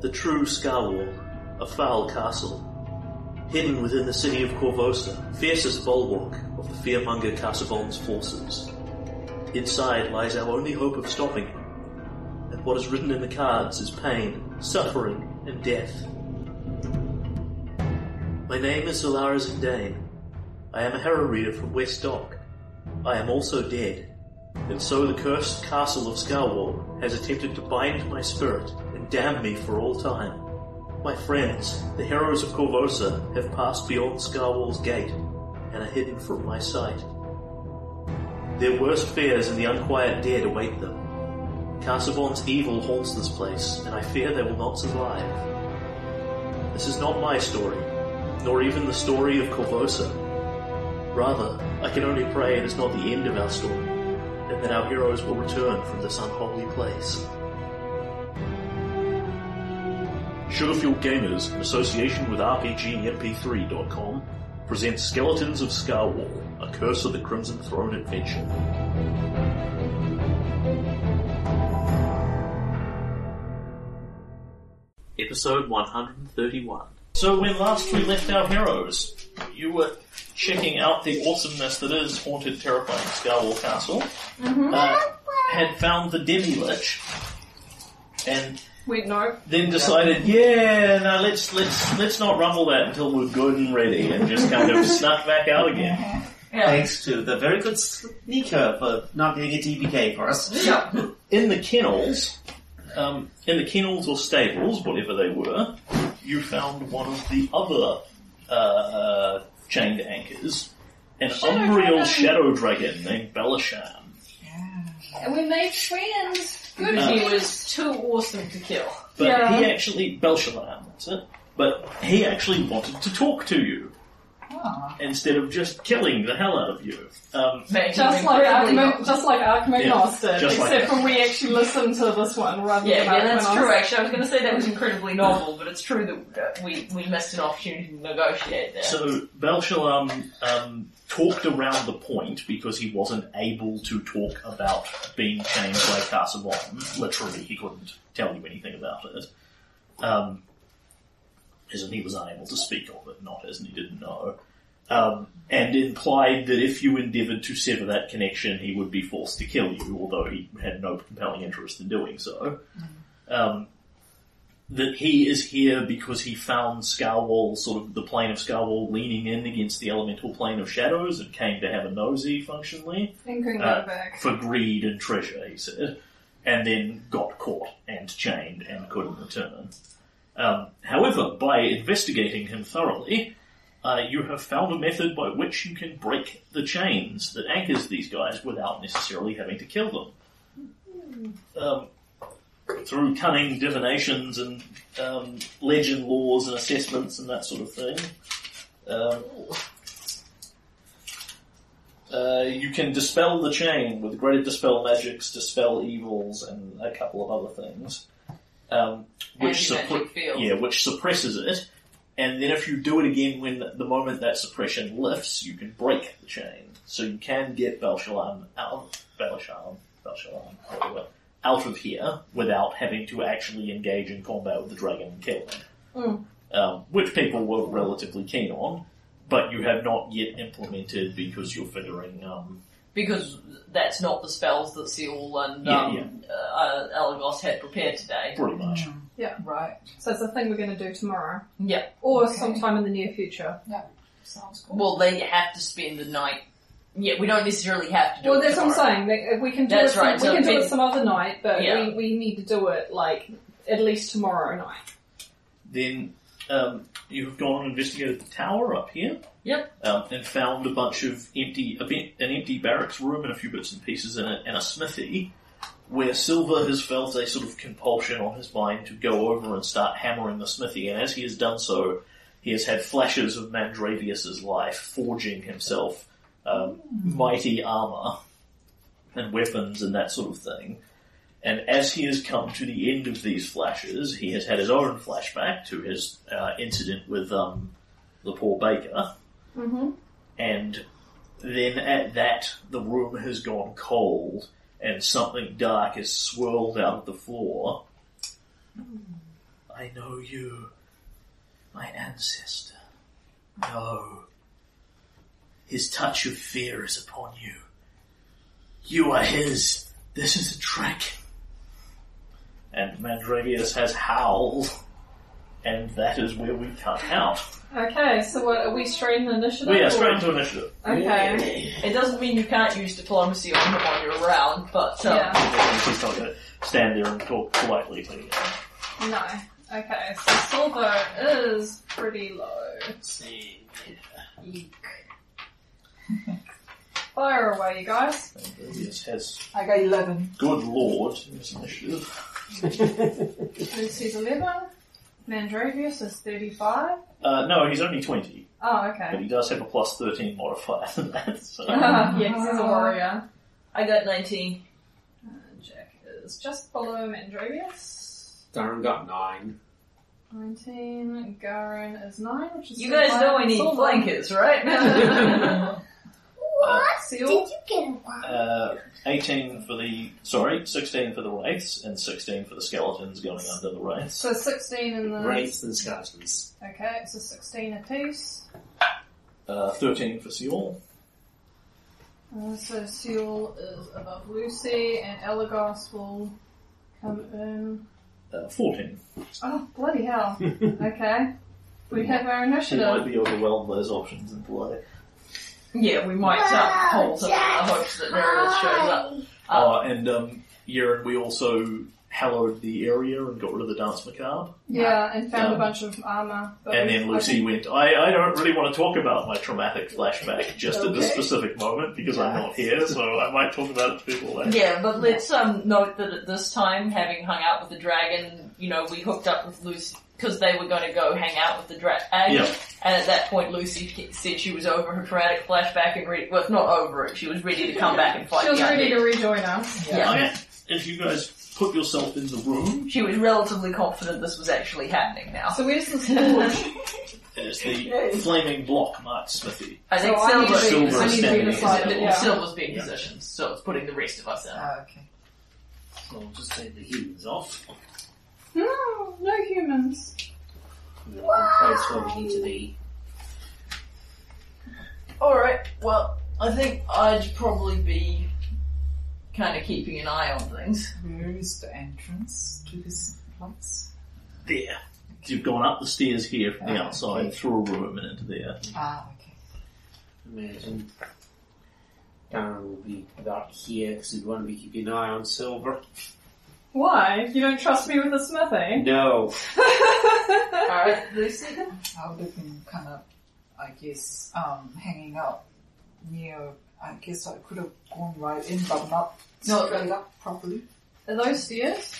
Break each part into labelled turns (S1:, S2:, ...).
S1: the true Scarwall, a foul castle. Hidden within the city of Corvosa, fiercest bulwark of the fearmonger Casaubon's forces. Inside lies our only hope of stopping him, and what is written in the cards is pain, suffering, and death. My name is Solara Zindane. I am a harrow reader from West Dock. I am also dead, and so the cursed castle of Scarwall has attempted to bind my spirit and damn me for all time. My friends, the heroes of Corvosa, have passed beyond Scarwall's gate and are hidden from my sight. Their worst fears and the unquiet dead await them. Casaubon's evil haunts this place, and I fear they will not survive. This is not my story, nor even the story of Corvosa. Rather, I can only pray it is not the end of our story, and that our heroes will return from this unholy place. Sugarfuel Gamers, in association with RPGMP3.com, presents Skeletons of Scarwall, a Curse of the Crimson Throne adventure. Episode 131. So, when last we left our heroes, you were checking out the awesomeness that is haunted, terrifying Scarwall Castle. Uh, had found the Demi Lich, and
S2: Wait, no.
S1: then decided, yeah, no, let's let's let's not rumble that until we're good and ready, and just kind of snuck back out again.
S2: Yeah.
S3: Thanks to the very good sneaker for not getting a TPK for us.
S2: Yeah.
S1: In the kennels, um, in the kennels or stables, whatever they were, you found one of the other uh, chained anchors, an
S4: Shadow
S1: Umbriel
S4: Dragon.
S1: shadow dragon named Belisham.
S4: And we made friends. Good
S1: Uh,
S2: He
S4: friends.
S2: was too awesome to kill.
S1: But
S4: Yeah.
S1: he actually Belshalam, that's it. But he actually wanted to talk to you instead of just killing the hell out of you. Um,
S2: Made
S4: Just
S2: him
S4: like,
S2: incredibly
S4: Archimag-
S2: hot.
S4: just like Archimagnos did,
S1: just like
S4: except
S1: that.
S4: when we actually listened to this one rather
S2: Yeah,
S4: than
S2: yeah, that's
S4: Archimagnos.
S2: true. Actually, I was going to say that was incredibly novel, but it's true that- that we, we missed an opportunity to negotiate there.
S1: so Belshalam um, talked around the point because he wasn't able to talk about being chained by Casaubon. Literally, he couldn't tell you anything about it. Um, as in he was unable to speak of it, not as in he didn't know. Um, and implied that if you endeavoured to sever that connection, he would be forced to kill you, although he had no compelling interest in doing so. Um, that he is here because he found Scarwall, sort of the plane of Scarwall, leaning in against the elemental plane of shadows and came to have a nosy, functionally,
S4: And couldn't
S1: uh,
S4: go back.
S1: for greed and treasure, he said, and then got caught and chained and couldn't return. Um, however, by investigating him thoroughly, uh, you have found a method by which you can break the chains that anchors these guys without necessarily having to kill them. Um, through cunning divinations and um, legend laws and assessments and that sort of thing. Um, uh, you can dispel the chain with greater dispel magics, dispel evils, and a couple of other things, um, which
S2: Anti-magic field.
S1: yeah, which suppresses it. And then if you do it again when the moment that suppression lifts, you can break the chain. So you can get Belshalam out, Belshalam, Belshalam, whatever, out of here without having to actually engage in combat with the dragon and kill him. Um, which people were relatively keen on, but you have not yet implemented because you're figuring, um,
S2: Because that's not the spells that Seal and
S1: Yeah,
S2: um, Uh, Elagos had prepared today.
S1: pretty much.
S4: Yeah.
S2: Right.
S4: So it's a thing we're going to do tomorrow.
S2: Yeah.
S4: Or
S5: Okay.
S4: sometime in the near future.
S5: Sounds cool.
S2: Well, they have to spend the night. Yeah, we don't necessarily have to do
S4: Well,
S2: it
S4: that's what I'm
S2: tomorrow.
S4: saying. that if We can do,
S2: That's
S4: it, some,
S2: right,
S4: we
S2: so
S4: can do
S2: then-
S4: it some other night, but
S2: Yeah.
S4: we, we need to do it, like, at least tomorrow night.
S1: Then um, you have gone and investigated the tower up here.
S2: Yep.
S1: um, and found a bunch of empty, a bit- an empty barracks room and a few bits and pieces in it, and a smithy, where Silver has felt a sort of compulsion on his mind to go over and start hammering the smithy, and as he has done so, he has had flashes of Mandravius's life, forging himself um, mighty armor and weapons and that sort of thing. And as he has come to the end of these flashes, he has had his own flashback to his uh, incident with um, the poor baker and then at that the room has gone cold and something dark has swirled out of the floor. I know you, my ancestor. No. His touch of fear is upon you. You are his. This is a dragon. And Mandravius has howled, and that is where we cut out.
S4: Okay, so what, are we straight in the initiative?
S1: We are
S4: or-
S1: straight into initiative.
S4: Okay.
S6: It doesn't mean you can't use diplomacy on him while you're around, but
S2: um,
S6: uh,
S4: Yeah.
S1: He's not going to stand there and talk politely to you.
S4: No. Okay, so silver is pretty low.
S7: See.
S4: Eek. Fire away, you guys.
S1: Mandravius has
S5: I got 11.
S1: good lord in this initiative.
S4: Lucy's 11. Mandravius is 35.
S1: Uh, no, he's only 20.
S4: Oh,
S1: But
S4: okay.
S1: he does have a plus 13 modifier to that, so...
S4: yes, he's a warrior.
S6: I got 19.
S4: Uh, Jack is just below Mandravius.
S8: Darren got nine.
S4: 19. Garen is 9, which is
S6: You guys
S4: still
S6: know
S4: higher
S6: I
S4: than
S6: need
S4: silver.
S6: blankets, right?
S4: Seal.
S1: Uh, 18 for the... Sorry, 16 for the wraiths, and 16 for the skeletons going under the wraiths.
S4: So 16 in the...
S7: Wraiths and skeletons.
S4: Okay, so 16 apiece.
S1: Uh, 13 for Seol.
S4: Uh, so Seal is above Lucy, and Elagos will come in.
S1: Uh, 14.
S4: Oh, bloody hell. okay. We have our
S1: She might
S4: initiative.
S1: be overwhelmed by those options in play.
S6: yeah, we might uh, hold in our hopes that Meredith shows up. Uh,
S1: Uh, and, um, Yeren, we also hallowed the area and got rid of the Dance Macabre.
S4: Yeah, and found a
S1: Um,
S4: bunch of armour. but
S1: And
S4: we-
S1: then Lucy went, I, I don't really want to talk about my traumatic flashback just at this
S4: Okay.
S1: specific moment because I'm not here, so I might talk about it to people later.
S6: yeah, but let's um, note that at this time, having hung out with the dragon, you know, we hooked up with Lucy because they were going to go hang out with the dragon.
S1: Yeah.
S6: And at that point, Lucy k- said she was over her traumatic flashback and ready. Well, not over it. She was ready to come back and fight.
S4: She was
S6: the
S4: ready
S6: undead.
S4: to rejoin us.
S6: Yeah.
S1: I- if you guys put yourself in the room,
S6: She was relatively confident this was actually happening now.
S4: So where's the sword?
S1: there's the
S5: Yay.
S1: flaming block marked Smithy.
S6: I think
S4: So I
S6: Silver,
S4: need to-
S1: Silver is
S4: I need to
S1: standing
S4: be
S1: in
S4: decided,
S1: the
S6: Silver-
S4: yeah.
S6: Silver's being
S1: Yeah.
S6: positioned, so it's putting the rest of us in.
S5: Ah, okay.
S7: So we'll just take the humans off.
S4: No, no humans.
S7: The one place where we need to be.
S6: Alright, well, I think I'd probably be kind of keeping an eye on things.
S5: Where is the entrance to this place?
S1: There. You've gone up the stairs here from the
S5: Ah,
S1: outside
S5: okay.
S1: through a room and into there.
S5: Ah, okay.
S7: Imagine. Darren will be about here because we'd want to be keeping an eye on Silver.
S4: Why? You don't trust me with the smithy?
S7: No.
S6: Alright, Lucy? then?
S5: I'll be kind of, I guess, um, hanging out near. I guess I could have gone right in, but not
S6: No,
S5: straight up properly.
S4: Are those stairs?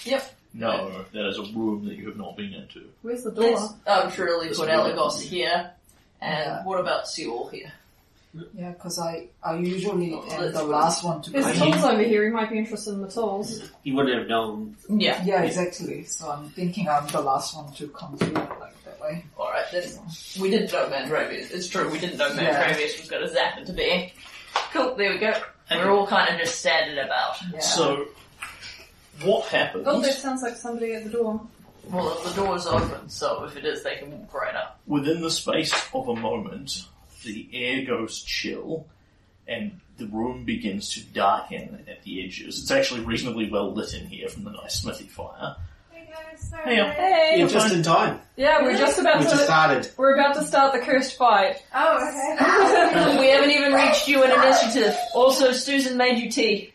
S1: No, that is a room that you have not been into.
S4: Where's the door?
S6: Let's um, arbitrarily
S1: Just
S6: put
S1: leave it.
S6: Elagos here, and
S5: Yeah.
S6: what about Seol here?
S5: Yeah, because I, I usually
S6: Oh,
S5: am
S6: that's
S5: the
S6: good.
S5: last one to go.
S4: There's
S7: I
S5: in.
S7: mean-
S4: tools over here, he might be interested in the tools.
S7: He wouldn't have known.
S6: Yeah,
S5: Yeah, exactly. So I'm thinking I'm the last one to come through like that way.
S6: alright then. We didn't know Mandravius. It's true, we didn't know
S5: Yeah.
S6: Mandravius was going to zap into there. Cool, there we go. We're all kind of just standing about.
S5: Yeah.
S1: So, what happened?
S4: Oh, that sounds like somebody at the door.
S6: Well, the door's open, so if it is, they can walk right up.
S1: Within the space of a moment, the air goes chill and the room begins to darken at the edges. It's actually reasonably well lit in here from the nice smithy fire.
S4: Hey guys,
S1: Hey, yeah.
S4: Hey!
S1: Yeah.
S7: You're just in time.
S4: Yeah, we're just about
S7: We just
S4: to
S7: started.
S4: we're about to start the cursed fight.
S9: Oh, okay.
S6: we haven't even reached you in initiative. Also, Susan made you tea.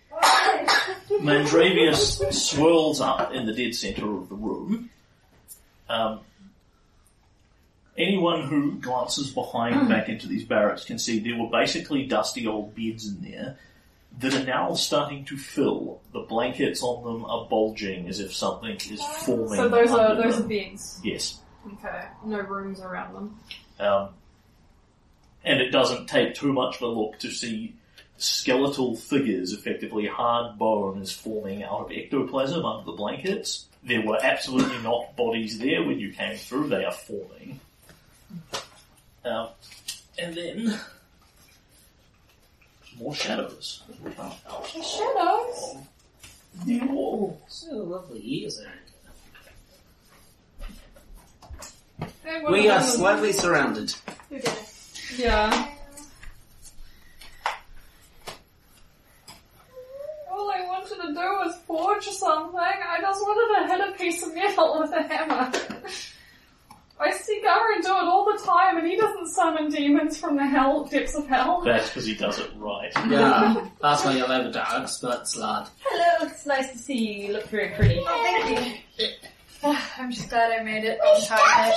S1: Mandravius swirls up in the dead center of the room. Um, anyone who glances behind back into these barracks can see there were basically dusty old beds in there that are now starting to fill. The blankets on them are bulging as if something is forming.
S4: So those are
S1: under
S4: those are
S1: them.
S4: beds.
S1: yes.
S4: Okay. No rooms around them.
S1: Um, and it doesn't take too much of a look to see skeletal figures, effectively hard bone, is forming out of ectoplasm under the blankets. There were absolutely not bodies there when you came through, they are forming. Um, and then, more shadows.
S4: Shadows.
S1: The wall.
S7: So lovely ears, aren't
S4: They're one
S7: We
S4: of
S7: are
S4: them.
S7: slightly surrounded.
S4: Okay.
S9: Oh,
S4: Yeah. All I wanted to do was forge something. I just wanted to hit a piece of metal with a hammer. I see Garu do it all the time, and he doesn't summon demons from the hell depths of hell.
S1: That's because he does it right.
S7: Yeah, that's why you'll ever dance, that's lad.
S6: Hello, it's nice to see you. You look very pretty.
S9: Oh, Thank you. I'm just glad I made it on time.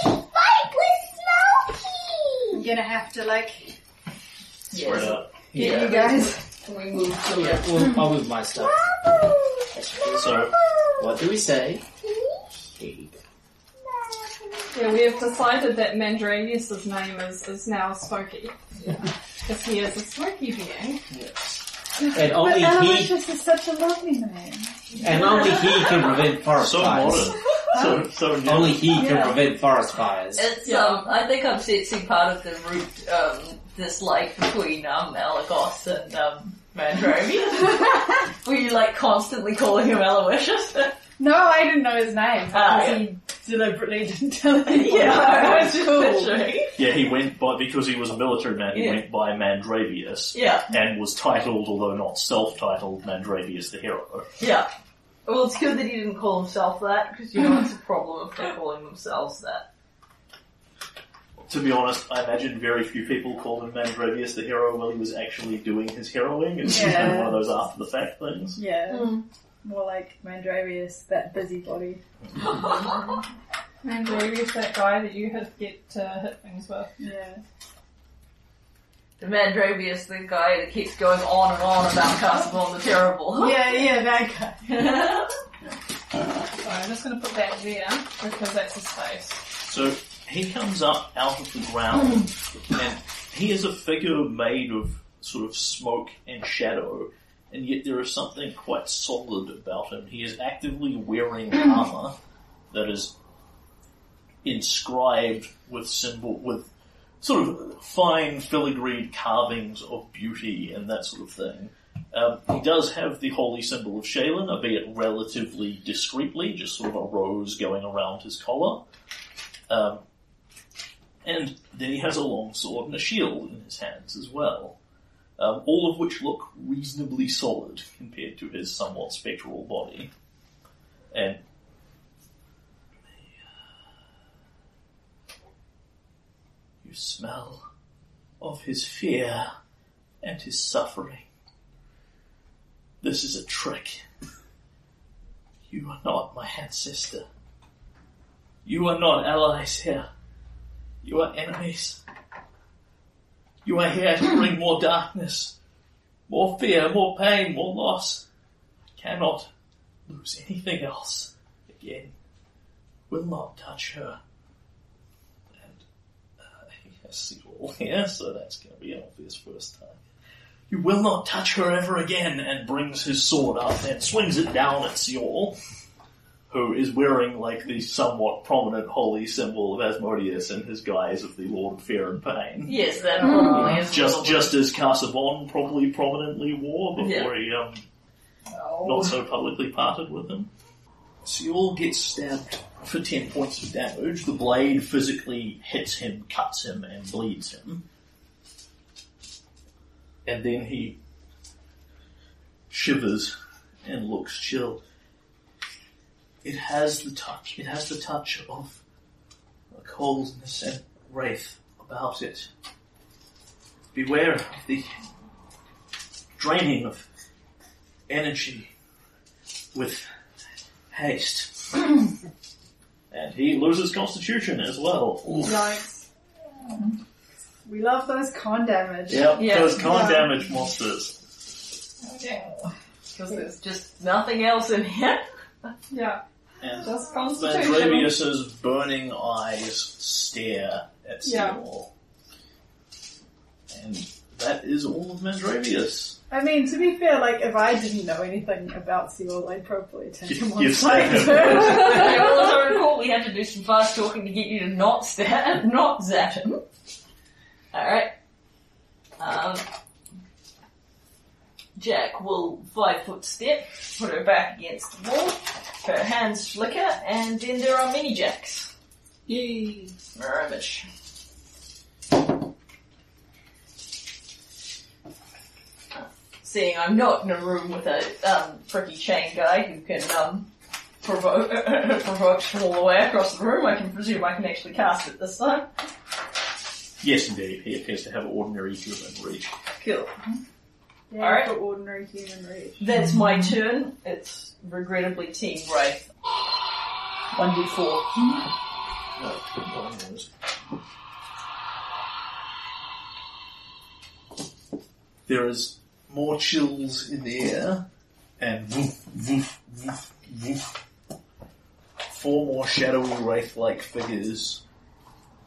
S9: I'm gonna have to like
S1: Spread
S6: Yes.
S1: out.
S9: get you
S7: Yeah.
S9: guys.
S6: Can we move to
S7: Yeah, well, I'll move my stuff.
S1: So,
S7: What do we say? Cake.
S4: Yeah, we have decided that Mandravius' name is, is now Smoky. Because he is a smoky being.
S7: And only
S9: but
S7: he,
S9: Aloysius is such a lovely name.
S7: and only he can prevent forest
S1: so
S7: fires.
S1: modern. So, so new.
S7: Only he can
S9: Yeah.
S7: prevent forest fires.
S6: It's
S4: Yeah.
S6: um. I think I'm sensing part of the root um dislike between um Alagos and um Mandrovi. Were you like constantly calling him Aloysius?
S9: No, I didn't know his name.
S6: Ah,
S9: because He deliberately didn't tell me.
S6: I was just
S9: cool.
S6: picturing.
S1: Yeah, he went by, because he was a military man, he
S6: Yeah.
S1: went by Mandravius.
S6: Yeah,
S1: And was titled, although not self-titled, Mandravius the Hero.
S6: yeah. Well, it's good that he didn't call himself that because you know it's a problem if they're calling themselves that.
S1: To be honest, I imagine very few people called him Mandravius the Hero while he was actually doing his heroing. It's
S9: Yeah.
S1: kind of one of those after the fact things.
S9: Yeah, more like Mandravius, that busybody.
S4: Mandravius, that guy that you had get to hit things with.
S9: Yeah.
S6: The Mandravius, the guy that keeps going on and on about Casaubon the Terrible.
S9: Yeah, yeah, that guy.
S4: So I'm just gonna put that there, because that's a space.
S1: So he comes up out of the ground, and he is a figure made of sort of smoke and shadow, and yet there is something quite solid about him. He is actively wearing armor that is inscribed with symbol with sort of fine filigreed carvings of beauty and that sort of thing. Um, he does have the holy symbol of Shaylin, albeit relatively discreetly, just sort of a rose going around his collar. Um, and then he has a long sword and a shield in his hands as well, um, all of which look reasonably solid compared to his somewhat spectral body. And you smell of his fear and his suffering. This is a trick. You are not my ancestor. You are not allies here. You are enemies. You are here to bring more darkness, more fear, more pain, more loss. I cannot lose anything else again. Will not touch her. And uh, he has it all here, so that's going to be an obvious first time. You will not touch her ever again, and brings his sword up and swings it down at Seol who is wearing like the somewhat prominent holy symbol of Asmodeus and his guise of the Lord of Fear and Pain.
S6: yes, that probably is
S1: Just
S6: probably-
S1: just as Casaubon probably prominently wore before he um, not so publicly parted with him. So you all get stabbed for 10 points of damage. The blade physically hits him, cuts him, and bleeds him. And then he shivers and looks chill. It has the touch, it has the touch of a coldness and wraith about it. Beware of the draining of energy with haste. and he loses constitution as well.
S9: Yikes. We love those con damage.
S1: Yep,
S6: Yeah.
S1: those con
S9: Yeah.
S1: damage monsters.
S6: because there's just nothing else in here.
S4: Yeah,
S1: And
S4: just constitution.
S1: Mandravius's burning eyes stare at
S4: Yeah.
S1: Seymour. And that is all of Mandravius.
S9: I mean, to be fair, like, if I didn't know anything about Seawall, I'd probably take
S1: You-
S9: him on
S1: you'd
S9: site
S1: stab
S9: too.
S6: I also recall we had to do some fast talking to get you to not stab, not zap him. Alright. Um, Jack will five foot step, put her back against the wall, her hands flicker, and then there are mini jacks.
S7: Yay!
S6: Rubbish. Seeing I'm not in a room with a um, freaky chain guy who can um, provoke provoke from all the way across the room, I can presume I can actually cast it this time.
S1: Yes, indeed. He appears to have ordinary human reach.
S6: Cool.
S4: Yeah,
S6: Alright.
S4: for ordinary human reach.
S6: That's my turn. It's regrettably Team Wraith. 1d4.
S1: No, mine was. There is more chills in the air, and woof, woof, woof, woof. Four more shadowy wraith-like figures.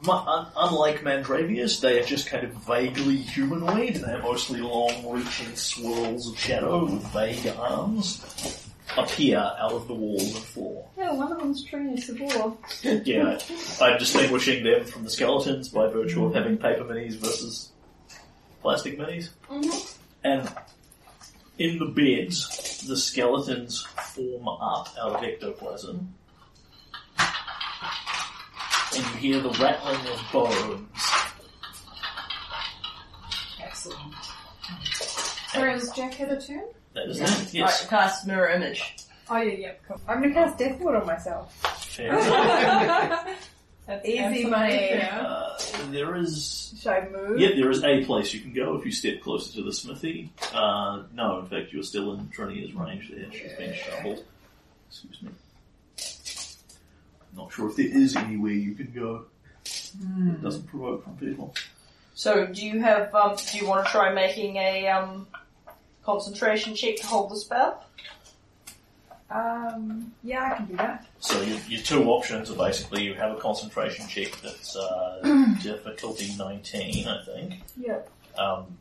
S1: Mu- un- unlike Mandravius, they are just kind of vaguely humanoid. They're mostly long-reaching swirls of shadow with vague arms appear out of the walls and floor.
S4: Yeah, one of them's training Sabor.
S1: Yeah, I'm distinguishing them from the skeletons by virtue of having paper minis versus plastic minis.
S4: Mhm.
S1: And in the beds, the skeletons form up out of ectoplasm. And you hear the rattling of bones.
S9: Excellent.
S4: Sorry, has Jack had a turn?
S1: That is it. Yes.
S6: Alright, cast Mirror Image.
S4: Oh yeah, yep. Cool. I'm gonna cast Death Ward on myself.
S1: Fair.
S4: Easy
S5: absolutely
S4: money.
S5: fair.
S1: Uh, there is.
S4: Should I move?
S1: Yeah, there is a place you can go if you step closer to the smithy. Uh, no, in fact, you're still in Trinia's range there. She's been shuffled. Excuse me. Not sure if there is anywhere you can go that doesn't provoke from people.
S6: So, do you have, um, do you want to try making a, um, concentration check to hold the spell?
S9: Um, yeah, I can do that.
S1: So your, your two options are basically you have a concentration check that's uh, difficulty 19, I think.
S4: Yep.
S1: Um,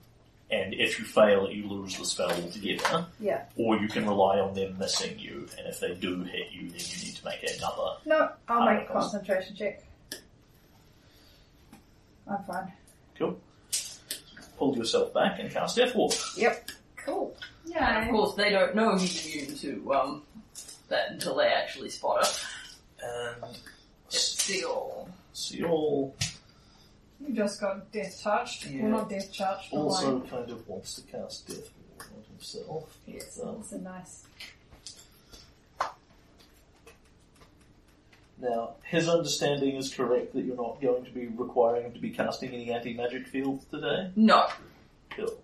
S1: and if you fail, you lose the spell altogether.
S4: Yeah.
S1: Or you can rely on them missing you, and if they do hit you, then you need to make another.
S4: No, I'll
S1: Ah,
S4: make
S1: of
S4: a
S1: course.
S4: concentration check. I'm fine.
S1: Pull yourself back and cast Death Ward.
S6: Cool. And of
S5: Yeah.
S6: course, they don't know he's immune to, um, that until they actually spot it.
S1: And
S6: Seal.
S1: Seal
S5: You just got death touched.
S1: Yeah.
S5: Well, not death touched. but
S1: also
S5: like-
S1: kind of wants to cast Death Ward himself.
S4: Yes,
S1: Um,
S4: it's a nice.
S1: Now, his understanding is correct that you're not going to be requiring him to be casting any anti-magic fields today.
S6: No.
S1: Cool.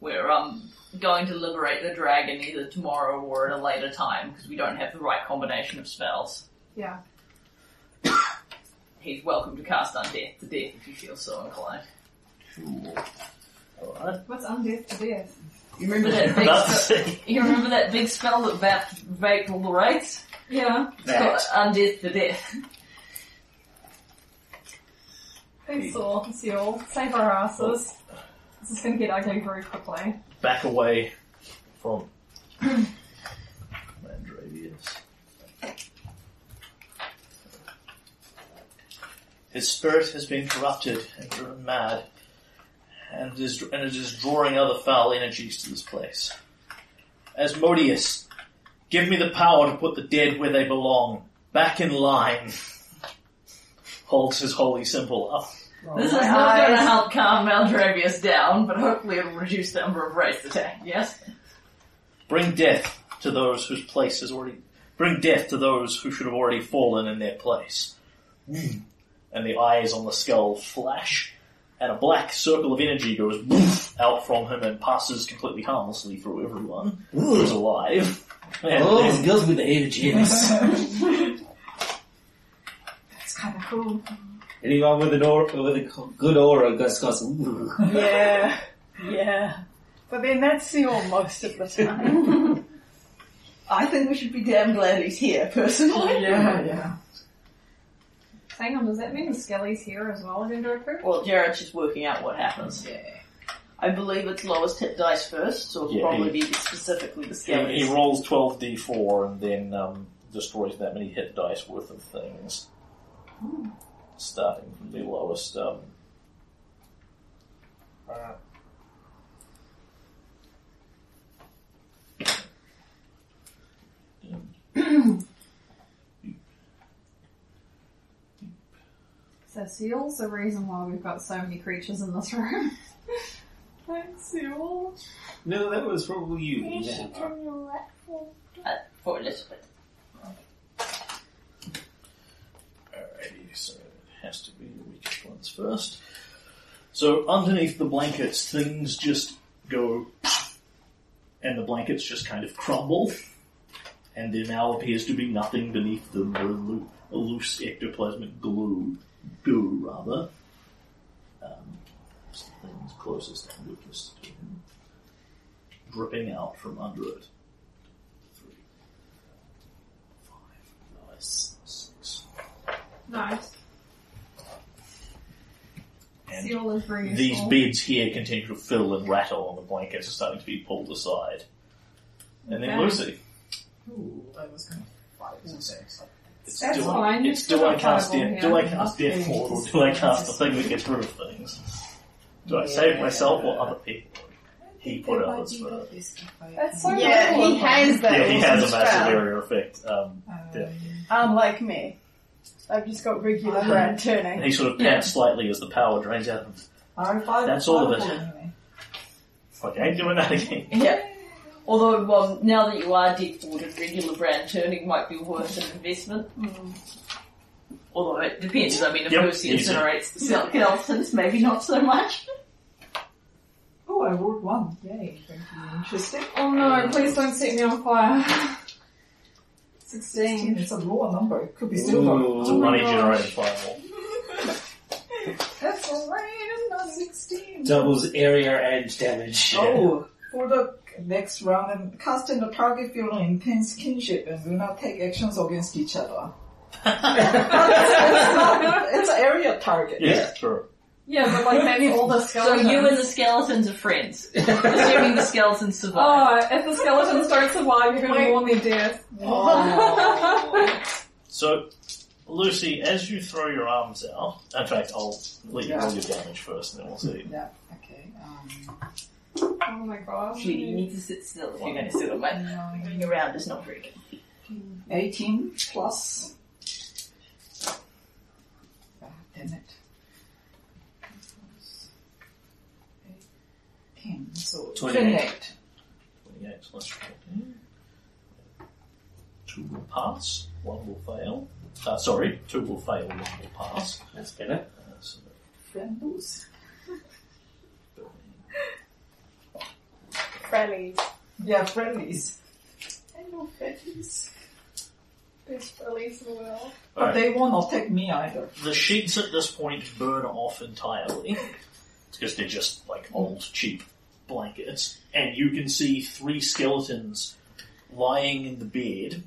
S6: We're, um, going to liberate the dragon either tomorrow or at a later time because we don't have the right combination of spells.
S4: Yeah.
S6: He's welcome to cast Undeath to Death if you feel so inclined.
S1: Cool. Alright.
S4: What's undeath to death?
S6: You remember that big
S1: That's
S6: spe- You remember that big spell that vaped, vaped all the wraiths?
S4: Yeah.
S6: It's got Undeath to Death.
S4: Thanks, Saul. See you all. Save our asses. This is gonna get ugly very quickly.
S1: back away from Mandravius. His spirit has been corrupted and driven mad, and, is, and it is drawing other foul energies to this place. Asmodeus, give me the power to put the dead where they belong, back in line. Holds his holy symbol up.
S6: This is not going to help calm Maldravius down, but hopefully it'll reduce the number of wraiths attacked, yes?
S1: Bring death to those whose place is already. Bring death to those who should have already fallen in their place. Mm. And the eyes on the skull flash, and a black circle of energy goes woof out from him and passes completely harmlessly through everyone who's alive. And
S7: Oh,
S1: then-
S7: it goes with the energies.
S4: It's kinda cool.
S7: Anyone with an aura, with a co- good aura goes, goes ooh.
S4: Yeah. Yeah. But then that's you all most of the time.
S6: I think we should be damn glad he's here, personally.
S9: Yeah, yeah.
S4: Hang on, does that mean the Skelly's here as well, Hendricker?
S6: Well, Jared's just working out what happens.
S9: Yeah.
S6: I believe it's lowest hit dice first, so it'll
S1: Yeah,
S6: probably
S1: he-
S6: be specifically the
S1: he, he
S6: skeletons.
S1: rolls 12d4 and then um, destroys that many hit dice worth of things. Starting from the lowest. Um, uh,
S4: So Seal's the reason why we've got so many creatures in this room.
S10: Thanks, Seal.
S7: No, that was probably you.
S9: Can she
S7: Yeah.
S9: tell me what for?
S6: For a little bit.
S1: Alrighty, so uh, it has to be the weakest ones first. So underneath the blankets, things just go, and the blankets just kind of crumble, and there now appears to be nothing beneath them but a, loo- a loose ectoplasmic glue, goo rather. Um, so things closest and weakest to him, dripping out from under it. Three, five, nine, six.
S4: Nice.
S1: And
S4: Seal is very useful.
S1: these beds here continue to fill and rattle on the blankets are starting to be pulled aside. And then
S4: Okay.
S1: Lucy.
S5: Ooh, I was going to fight. So
S1: It's
S4: That's
S1: do I,
S4: fine, you're
S1: it's do
S4: still
S1: I cast
S4: viable
S1: death,
S4: here.
S1: do I cast death ward or do I cast the thing that gets rid of things? Do I save myself or other people? He put it on his phone.
S10: That's
S5: That's
S10: so
S9: Yeah,
S10: cool.
S9: he has that.
S1: Yeah, he has a
S9: awesome
S1: massive
S9: spell.
S1: area effect. Um, yeah.
S9: Unlike me. I've just got regular
S5: Uh-huh.
S9: brand
S1: and
S9: turning.
S1: he sort of pants slightly as the power drains out of him. That's all of it. Like, I ain't doing that again.
S6: Yeah. Although, um, now that you are deep watered, regular brand turning might be worth an investment. Although it depends, I mean, if
S1: Yep,
S6: Lucy
S1: easy.
S6: incinerates the silk elephants, maybe not so much.
S5: Oh, I rolled one. Yay. Thank you. Interesting.
S4: Oh no, please don't set me on fire. 16.
S5: It's a raw number. It could be silver.
S1: It's a
S4: Oh
S7: Ooh.
S1: money generating fireball.
S5: That's a random 16.
S7: Doubles area edge damage.
S5: Oh, for the next round, and cast in the target feeling intense kinship and will not take actions against each other. it's, not, it's an area target.
S1: Yeah, sure.
S4: Yeah, but like maybe all the
S6: So
S4: skeletons.
S6: you and the skeletons are friends. Assuming the skeletons survive.
S4: Oh, if the skeletons don't survive, you're gonna mourn their death.
S5: Oh.
S1: Oh. So, Lucy, as you throw your arms out, in fact, I'll let you roll your damage first, and then we'll see.
S5: Yeah, okay. Um,
S4: Oh my gosh.
S6: Actually, you need to sit still if you're going to sit away.
S5: nine,
S6: Moving around is not very good.
S5: 18 plus. Ah, damn it. 18, so
S7: 28.
S5: 28.
S1: 28 plus 14. Two will pass, one will fail. Uh, sorry, two will fail, one will pass.
S7: That's better.
S1: Uh, so
S5: Friendles.
S9: Friendlies.
S5: Yeah, friendlies. Hello, friendlies.
S10: Best release in the world.
S5: But
S1: Alright.
S5: they won't attack me either.
S1: The sheets at this point burn off entirely because they're just like old, cheap blankets, and you can see three skeletons lying in the bed.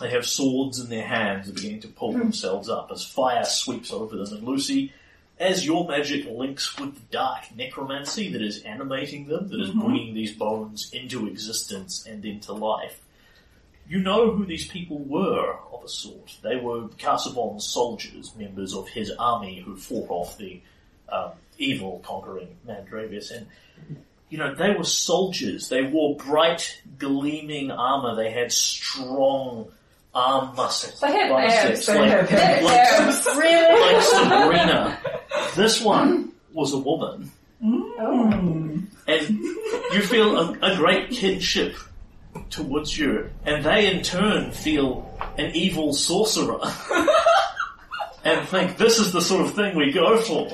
S1: They have swords in their hands and beginning to pull themselves up as fire sweeps over them. And Lucy, as your magic links with the dark necromancy that is animating them, that is
S4: Mm-hmm.
S1: bringing these bones into existence and into life, you know who these people were, of a sort. They were Casaubon's soldiers, members of his army who fought off the um, evil conquering Mandravis. And, you know, they were soldiers. They wore bright, gleaming armor. They had strong arm muscles.
S4: They had
S1: biceps,
S4: abs, they
S1: like-
S5: had
S1: like-
S9: Really?
S1: like Sabrina. This one was a woman. And you feel a, a great kinship towards you, and they in turn feel an evil sorcerer. and think, this is the sort of thing we go for.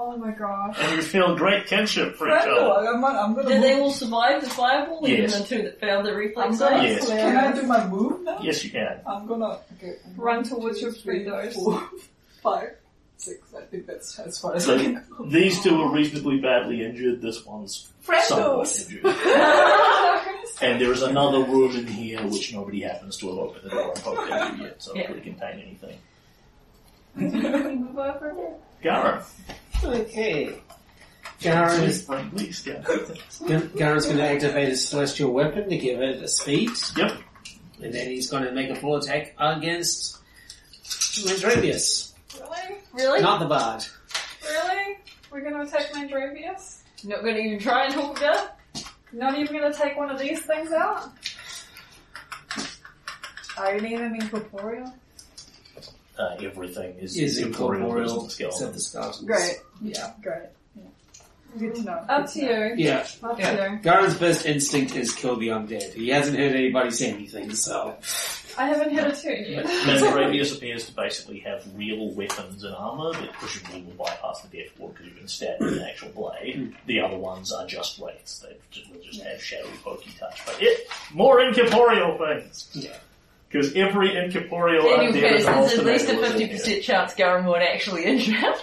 S4: Oh my gosh.
S1: And you feel great kinship for each
S5: Friendle,
S1: other.
S5: I'm, I'm gonna
S6: Did
S5: move.
S6: they all survive the fireball?
S1: Yes.
S6: Even the two that failed the
S5: I'm
S6: reflex
S5: gonna,
S6: save?
S1: Yes.
S5: Can I do my move now?
S1: Yes, you can.
S5: I'm gonna okay,
S4: Run towards your windows.
S5: Four, five, six. I think that's as far as I
S1: So
S5: can.
S1: these two are reasonably badly injured. This one's somewhat
S5: Friendles.
S1: injured. And there is another room in here which nobody happens to have opened the door and poked into yet, so it
S6: Yeah.
S1: could contain anything.
S4: Move over.
S1: Gara.
S7: Okay. Garen is
S1: Please, yeah.
S7: Garen's going to activate his celestial weapon to give it a speed,
S1: Yep.
S7: and then he's going to make a full attack against Mandravius,
S10: Really?
S6: Really?
S7: not the bard.
S10: Really? We're gonna attack Mandravius?
S6: Not going to even try and hold down?
S10: Not even gonna take one of these things out?
S4: Are any of them incorporeal?
S1: uh, everything is,
S7: Is
S1: incorporeal versus
S7: incorporeal
S1: the
S7: except
S1: skeleton.
S7: the skeletons.
S9: Great,
S5: Yeah.
S9: great. Good to know.
S11: Up to you.
S7: Yeah,
S4: Up
S5: Yeah.
S4: to.
S7: Garen's first instinct is kill the undead. He hasn't heard anybody say anything, so
S11: I haven't hit a turn
S1: But
S11: yet.
S1: Mandravius appears to basically have real weapons and armor that presumably will bypass the Death Ward because you can stab with an actual blade.
S7: Hmm.
S1: The other ones are just wraiths. They just, will just have shadowy pokey touch. But it, more incorporeal things!
S7: Yeah.
S1: Because every incorporeal
S6: In
S1: undead is an
S6: case, there's at
S1: alternate
S6: least
S1: was
S6: a
S1: in
S6: fifty
S1: there.
S6: percent chance Garen would actually injure him.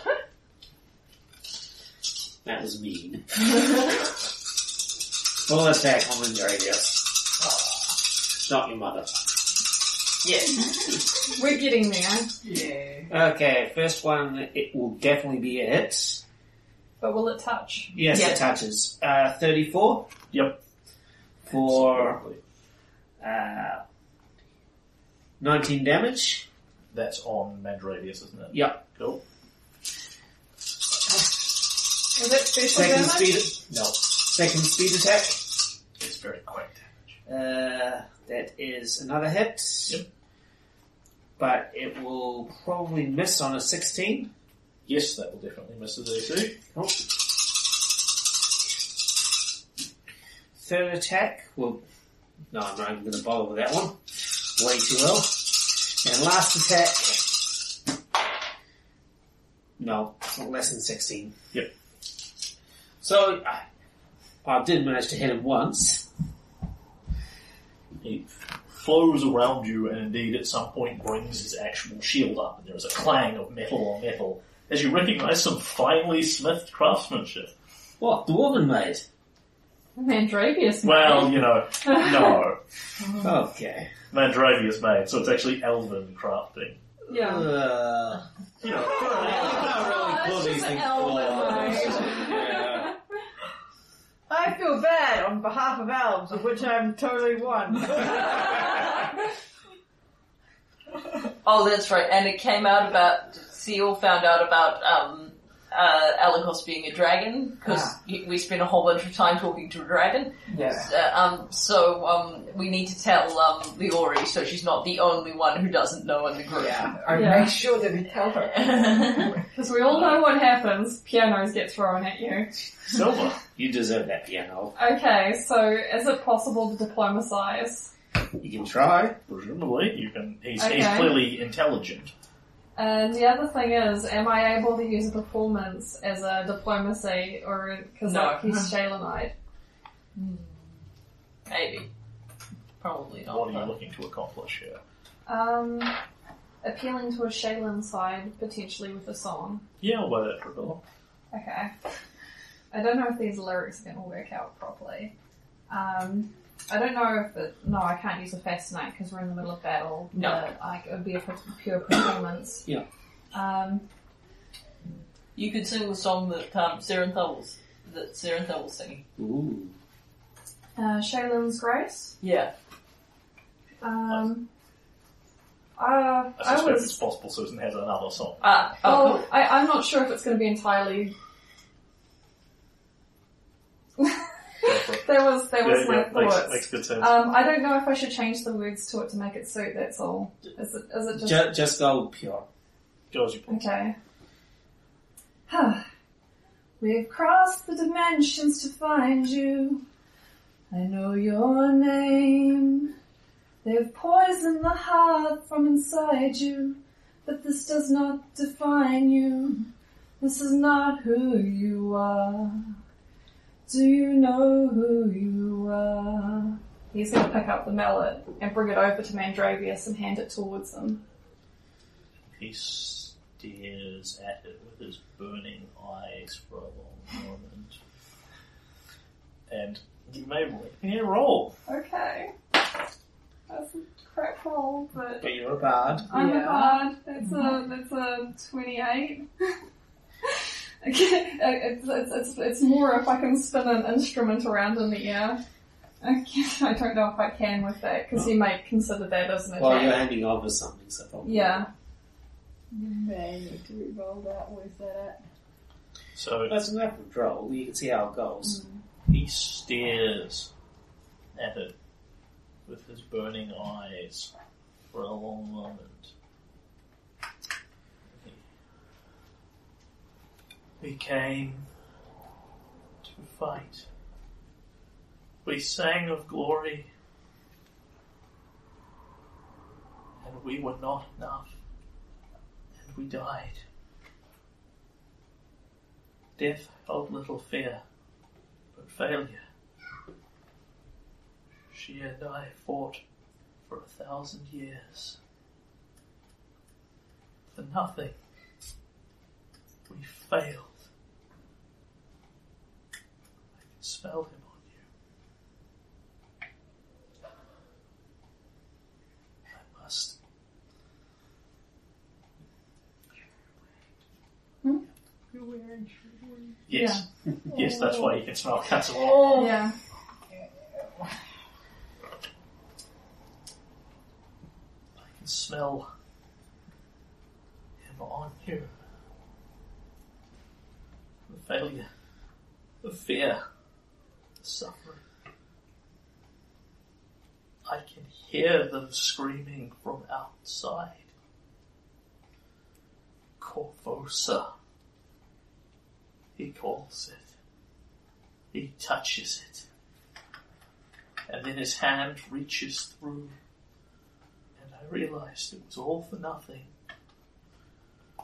S7: that was mean. Full attack on Mandravius. Ah, Not your mother.
S6: yes.
S4: We're getting there.
S5: Yeah.
S7: Okay, first one, it will definitely be a hit.
S11: But will it touch?
S7: Yes,
S6: Yeah.
S7: it touches. Uh, 34?
S1: Yep.
S7: For, uh, 19 damage.
S1: That's on Mandravius, isn't it?
S7: Yep.
S1: Cool.
S11: Is it
S4: Oh,
S11: special
S7: Second
S11: damage?
S7: speed, no. Second speed attack.
S1: It's very quick damage.
S7: Uh, that is another hit.
S1: Yep.
S7: But it will probably miss on a 16.
S1: Yes, that will definitely miss the DC.
S7: 3rd attack will, no, I'm not even going to bother with that one. Way too well. And last attack. No, it's not less than 16.
S1: Yep.
S7: So, I, I did manage to hit him once.
S1: He flows around you and indeed at some point brings his actual shield up and there is a clang of metal on metal as you recognise some finely smithed craftsmanship.
S7: What? The woman made?
S4: Mandravius.
S1: Well, you know, no.
S7: Hmm. Okay.
S1: Mandravia's made, so it's actually elven crafting.
S4: Yeah.
S7: Uh,
S1: You know, Oh,
S7: I can't really call these things
S4: Oh,
S7: claws. Yeah.
S9: I feel bad on behalf of elves, of which I'm totally one.
S6: Oh, that's right. And it came out about Seal found out about um, uh, Alagos being a dragon because
S5: Ah.
S6: we spent a whole bunch of time talking to a dragon.
S5: Yeah.
S6: Uh, um, so um, we need to tell um, Leori so she's not the only one who doesn't know in the group.
S5: Yeah. I
S4: Yeah.
S5: make sure that we tell her.
S4: Because we all know what happens. Pianos get thrown at you.
S1: Silver.
S7: You deserve that piano.
S4: Okay, so is it possible to diplomatize?
S7: You can try.
S1: Presumably, you can. He's, he's
S4: Okay.
S1: clearly intelligent.
S4: And the other thing is, am I able to use a performance as a diplomacy or because
S6: No.
S4: like he's Shalenite?
S6: Maybe. Probably not.
S1: What are you
S6: though.
S1: looking to accomplish here?
S4: Um, appealing to a Shalen side potentially with a song.
S1: Yeah, I'll buy that for a dollar.
S4: Okay. I don't know if these lyrics are going to work out properly. Um, I don't know if it, no, I can't use a fascinate because we're in the middle of battle.
S6: No.
S4: but, like it would be a per- pure performance.
S7: Yeah.
S4: Um,
S6: You could sing the song that um, Serenthal was that Serenthal was singing.
S7: Ooh.
S4: uh, Shaylin's Grace.
S6: Yeah.
S4: Um, uh,
S1: I
S4: I
S1: suspect it's
S4: was.
S1: possible Susan has another song.
S6: Ah. Oh.
S4: Well, I, I'm not sure if it's going to be entirely.
S1: Go for it.
S4: That was that was
S1: yeah,
S4: my
S1: yeah, makes,
S4: thoughts.
S1: makes good sense.
S4: Um, I don't know if I should change the words to it to make it suit. That's all. Is it? Is it just?
S7: Ju- just go pure.
S1: Go as you please.
S4: Okay. Huh. We've crossed the dimensions to find you. I know your name. They've poisoned the heart from inside you, but this does not define you. This is not who you are. Do you know who you are? He's gonna pick up the mallet and bring it over to Mandravius and hand it towards him.
S1: He stares at it with his burning eyes for a long moment. And you may make me a roll.
S4: Okay. That's a crap roll, but
S7: But you're a bard.
S4: I'm
S5: Yeah.
S4: a bard. That's a that's a twenty-eight. okay, Uh, it's, it's, it's, it's more if I can spin an instrument around in the air. I, can't, I don't know if I can with that because you might consider that as
S1: Oh,
S4: an
S7: Well, you're
S4: attack.
S7: handing over something, so probably.
S4: yeah.
S9: You may need to re-roll that. Where's that
S1: So
S7: That's an effort roll. You can see how it goes.
S1: he stares at it with his burning eyes for a long moment. We came to fight. We sang of glory, and we were not enough, and we died. Death held little fear, but failure. She and I fought for a thousand years. For nothing. We failed. I can smell him on you. I must. Yes, yes, that's why you can smell castle.
S4: Yeah.
S1: I can smell him on you. The failure, the fear, the suffering. I can hear them screaming from outside. Corvosa. He calls it. He touches it. And then his hand reaches through and I realized it was all for nothing.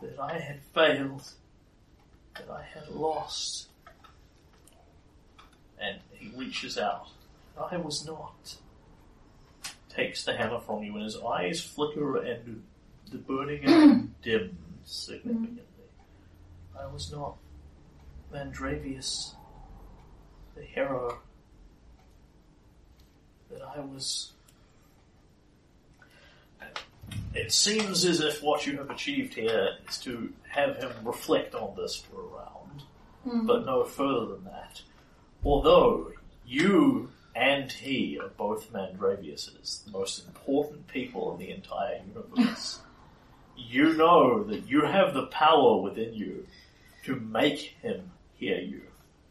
S1: That I had failed. That I had lost. And he reaches out. I was not. Takes the hammer from you and his eyes flicker and the burning end dims significantly. I was not Mandravius, the hero. That I was it seems as if what you have achieved here is to have him reflect on this for a round,
S4: Hmm.
S1: but no further than that. Although you and he are both Mandraviuses, the most important people in the entire universe, you know that you have the power within you to make him hear you,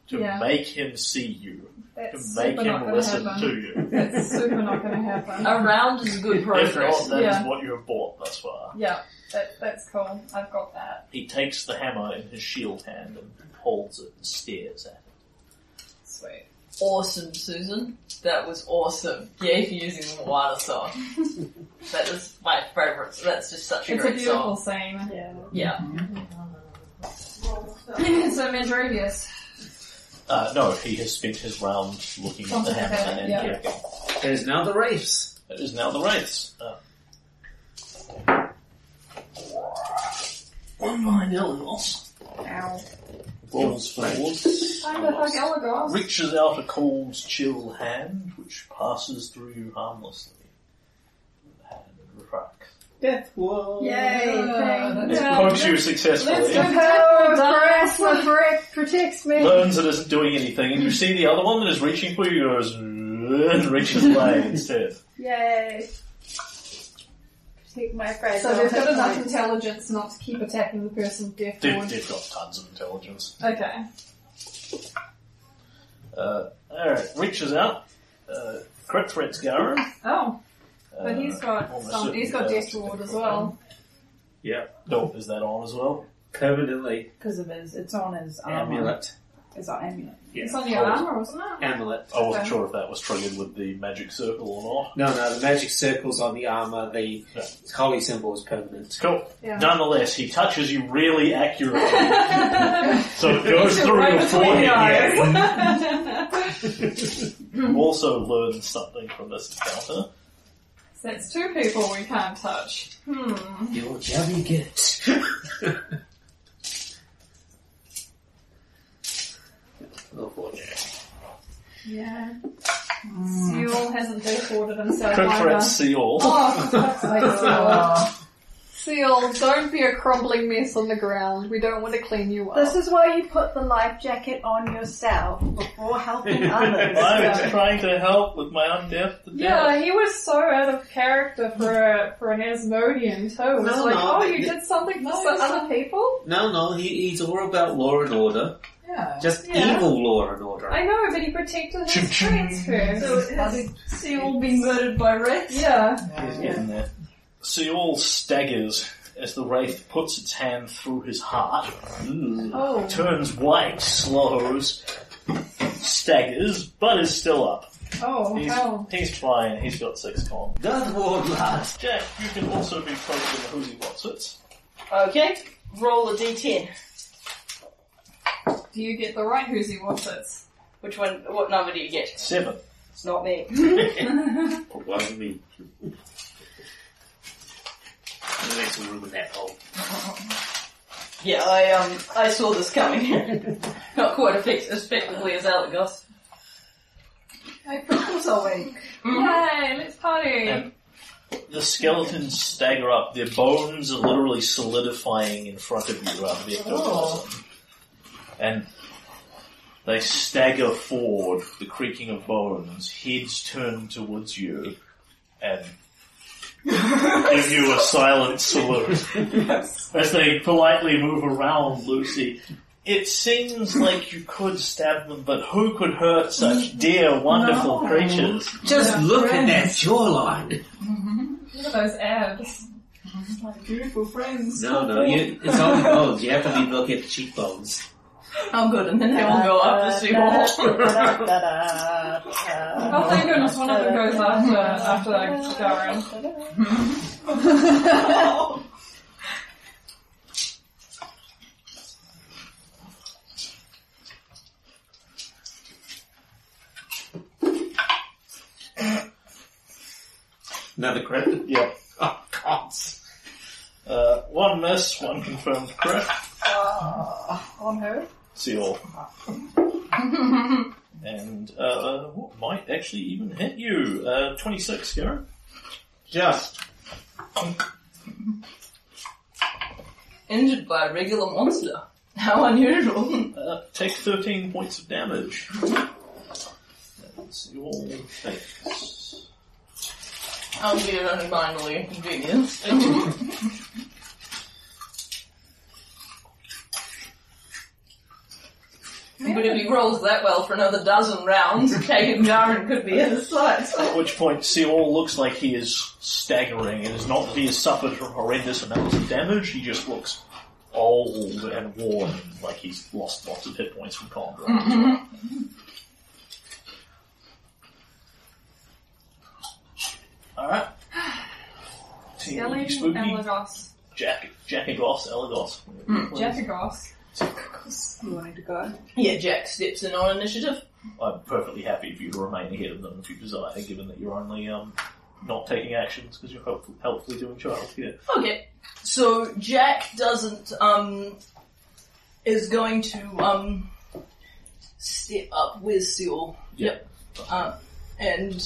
S1: to
S4: Yeah.
S1: make him see you,
S4: That's
S1: to make
S4: super not
S1: him
S4: gonna
S1: listen
S4: happen.
S1: to you.
S4: Mm. That's super not gonna happen.
S6: A round is a good
S1: If not,
S6: progress.
S1: that is
S4: Yeah.
S1: what you have bought thus far.
S4: Yeah, that, that's cool. I've got that.
S1: He takes the hammer in his shield hand and holds it and stares at it.
S4: Sweet.
S6: Awesome, Susan. That was awesome. Yay for using the water song. that is my favourite. That's just such a
S4: It's a
S6: great
S4: beautiful
S6: song.
S4: scene.
S9: Yeah.
S6: Yeah.
S4: so Mandravius.
S1: Uh, no, he has spent his round looking at the
S4: Something
S1: hammer
S4: about it,
S1: and
S4: yeah.
S1: checking.
S7: There's now the race.
S1: It is now the race. Uh, one mind Illinois
S4: Ow.
S1: rolls forwards,
S4: Time to hug Elagos.
S1: reaches out a cold, chill hand which passes through you harmlessly. The hand retracts.
S7: Death Wall.
S4: Yay,
S1: It
S4: thanks.
S1: pokes you successfully.
S4: Oh,
S9: Darasla protect, protects me.
S1: learns it isn't doing anything, and you see the other one that is reaching for you goes and reaches away instead.
S9: Yay. Protect my friend.
S4: So they've got enough intelligence not to keep attacking the person deaf
S1: They've,
S4: forward.
S1: they've got tons of intelligence.
S4: Okay.
S1: Uh, alright, reaches out, uh, crit threats Garen.
S4: Oh,
S1: Uh,
S4: but he's got
S1: almost
S4: some, he's got
S1: certainly
S4: death
S1: that's
S4: ward as
S1: difficult.
S4: well.
S7: Yeah.
S1: Nope, is that on as well?
S7: Permanently.
S12: Because of his, it's on his armor.
S7: Amulet.
S12: It's on amulet.
S7: Yeah.
S4: It's on your armor, wasn't it?
S7: Amulet.
S1: I wasn't
S4: Okay.
S1: sure if that was triggered with the magic circle or not.
S7: No, no, the magic circle's on the armour, the holy symbol is permanent.
S1: Cool.
S4: Yeah.
S1: Nonetheless, he touches you really accurately, so it goes through your forehead. You also learn something from this encounter.
S4: So that's two people we can't touch. Hmm.
S7: Your jelly get. oh, boy.
S4: Yeah. Mm. Seal hasn't death warded himself
S1: Crit
S4: either.
S1: threats see all.
S4: Oh, for fuck's sake, Seal.
S5: Uh,
S4: Seal, don't be a crumbling mess on the ground. We don't want to clean you up.
S9: This is why you put the life jacket on yourself before helping others.
S1: I was trying to help with my undeath to death.
S4: Yeah, he was so out of character for a, for an Asmodian too. It's
S7: No,
S4: like,
S7: no,
S4: oh, you
S7: it-
S4: did something for
S5: No,
S4: some
S5: it's
S4: other people?
S7: No, no, he, he's all about law and order.
S5: yeah.
S7: Just
S4: Yeah.
S7: evil law and order.
S4: I know, but he protected his friends first.
S6: So has Seal been murdered by Rex?
S4: yeah.
S1: He's getting there. So you all staggers as the wraith puts its hand through his heart,
S7: Hmm,
S13: Oh.
S1: turns white, slows, staggers, but is still up.
S13: Oh,
S1: He's,
S13: hell.
S1: he's fine, he's got six con.
S7: That ward last.
S1: Jack, you can also be poked in the whoozy watsits.
S6: Okay, roll a d10.
S4: Do you get the right whoozy watsits?
S6: Which one, what number do you get?
S1: Seven.
S6: It's not me.
S7: Oh,
S14: It wasn't me.
S1: There's actually room in that hole.
S6: Yeah, I um, I saw this coming. Not quite effect- as effectively as Alagos.
S5: I was awake.
S6: Hmm.
S4: Yay, let's party!
S1: Yeah. The skeletons stagger up, their bones are literally solidifying in front of you after their
S5: Oh.
S1: ectoplasm. And they stagger forward, the creaking of bones, heads turned towards you, and give you a silent salute. As they politely move around, Lucy, it seems like you could stab them, but who could hurt such dear, wonderful
S5: Mm. No.
S1: creatures?
S7: Just look at that jawline.
S4: Look at those abs.
S5: My beautiful friends.
S7: No, no, you, it's only bones. You have to be looking at the cheekbones.
S6: I'm good, and then they all go up the seawall.
S4: Oh, thank goodness one of them goes after, after Darren.
S7: Another crit.
S1: yeah.
S7: Oh, God.
S1: Uh, one miss, one confirmed crit.
S5: Uh, on her.
S1: See all. and uh, what might actually even hit you? Uh, 26, Garen?
S7: Just.
S6: Injured by a regular monster. How unusual.
S1: Uh, take 13 points of damage. That's your things.
S6: I'll be it only mildly inconvenienced. But if he rolls that well for another dozen rounds, Jacob Garin could be in the sights.
S1: At which point, Seol looks like he is staggering and is not that he has suffered from horrendous amounts of damage, he just looks old and worn, like he's lost lots of hit points from combat. Alright. Team
S4: Skelly,
S1: Spooky,
S4: Elagos,
S1: Jack, Jack and Goss, Elagos.
S4: Hmm, Jackagos.
S5: You wanted to go?
S6: Yeah, Jack steps in on initiative.
S1: I'm perfectly happy for you to remain ahead of them if you desire, given that you're only um, not taking actions because you're helpful, helpfully doing childcare.
S6: Okay. So Jack doesn't um is going to um step up with Seal.
S1: Yep.
S6: Uh, and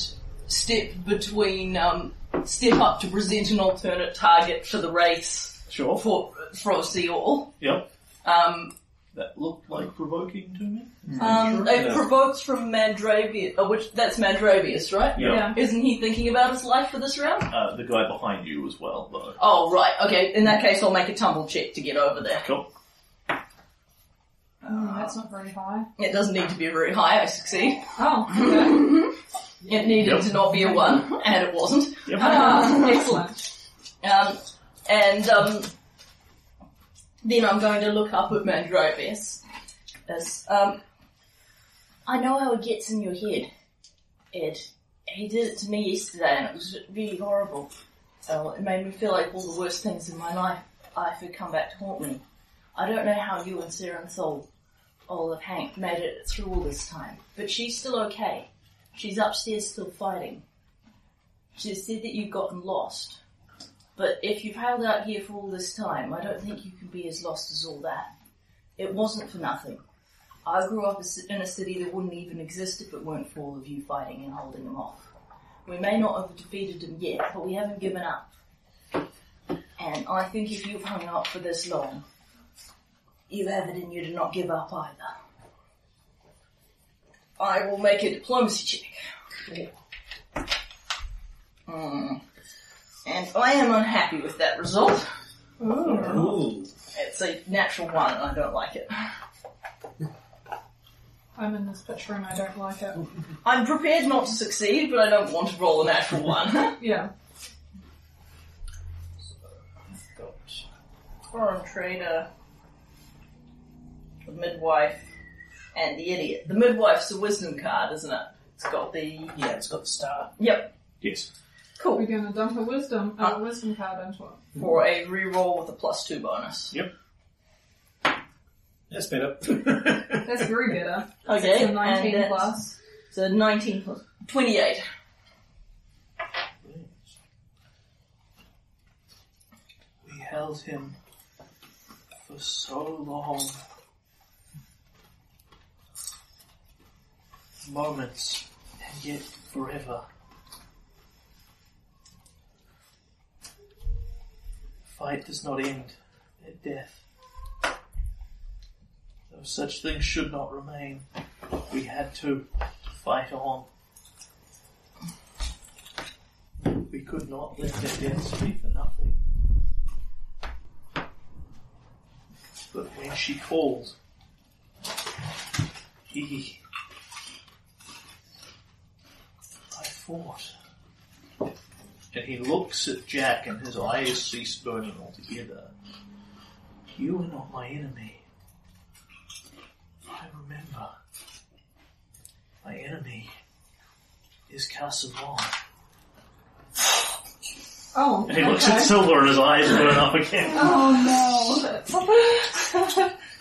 S6: step between um step up to present an alternate target for the race
S1: Sure.
S6: for for Seal.
S1: Yep.
S6: Um,
S1: That looked like provoking to me.
S6: um, it
S7: Yeah.
S6: provokes from Mandravius, uh, which that's Mandravius, right?
S1: Yeah.
S6: Isn't he thinking about his life for this round?
S1: Uh, the guy behind you as well, though.
S6: Oh right, okay. In that case, I'll make a tumble check to get over there.
S1: Cool.
S5: Oh, that's not very high.
S6: It doesn't need to be very high, I succeed.
S5: Oh, okay.
S6: it needed
S1: Yep.
S6: to not be a one, and it wasn't.
S1: Yep.
S6: Ah,
S5: excellent.
S6: Um, and um, then I'm going to look up at Mandrovis. As, um, I know how it gets in your head, Ed. He did it to me yesterday, and it was really horrible. Uh, it made me feel like all the worst things in my life life had come back to haunt me. I don't know how you and Sarah and Sol, Olive Hank, made it through all this time, but she's still okay. She's upstairs still fighting. She said that you've gotten lost. But if you've held out here for all this time, I don't think you can be as lost as all that. It wasn't for nothing. I grew up as- in a city that wouldn't even exist if it weren't for all of you fighting and holding them off. We may not have defeated them yet, but we haven't given up. And I think if you've hung out for this long, you have it in you to not give up either. I will make a diplomacy check. Hmm. And I am unhappy with that result.
S7: Ooh.
S6: It's a natural one and I don't like it.
S4: I'm in this picture and I don't like it.
S6: I'm prepared not to succeed, but I don't want to roll a natural one.
S4: Yeah.
S1: Got
S6: foreign trader, the midwife, and the idiot. The midwife's a wisdom card, isn't it? It's got the
S7: Yeah, it's got the star.
S6: yep
S15: Yes.
S6: Cool.
S4: We're gonna dump a wisdom, a wisdom card into it.
S6: for a reroll with a plus two bonus.
S15: That's better.
S4: That's very better.
S6: Okay,
S4: It's a 19
S6: and that's-
S4: plus.
S6: It's a 19 plus 28.
S1: We held him for so long. Moments, and yet forever. Fight does not end at death. Though such things should not remain, we had to fight on. We could not let that death be for nothing. But when she called, he. I fought. And he looks at Jack and his eyes cease burning altogether. You are not my enemy. I remember. My enemy is Casavan.
S4: Oh,
S1: And he looks at Silver and his eyes burn up again.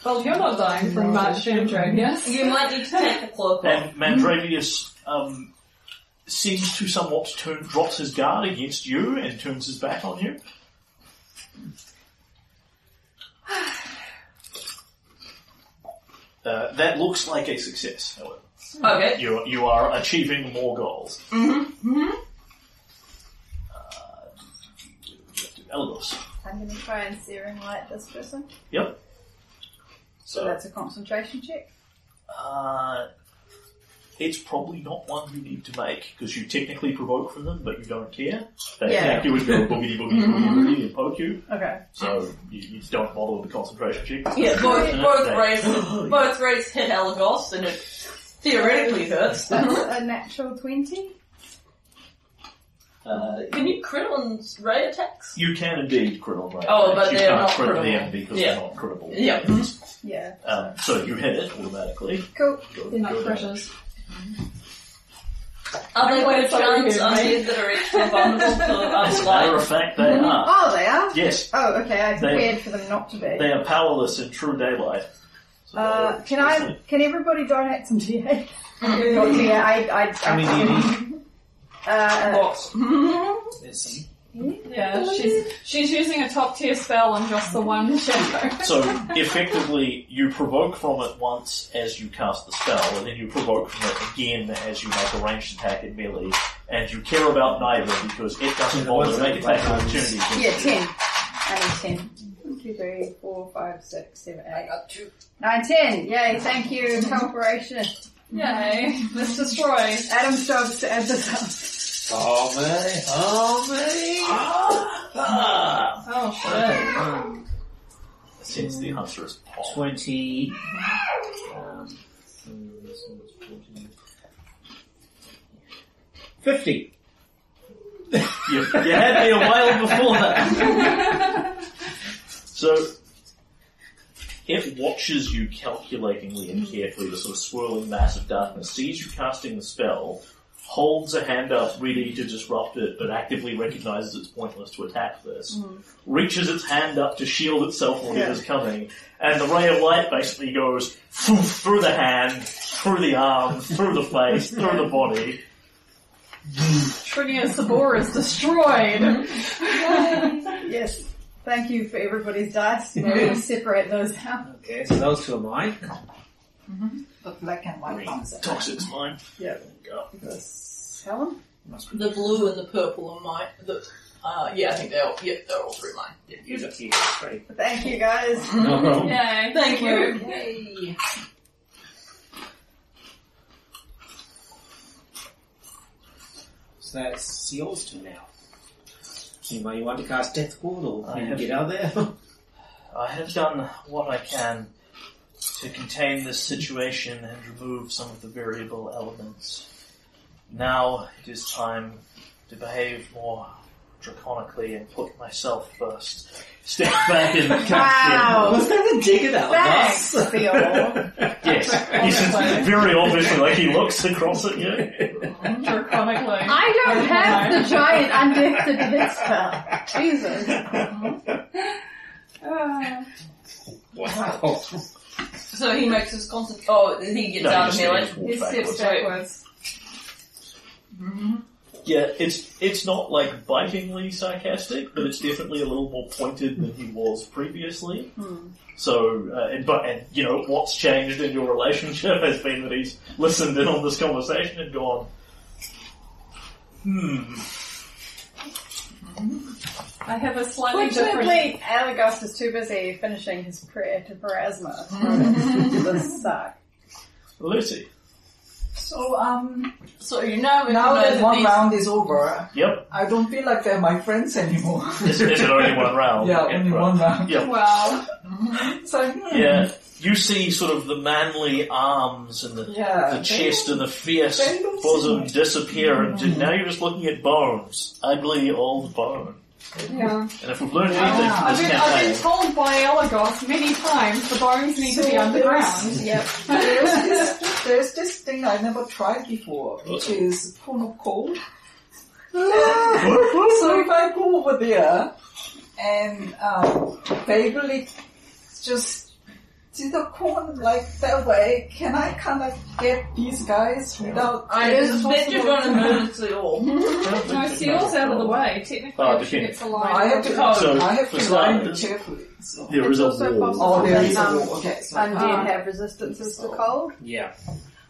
S4: well, you're not dying from March Shamdrag, yes?
S6: You might need to take the cloak off.
S1: And Mandravius um, seems to somewhat turn, drops his guard against you and turns his back on you. Uh, that looks like a success, however.
S6: Okay.
S1: You, you are achieving more goals. Uh, Eldos.
S9: I'm going to try and searing light this person.
S1: Yep.
S9: So
S1: So,
S9: that's a concentration check.
S1: uh, it's probably not one you need to make, because you technically provoke from them, but you don't care. They
S9: Yeah.
S1: attack you and go boogity boogity boogity boogity and poke you.
S9: Okay.
S1: So you, you don't bother with the concentration check. There's
S6: Yeah,
S1: no
S6: both,
S1: reason
S6: both
S1: to
S6: rays,
S1: take-
S6: both rays hit Elagos and it theoretically hurts.
S9: That's a natural 20.
S1: Uh,
S6: Can you crit on ray attacks?
S1: you can indeed critical right?
S6: Oh, but
S1: you
S6: they're
S1: can't
S6: not
S1: crit
S6: critical.
S1: them because
S6: Yeah.
S1: they're not critical.
S6: Yeah.
S9: Yeah.
S1: Um, so you hit it automatically.
S9: Cool.
S1: Go-
S4: They're
S1: go
S4: not
S1: down.
S4: precious.
S6: Are there
S4: Everyone
S6: by
S4: thought you
S6: chance
S4: hit
S6: undead that are extra vulnerable to
S1: As
S6: other
S1: a matter of
S6: light?
S1: fact, they are.
S9: Oh, they are?
S1: Yes,
S9: Oh, okay. I
S1: They-
S9: prepared for them not to be.
S1: they are powerless in true daylight. So
S9: Uh,
S1: they-
S9: can I? Can everybody donate some DA? Not DA. I. I, I
S7: How many do you need?
S9: Uh,
S6: Lots.
S7: There's some.
S4: Yeah, she's she's using a top tier spell on just the one shadow.
S1: So effectively, you provoke from it once as you cast the spell, and then you provoke from it again as you make a ranged attack in melee, and you care about neither because it doesn't
S7: Yeah,
S1: bother
S7: what's
S1: to make
S7: that?
S1: attack opportunity. against
S9: yeah,
S1: you.
S9: ten. I need ten. One, two, three, four, five, six, seven, eight. I got two. Nine, ten. Yay! Thank you. Cooperation.
S4: Yay, let's destroy.
S9: Adam shoves to add this up.
S7: Oh man! Oh man!
S1: Ah!
S4: Oh shit.
S1: Since the answer is pop.
S7: Twenty. Um, so this one's 14. Fifty.
S1: You, you had me a while before that. So, it watches you calculatingly and carefully, the sort of swirling mass of darkness, sees you casting the spell, holds a hand up ready to disrupt it, but actively recognizes it's pointless to attack this, reaches its hand up to shield itself from whatever's coming, and the ray of light basically goes foof, through the hand, through the arm, through the face, through the body,
S4: Trinia Sabor is destroyed.
S9: Yes. Thank you for everybody's dice. We're going to separate those out.
S7: Okay, so those two are mine.
S5: The black and white ones.
S1: toxic's mine.
S9: Yeah.
S1: Go.
S9: Helen?
S6: The blue and the purple are mine. The, uh, yeah, I think they're all, yeah, they're all three mine. Yeah, you do.
S9: Thank you guys.
S7: No problem.
S4: Yay.
S6: Thank you.
S5: Yay.
S7: So that's yours two now. Anybody want to cast Death Ward or
S1: I
S7: can you
S1: have-
S7: get out there?
S1: I have done what I can to contain this situation and remove some of the variable elements. Now it is time to behave more draconically and put myself first. Step back and come
S9: Wow.
S7: Was that a dig at
S9: Thanks,
S7: Almas?
S9: Theo.
S1: in. Yes, he's very obviously like he looks across at you.
S5: Draconically.
S2: I don't have the giant undefeated this spell. Jesus.
S7: wow.
S2: So he makes his concert. Oh, he gets
S1: No, he
S2: out of
S1: just
S2: melee.
S1: walks
S4: He steps
S1: backwards.
S4: backwards.
S1: Yeah, it's it's not like bitingly sarcastic, but it's definitely a little more pointed than he was previously.
S5: Hmm.
S1: So, uh, and but and you know what's changed in your relationship has been that he's listened in on this conversation and gone, hmm,
S4: I have a slightly different.
S16: Fortunately, Alagast is too busy finishing his prayer to Verasma. to this sack.
S1: Lucy.
S5: So, um,
S2: So you now
S5: now that
S2: that
S5: one
S2: these-
S5: round is over,
S1: Yep,
S5: I don't feel like they're my friends anymore.
S1: is, is it only one round?
S5: yeah, only
S1: right.
S5: one round.
S1: Yep.
S4: Wow.
S5: So, hmm,
S1: Yeah, you see sort of the manly arms and the,
S5: Yeah,
S1: the
S5: they-
S1: chest and the fierce
S5: they don't seem
S1: bosom
S5: like-
S1: disappear, and now you're just looking at bones, ugly old bone.
S4: Yeah.
S1: And if we've learned
S5: Wow.
S1: anything from
S4: I've
S1: this
S4: been, I've
S1: campaign,
S4: been told by Elagos many times the bones need to be underground.
S5: Yep. There's this, there's this thing I never tried before, which is form of cold. so if I go over there and um, vaguely just do the corn like that way, can I kind of get these guys without?
S6: I just bet you're gonna murder us all.
S4: No, Seal's out of the way. Technically,
S1: Oh,
S4: she
S1: okay.
S4: gets a
S5: No,
S4: line.
S5: I have to.
S1: So,
S5: I have
S1: for
S5: to line it
S1: starters-
S5: carefully. So.
S1: there is a
S16: It's also
S1: wall.
S16: possible
S5: Oh, there
S16: that,
S5: is a
S16: um,
S5: wall. Okay, so
S16: Undead
S2: Uh,
S5: Ah.
S16: have resistances to cold.
S7: Yeah.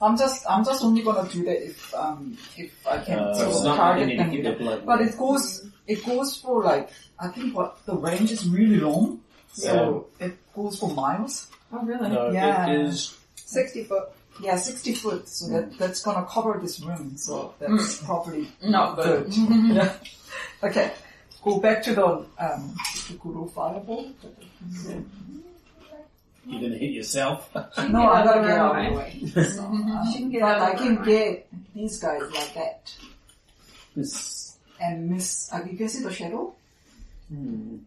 S5: I'm just I'm just only gonna do that if um if I can
S1: Uh,
S5: sort
S7: It's
S5: of
S7: not
S5: target
S7: going to give
S5: them.
S7: the blood.
S5: But it goes it goes for like I think what the range is really long. So it goes for miles.
S16: Oh really?
S1: No,
S5: Yeah.
S1: it is. Mm.
S16: 60 foot.
S5: Yeah, sixty foot. So that that's gonna cover this room. So that's probably
S6: Not good.
S5: yeah. Okay. Go back to the um the Guru fireball.
S7: You're going to hit yourself.
S5: No,
S4: get
S5: I
S4: out of
S5: gotta
S4: the
S5: get out
S4: way.
S5: of the way. So, um,
S16: She can get
S5: but
S16: out of
S5: I
S16: the
S5: can
S16: way.
S5: get these guys like that
S7: This-
S5: and miss. Uh, you can see the shadow.
S7: hmm.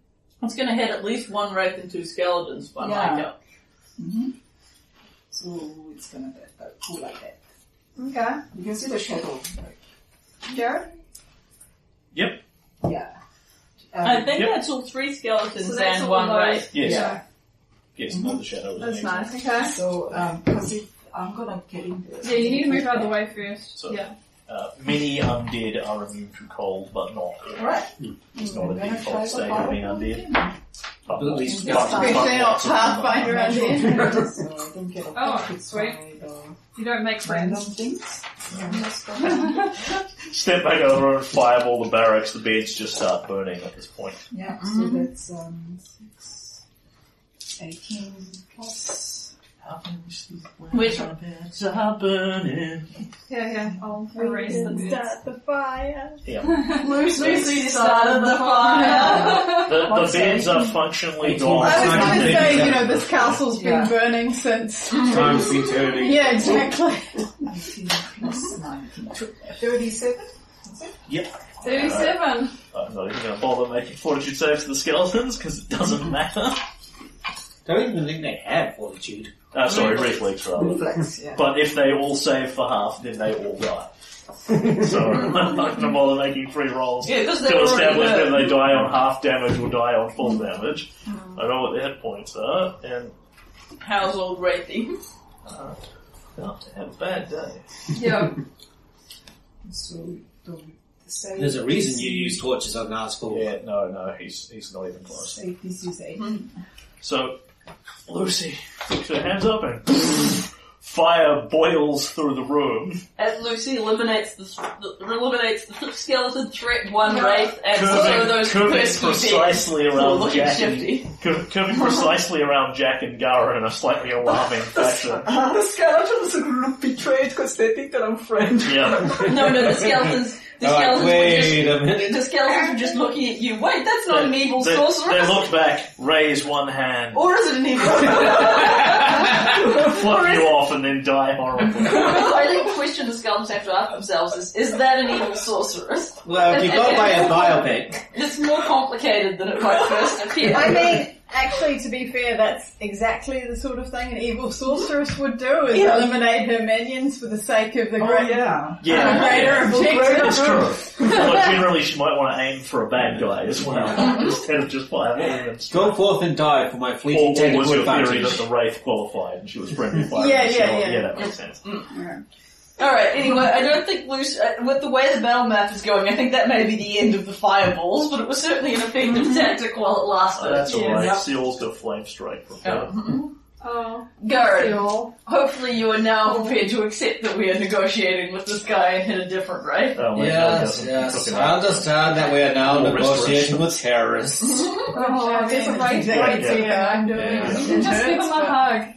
S6: It's gonna hit at least one wraith and two skeletons by
S5: Yeah.
S6: my count.
S5: Mm-hmm. So it's gonna be uh, cool like that.
S16: Okay.
S5: You can see the shadow. Like,
S16: Jared?
S1: Yep.
S5: yeah. Um,
S6: I think
S1: Yep.
S6: that's all three skeletons
S4: So that's
S6: and
S4: all
S6: one
S4: those.
S6: wraith.
S1: Yes.
S5: Yeah.
S1: Yes, another shadow.
S16: That's
S1: is amazing.
S16: nice. Okay.
S5: So, um, cause if I'm gonna get in there.
S4: Yeah, you need to move out of the way first.
S1: So-
S4: yeah.
S1: Uh, many undead are immune to cold, but not. all.
S5: Alright.
S1: It's not a
S5: I'm gonna try
S1: default
S5: the
S1: state of
S5: fireball
S1: being undead.
S5: again.
S1: But
S7: At least-
S1: but- but-
S16: Especially not
S1: but- but-
S16: Pathfinder and
S5: so I don't get affected
S4: Oh,
S5: by
S4: sweet.
S5: the
S4: You don't make
S5: random
S4: friends.
S5: things.
S1: Step back over and fireball the barracks. The beds just start burning at this point.
S5: Yeah,
S4: Mm-hmm.
S5: so that's um, six, 18 plus.
S6: Which
S1: Beds are burning.
S4: Yeah, yeah. I'll erase the birds.
S16: the fire.
S1: Yeah.
S6: Lucy started the fire.
S1: The, the
S5: What's
S1: beds
S5: that?
S1: are functionally
S16: I was
S1: gone.
S7: Time
S16: going to
S7: to
S16: say,
S7: think.
S16: you know, this castle's been
S5: Yeah.
S16: burning since.
S7: Time's been turning.
S16: Yeah, exactly.
S5: 18 plus 19. 37?
S1: Yeah.
S4: 37.
S1: I'm not even going to bother making fortitude saves for the skeletons because it doesn't matter.
S7: Don't even think they have fortitude.
S1: Uh, sorry, reflex rather.
S5: Reflex, yeah.
S1: But if they all save for half, then they all die. so I'm not going to bother making free rolls
S6: Yeah, because
S1: to
S6: they're
S1: establish
S6: already
S1: that
S6: dead. Hmm.
S1: they die on half damage or die on full damage. I know what their hit points are, and
S6: How's old wraithy?
S1: they'll have to have a bad day.
S4: Yeah.
S5: So, the, the save
S7: There's a reason you use torches on Nazgul.
S1: Yeah, no, no, he's he's not even close.
S5: Save this is 18.
S1: So Lucy puts her hands up and fire boils through the room.
S6: As Lucy eliminates the, the eliminates the skeleton threat, one wraith, and also
S1: Curving,
S6: those
S1: curving
S6: pesky bits.
S1: precisely
S6: who are
S1: around
S6: looking
S1: Jack and
S6: shifty.
S1: Cur- curving precisely around Jack and Gara in a slightly alarming fashion.
S5: Ah, the skeletons look betrayed because they think that I'm friend.
S1: Yeah.
S6: No, no, the skeletons The
S7: All right,
S6: skeletons
S7: wait a
S6: were
S7: minute.
S6: just, the skeletons were just looking at you. Wait, that's not an evil
S1: They,
S6: sorcerer.
S1: they look back, raise one hand,
S6: Or is it an evil?
S1: flip you off, and then die horribly.
S6: I think the question the skeletons have to ask themselves is, is that an evil sorceress?
S7: Well, if you go by a biopic,
S6: It's more complicated than it might first appear.
S9: I mean, actually, to be fair, that's exactly the sort of thing an evil sorceress would do: is
S6: Yeah.
S9: eliminate her minions for the sake of the
S5: Oh
S9: great,
S5: yeah.
S9: the
S1: Yeah,
S9: greater
S1: yeah.
S9: objective.
S5: That's true.
S1: Although generally she might want to aim for a bad guy as well, instead of just firing at them.
S7: go forth and die for my
S1: Or, or
S7: fleeting
S1: was
S7: technical
S1: your theory that
S7: advantage.
S1: the Wraith qualified and she was friendly fire?
S9: Yeah, yeah, yeah.
S1: Yeah, that makes sense.
S6: Alright, anyway, I don't think Lucy, uh, with the way the battle map is going, I think that may be the end of the fireballs, but it was certainly an effective tactic while it lasted.
S1: Oh, that's
S6: Yeah.
S1: alright. Seals got flame strike Oh, from her.
S4: Oh,
S6: Garrett,
S4: fuel.
S6: hopefully you are now prepared to accept that we are negotiating with this guy and hit a different rate.
S1: Oh, wait, no, it
S7: Yes,
S1: doesn't.
S7: yes,
S1: Fucking
S7: I
S1: hell.
S7: understand that we are now
S1: Or
S7: negotiating
S1: restoration.
S7: with terrorists.
S9: Oh, there's a right
S1: Yeah,
S9: right
S1: yeah.
S9: thing I'm doing.
S1: Yeah.
S4: You can just give him a hug.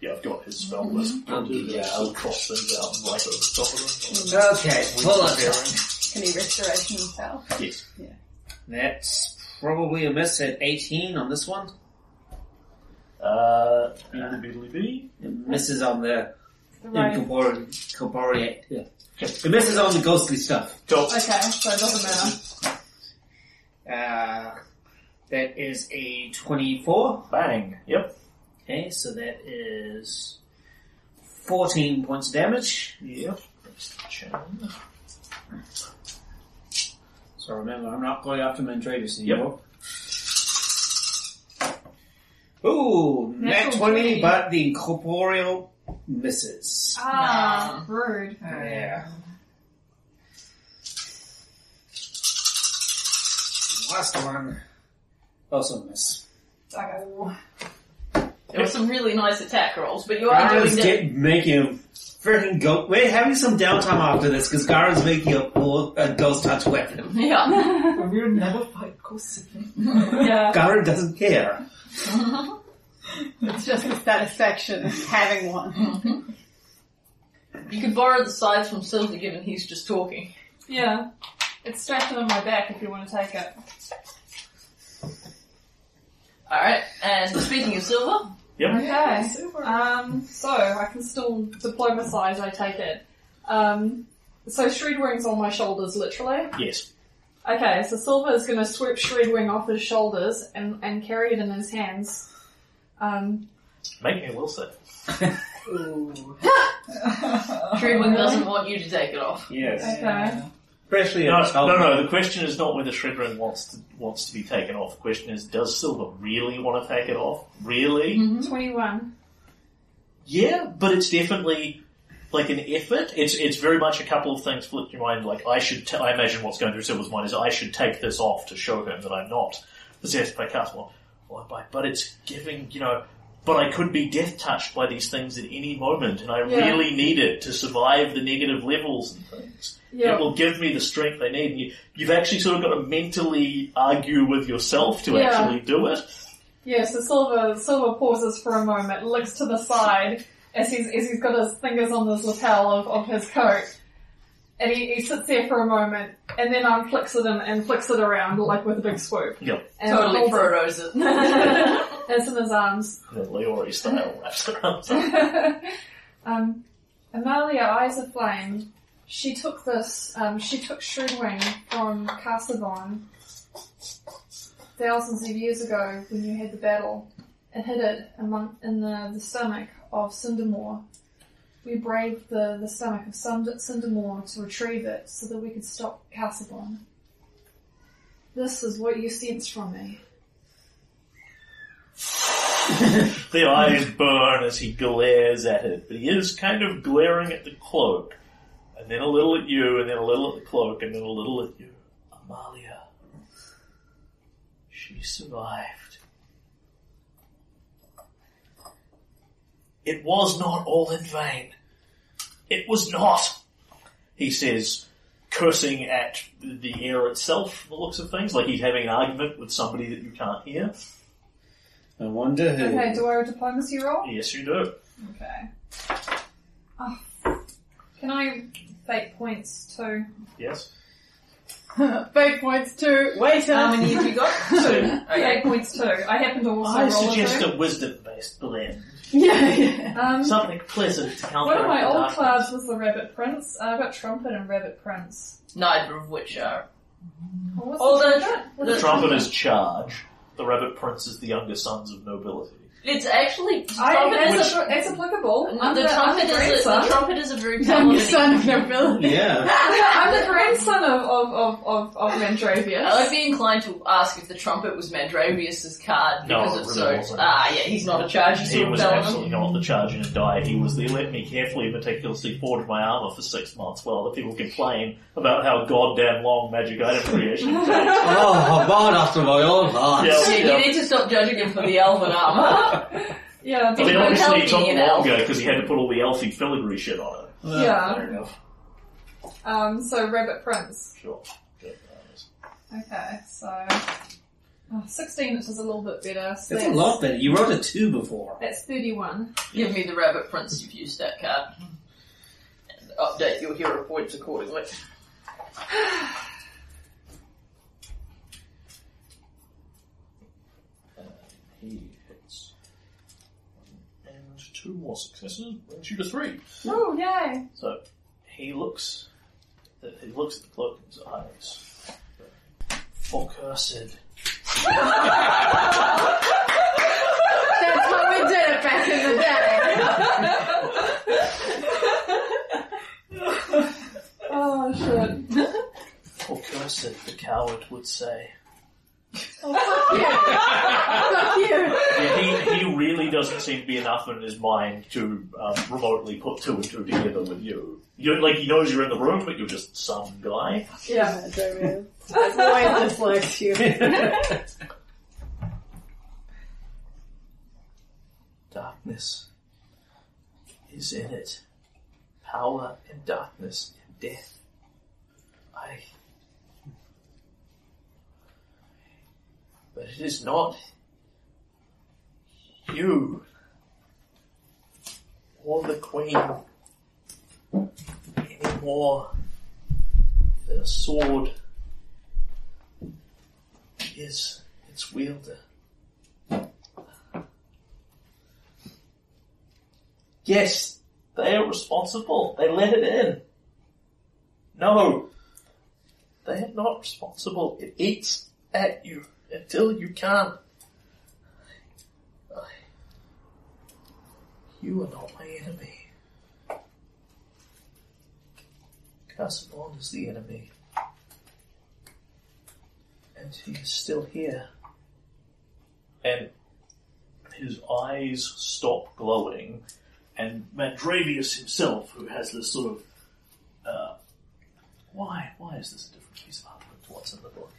S1: Yeah, I've got his spell list.
S7: Mm-hmm. I'll do
S1: Yeah,
S7: that.
S1: I'll cross things out and write over the top of them.
S7: Okay, well,
S2: Can he restoration himself?
S1: Yes.
S7: that's probably a miss at 18 on this one.
S1: Uh, and the biddly bee.
S7: It misses on the
S4: Right.
S7: incorporeal. incorporeate- yeah. It misses on the ghostly stuff.
S1: Cool.
S9: Okay, so it doesn't matter.
S7: Uh, that is a 24.
S1: Bang. Yep.
S7: Okay, so that is 14 points of damage.
S1: Yep. Next chain.
S7: So remember, I'm not going after Mandravis anymore. Ooh, nat
S4: Natural
S7: 20,
S4: 20.
S7: but the incorporeal misses.
S4: Ah, rude.
S5: Oh,
S7: Yeah. Last one. Also miss.
S6: There were some really nice attack rolls, but you are doing
S7: Garen's
S6: that-
S7: get, making a freaking go. We're having some downtime after this because Garen's making a, full- a ghost touch weapon.
S6: Yeah.
S5: We'll never fight ghosts again.
S4: Yeah.
S7: Garen doesn't care.
S9: It's just the satisfaction of having one.
S6: Mm-hmm. You could borrow the sides from Sylvie given he's just talking.
S4: Yeah. It's strapped on my back if you want to take it.
S6: Alright, and speaking of silver,
S1: Yep.
S4: Okay. Um, so I can still diplomatize, I take it. Um, so Shredwing's on my shoulders, literally.
S1: Yes.
S4: Okay, so Silver is going to sweep Shredwing off his shoulders and, and carry it in his hands. Um,
S1: Make me a will save.
S6: Shredwing doesn't want you to take it off.
S5: Uh,
S7: Yes.
S4: okay.
S7: Especially
S1: No,
S7: a
S1: no, no. The question is not whether Shredrin wants to, wants to be taken off. The question is, does Silver really want to take it off? Really?
S4: 21.
S1: Yeah, but it's definitely like an effort. It's it's very much a couple of things flipped your mind. Like I should, t- I imagine what's going through Silver's mind is I should take this off to show him that I'm not possessed by Castle. Well, but- But it's giving, you know. But I could be death touched by these things at any moment, and I
S4: Yeah.
S1: really need it to survive the negative levels and things. It
S4: Yeah.
S1: will give me the strength I need. And you, you've actually sort of got to mentally argue with yourself to
S4: Yeah.
S1: actually do it.
S4: Yeah, so Silver, Silver pauses for a moment, looks to the side as he's, as he's got his fingers on this lapel of, of his coat. And he, he sits there for a moment and then unflicks it and, and flicks it around like with a big swoop.
S1: Yep.
S4: And
S6: totally
S4: holds
S6: protos
S4: it-
S6: it.
S4: It's in his arms.
S1: The Leori style wraps around.
S4: um, Amalia, eyes of flame. She took this. Um, she took Shredwing from Castlevon thousands of years ago when you had the battle, and hid it among in the, the stomach of Cindermore. We braved the, the stomach of Cind- Cindermore to retrieve it so that we could stop Castlevon. This is what you sense from me.
S1: The eyes burn as he glares at it, but he is kind of glaring at the cloak, and then a little at you, and then a little at the cloak, and then a little at you. Amalia. She survived. It was not all in vain. It was not, he says, cursing at the air itself, from the looks of things, like he's having an argument with somebody that you can't hear.
S7: I wonder who.
S4: Okay, do I have a diplomacy roll?
S1: Yes, you do.
S4: Okay. Oh, can I fake points too?
S1: Yes.
S9: Fate points two. Wait
S6: How
S9: up.
S6: many have you got? Two.
S5: Oh,
S4: Okay, points two. I happen to also
S1: I
S4: roll
S1: suggest
S4: a two.
S1: a wisdom-based blend.
S9: Yeah, yeah.
S4: Um,
S1: Something pleasant to counter
S4: one of my
S1: the
S4: old
S1: darkness.
S4: cards was the Rabbit Prince. Uh, I got Trumpet and Rabbit Prince.
S6: Neither of which are.
S4: What was
S6: Oh,
S4: the
S6: the-
S4: trumpet?
S1: The trumpet is charge. The rabbit prince is the younger sons of nobility.
S6: It's actually
S4: I,
S6: trumpet
S4: it's,
S6: is
S4: a, it's applicable.
S6: a,
S4: I'm
S6: the trumpet
S4: I'm the
S6: is a,
S4: grandson.
S6: the trumpet is a very
S9: Young
S6: paladin.
S9: son of nobility.
S7: Yeah.
S4: I'm the grandson of of of of, of Mandravius.
S6: I would be inclined to ask if the trumpet was Mandravius' card
S1: No,
S6: because
S1: it
S6: it's
S1: really
S6: so.
S1: wasn't.
S6: Ah, yeah, he's not a charge. He's
S1: He
S6: sort of
S1: was
S6: paladin.
S1: absolutely not the charge and die. He was the let me carefully and meticulously forge my armor for six months while other people complain about how goddamn long magic item creation takes.
S7: oh, I'm bad after my own heart.
S1: Yeah.
S6: Shit, You need to stop judging him for the elven armor.
S4: yeah,
S1: I mean,
S6: Don't
S1: obviously it
S6: help
S1: took
S6: me, you know.
S1: longer because he had to put all the elfy filigree shit on it.
S7: Well,
S4: Yeah.
S7: fair enough.
S4: Um, so Rabbit Prince.
S1: Sure. Yeah,
S4: Okay, so oh, sixteen, which is a little bit better. So
S7: It's a lot better. You wrote a two before.
S4: That's thirty-one.
S6: Give me the rabbit prince you've used that card. And update your hero points accordingly.
S1: He hits. One And two more successes brings you to three.
S4: Oh yay!
S1: So he looks, he looks at the cloak in his eyes. For cursed.
S9: That's what we did it back in the day.
S4: Oh shit!
S1: For cursed, the coward would say.
S9: Fuck you.
S1: Yeah, he, he really doesn't seem to be enough in his mind to um, remotely put two and two together with you. You like he knows you're in the room, but you're just some guy.
S4: Yeah.
S9: Why dislikes you?
S1: Darkness is in it. Power and darkness and death. I. But it is not you or the Queen anymore. The sword is its wielder. Yes, they are responsible. They let it in. No, they are not responsible. It eats at you until you can't. You are not my enemy. Casaubon is the enemy. And he is still here. And his eyes stop glowing and Mandravius himself, who has this sort of, uh, why, why is this a different piece of artwork to what's in the book?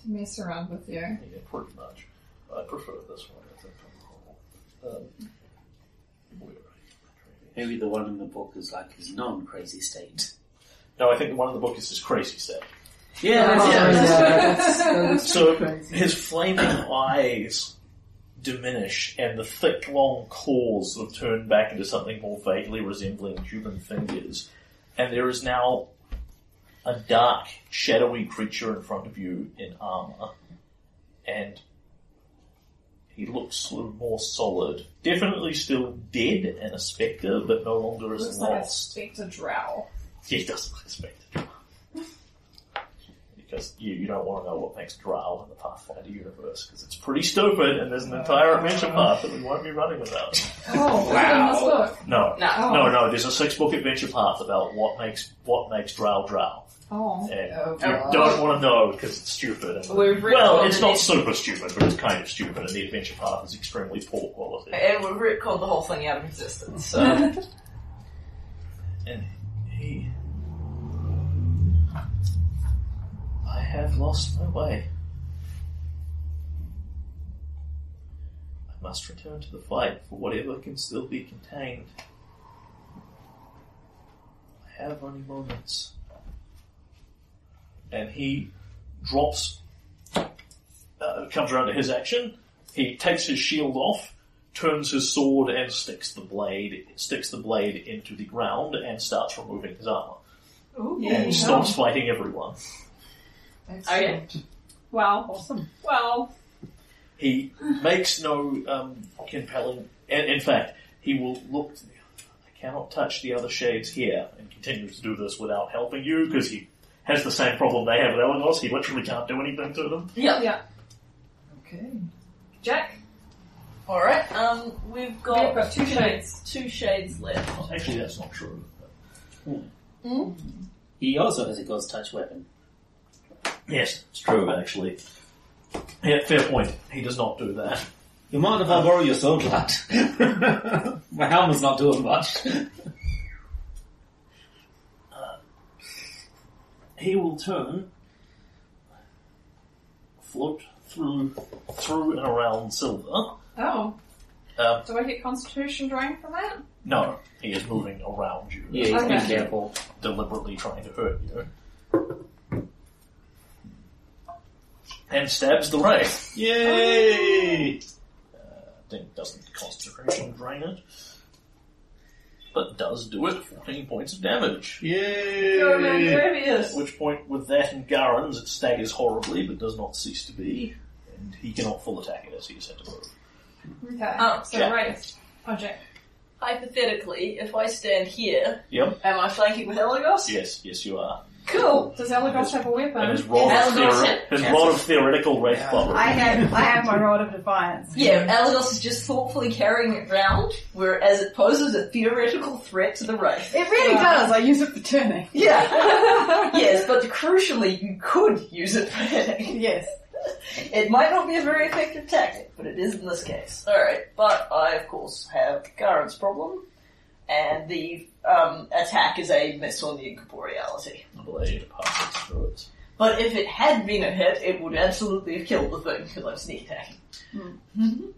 S4: To mess around with you.
S1: Yeah, pretty much. I prefer this one, I think, on the whole. Um, where are you, Mandravius?
S7: Maybe the one in the book is like his non-crazy state.
S1: No, I think the one in the book is his crazy set.
S7: Yeah,
S5: Oh,
S7: that's
S5: yeah,
S7: it.
S5: that's, that's
S1: So
S5: crazy.
S1: his flaming eyes diminish, and the thick, long claws have turned back into something more vaguely resembling human fingers. And there is now a dark, shadowy creature in front of you in armor, and he looks a little more solid. Definitely still dead and a spectre, but no longer as
S4: Looks like a
S1: lost.
S4: spectre drow.
S1: He doesn't expect it. Because you, you don't want to know what makes Drow in the Pathfinder universe, because it's pretty stupid, and there's an entire adventure path that we won't be running without.
S4: Oh wow! Is it in this book?
S1: No.
S6: No.
S1: No, no, there's a six book adventure path about what makes what makes Drow Drow.
S4: Oh.
S1: And
S5: Oh,
S1: you
S5: God.
S1: don't want to know because it's stupid. And,
S6: We've written
S1: well,
S6: on
S1: it's
S6: the
S1: not
S6: next-
S1: super stupid, but it's kind of stupid, and the adventure path is extremely poor quality.
S6: And we've retconned the whole thing out of existence, so.
S1: And he. I have lost my way. I must return to the fight for whatever can still be contained. I have only moments. And he drops, uh, comes around to his action. He takes his shield off, turns his sword and sticks the blade sticks the blade into the ground and starts removing his armor.
S5: Ooh,
S1: and stops fighting everyone.
S5: Oh,
S2: Okay.
S4: Wow. Awesome. Wow.
S1: He makes no um, compelling. In, in fact, he will look. To the, I cannot touch the other shades here, and continues to do this without helping you because he has the same problem they have with Elagos. He literally can't do anything to them.
S6: Yeah.
S4: Yeah.
S5: Okay.
S4: Jack,
S6: Alright, um, we've got,
S4: we've got two shades.
S6: two shades left.
S1: Actually, that's not true.
S7: He also has a ghost touch weapon.
S1: Yes, it's true. Actually, yeah, fair point. He does not do that.
S7: You mind if I borrow your sword, lad? My helmet's not doing much.
S1: he will turn, float through through and around Silver.
S4: Oh.
S1: Um,
S4: Do I get constitution drain from that?
S1: no, he is moving around you,
S7: Yeah, he's
S4: Okay.
S7: been careful.
S1: deliberately trying to hurt you, and stabs the wraith. Yay! Uh, think doesn't concentration drain it, but does do it fourteen points of damage.
S6: Go,
S1: Yay! At
S6: Mandravius!
S1: which point, with that and Garen's, it staggers horribly, but does not cease to be. And he cannot full attack it as he has had to move.
S4: Okay.
S7: Ah,
S6: Um,
S4: so
S1: Jack.
S4: right. Oh, Jack.
S6: Hypothetically, if I stand here,
S1: Yep.
S6: am I flanking with Elagos?
S1: Yes, yes, you are.
S6: Cool!
S4: Does Elagos have a
S1: And his rod
S4: weapon?
S6: Yes.
S1: of, theor-
S6: Yes.
S1: his rod of theoretical wraith bubble.
S9: I have I have my rod of defiance.
S6: Yeah, Elagos is just thoughtfully carrying it round, whereas it poses a theoretical threat to the Wraith.
S9: It really
S4: Wow.
S9: does. I use it for turning.
S6: Yeah. yes, but crucially, you could use it for hitting.
S9: Yes.
S6: It might not be a very effective tactic, but it is in this case. Alright, but I of course have Garen's problem, and the um, attack is a miss on the incorporeality.
S1: The blade passes through it.
S6: But if it had been a hit, it would absolutely have killed the thing, because I'm sneak attacking.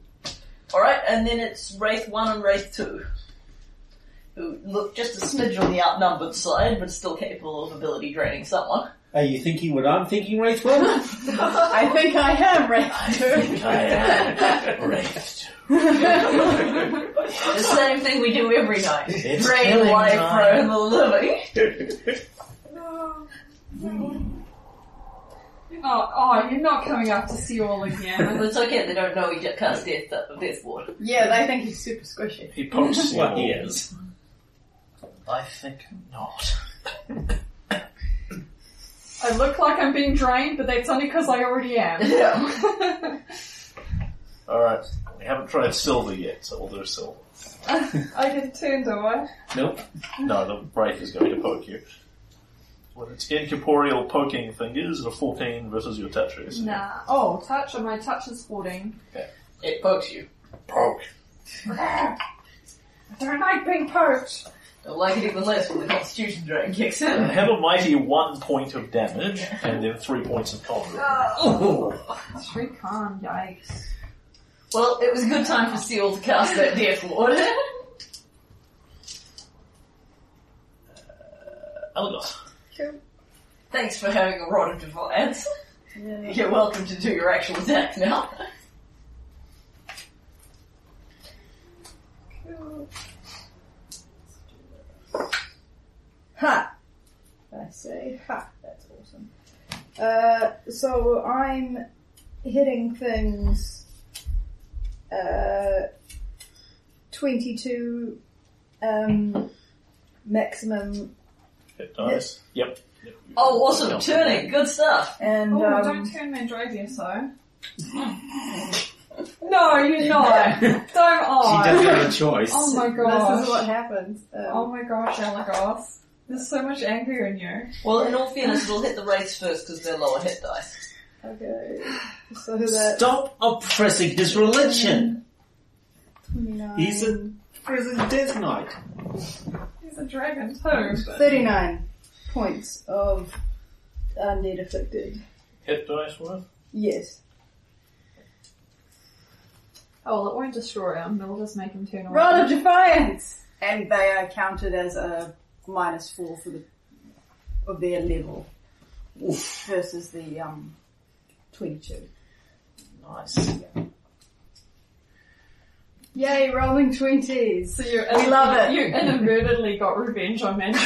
S6: Alright, and then it's Wraith 1 and Wraith 2. Who look just a smidge on the outnumbered side, but still capable of ability draining someone.
S7: Are you thinking what I'm thinking, Wraith One?
S9: I think I am right.
S1: I am wraith.
S6: The same thing we do every night.
S1: It's
S6: Drain
S1: killing
S6: life
S1: time.
S6: from the living.
S4: Oh, oh, you're not coming up to see all again.
S6: It's okay, they don't know he just cast death, uh, death ward.
S9: yeah, they think he's super squishy.
S1: He pokes
S7: What he
S1: you.
S7: is.
S1: I think not.
S4: I look like I'm being drained, but that's only because I already am.
S6: Yeah.
S1: Alright, we haven't tried silver yet, so we'll do silver.
S4: I didn't turn, do I?
S7: Nope.
S1: No, the wraith is going to poke you. With its incorporeal poking fingers, and a 14 versus your touch race.
S4: Nah. Oh, touch, and my touch is 14.
S6: It pokes you.
S1: Poke.
S4: Don't like being poked.
S6: Don't like it even less when the constitution drain kicks
S1: And
S6: in.
S1: Uh, Have a mighty one point of damage, and then three points of combat.
S7: Oh,
S4: Three con, yikes.
S6: Well, it was a good time for Seal to cast that death ward.
S1: Elagos.
S6: Thanks for having a rod of defiance. You're welcome to do your actual attack now.
S9: Ha! I say ha. That's awesome. Uh, so I'm hitting things. Uh, twenty-two. Um, maximum,
S1: It dies. Yep.
S6: Oh, awesome. Turning. Good stuff.
S9: and
S4: Oh,
S9: um,
S4: don't turn Mandravius though. no, you're not. Don't
S7: She
S4: I.
S7: doesn't have a choice.
S4: Oh my
S9: this is what
S4: gosh.
S9: happens. Um,
S4: Oh my gosh, Elagos. "Oh, There's so much anger in you.
S6: Well, in all fairness, it'll hit the race first because they're lower hit dice.
S9: Okay, so that
S7: Stop oppressing his religion.
S9: twenty-nine.
S7: He's a prison death knight.
S4: He's a dragon too. But...
S9: 39 points of undead afflicted.
S1: Hit dice worth?
S9: Yes.
S4: Oh, well, it won't destroy him. It'll just make him turn away.
S9: Rod of Defiance! And they are counted as a minus four for the, of their level. Versus the, um, 22.
S7: Nice.
S9: Yay, rolling 20s!
S4: So you
S9: We love it.
S4: You inadvertently got revenge on Mandravius.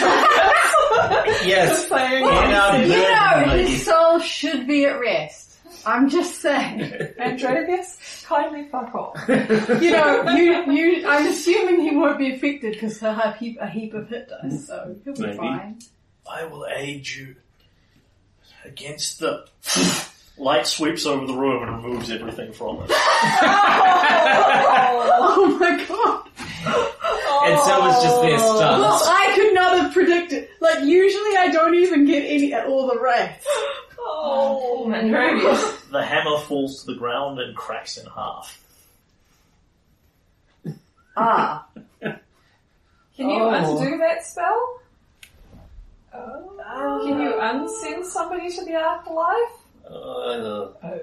S7: Yes.
S9: saying.
S7: Hand out
S9: you
S7: bird
S9: know,
S7: money.
S9: his soul should be at rest. I'm just saying.
S5: Androgus, kindly fuck off.
S9: You know, you, you, I'm assuming he won't be affected because he'll have heap, a heap of hit dice, so he'll be
S7: Maybe.
S9: fine.
S1: I will aid you against the light sweeps over the room and removes everything from it.
S9: Oh my god.
S7: And so it's just their
S9: Well,
S7: stance.
S9: I could not have predicted. Like, usually I don't even get any at all the wrath.
S2: Oh, Mandravius.
S1: The hammer falls to the ground and cracks in half.
S9: Ah.
S4: Can you
S9: Oh.
S4: undo that spell?
S9: Ah.
S4: Oh. Can you unsend somebody to the afterlife?
S7: Uh, I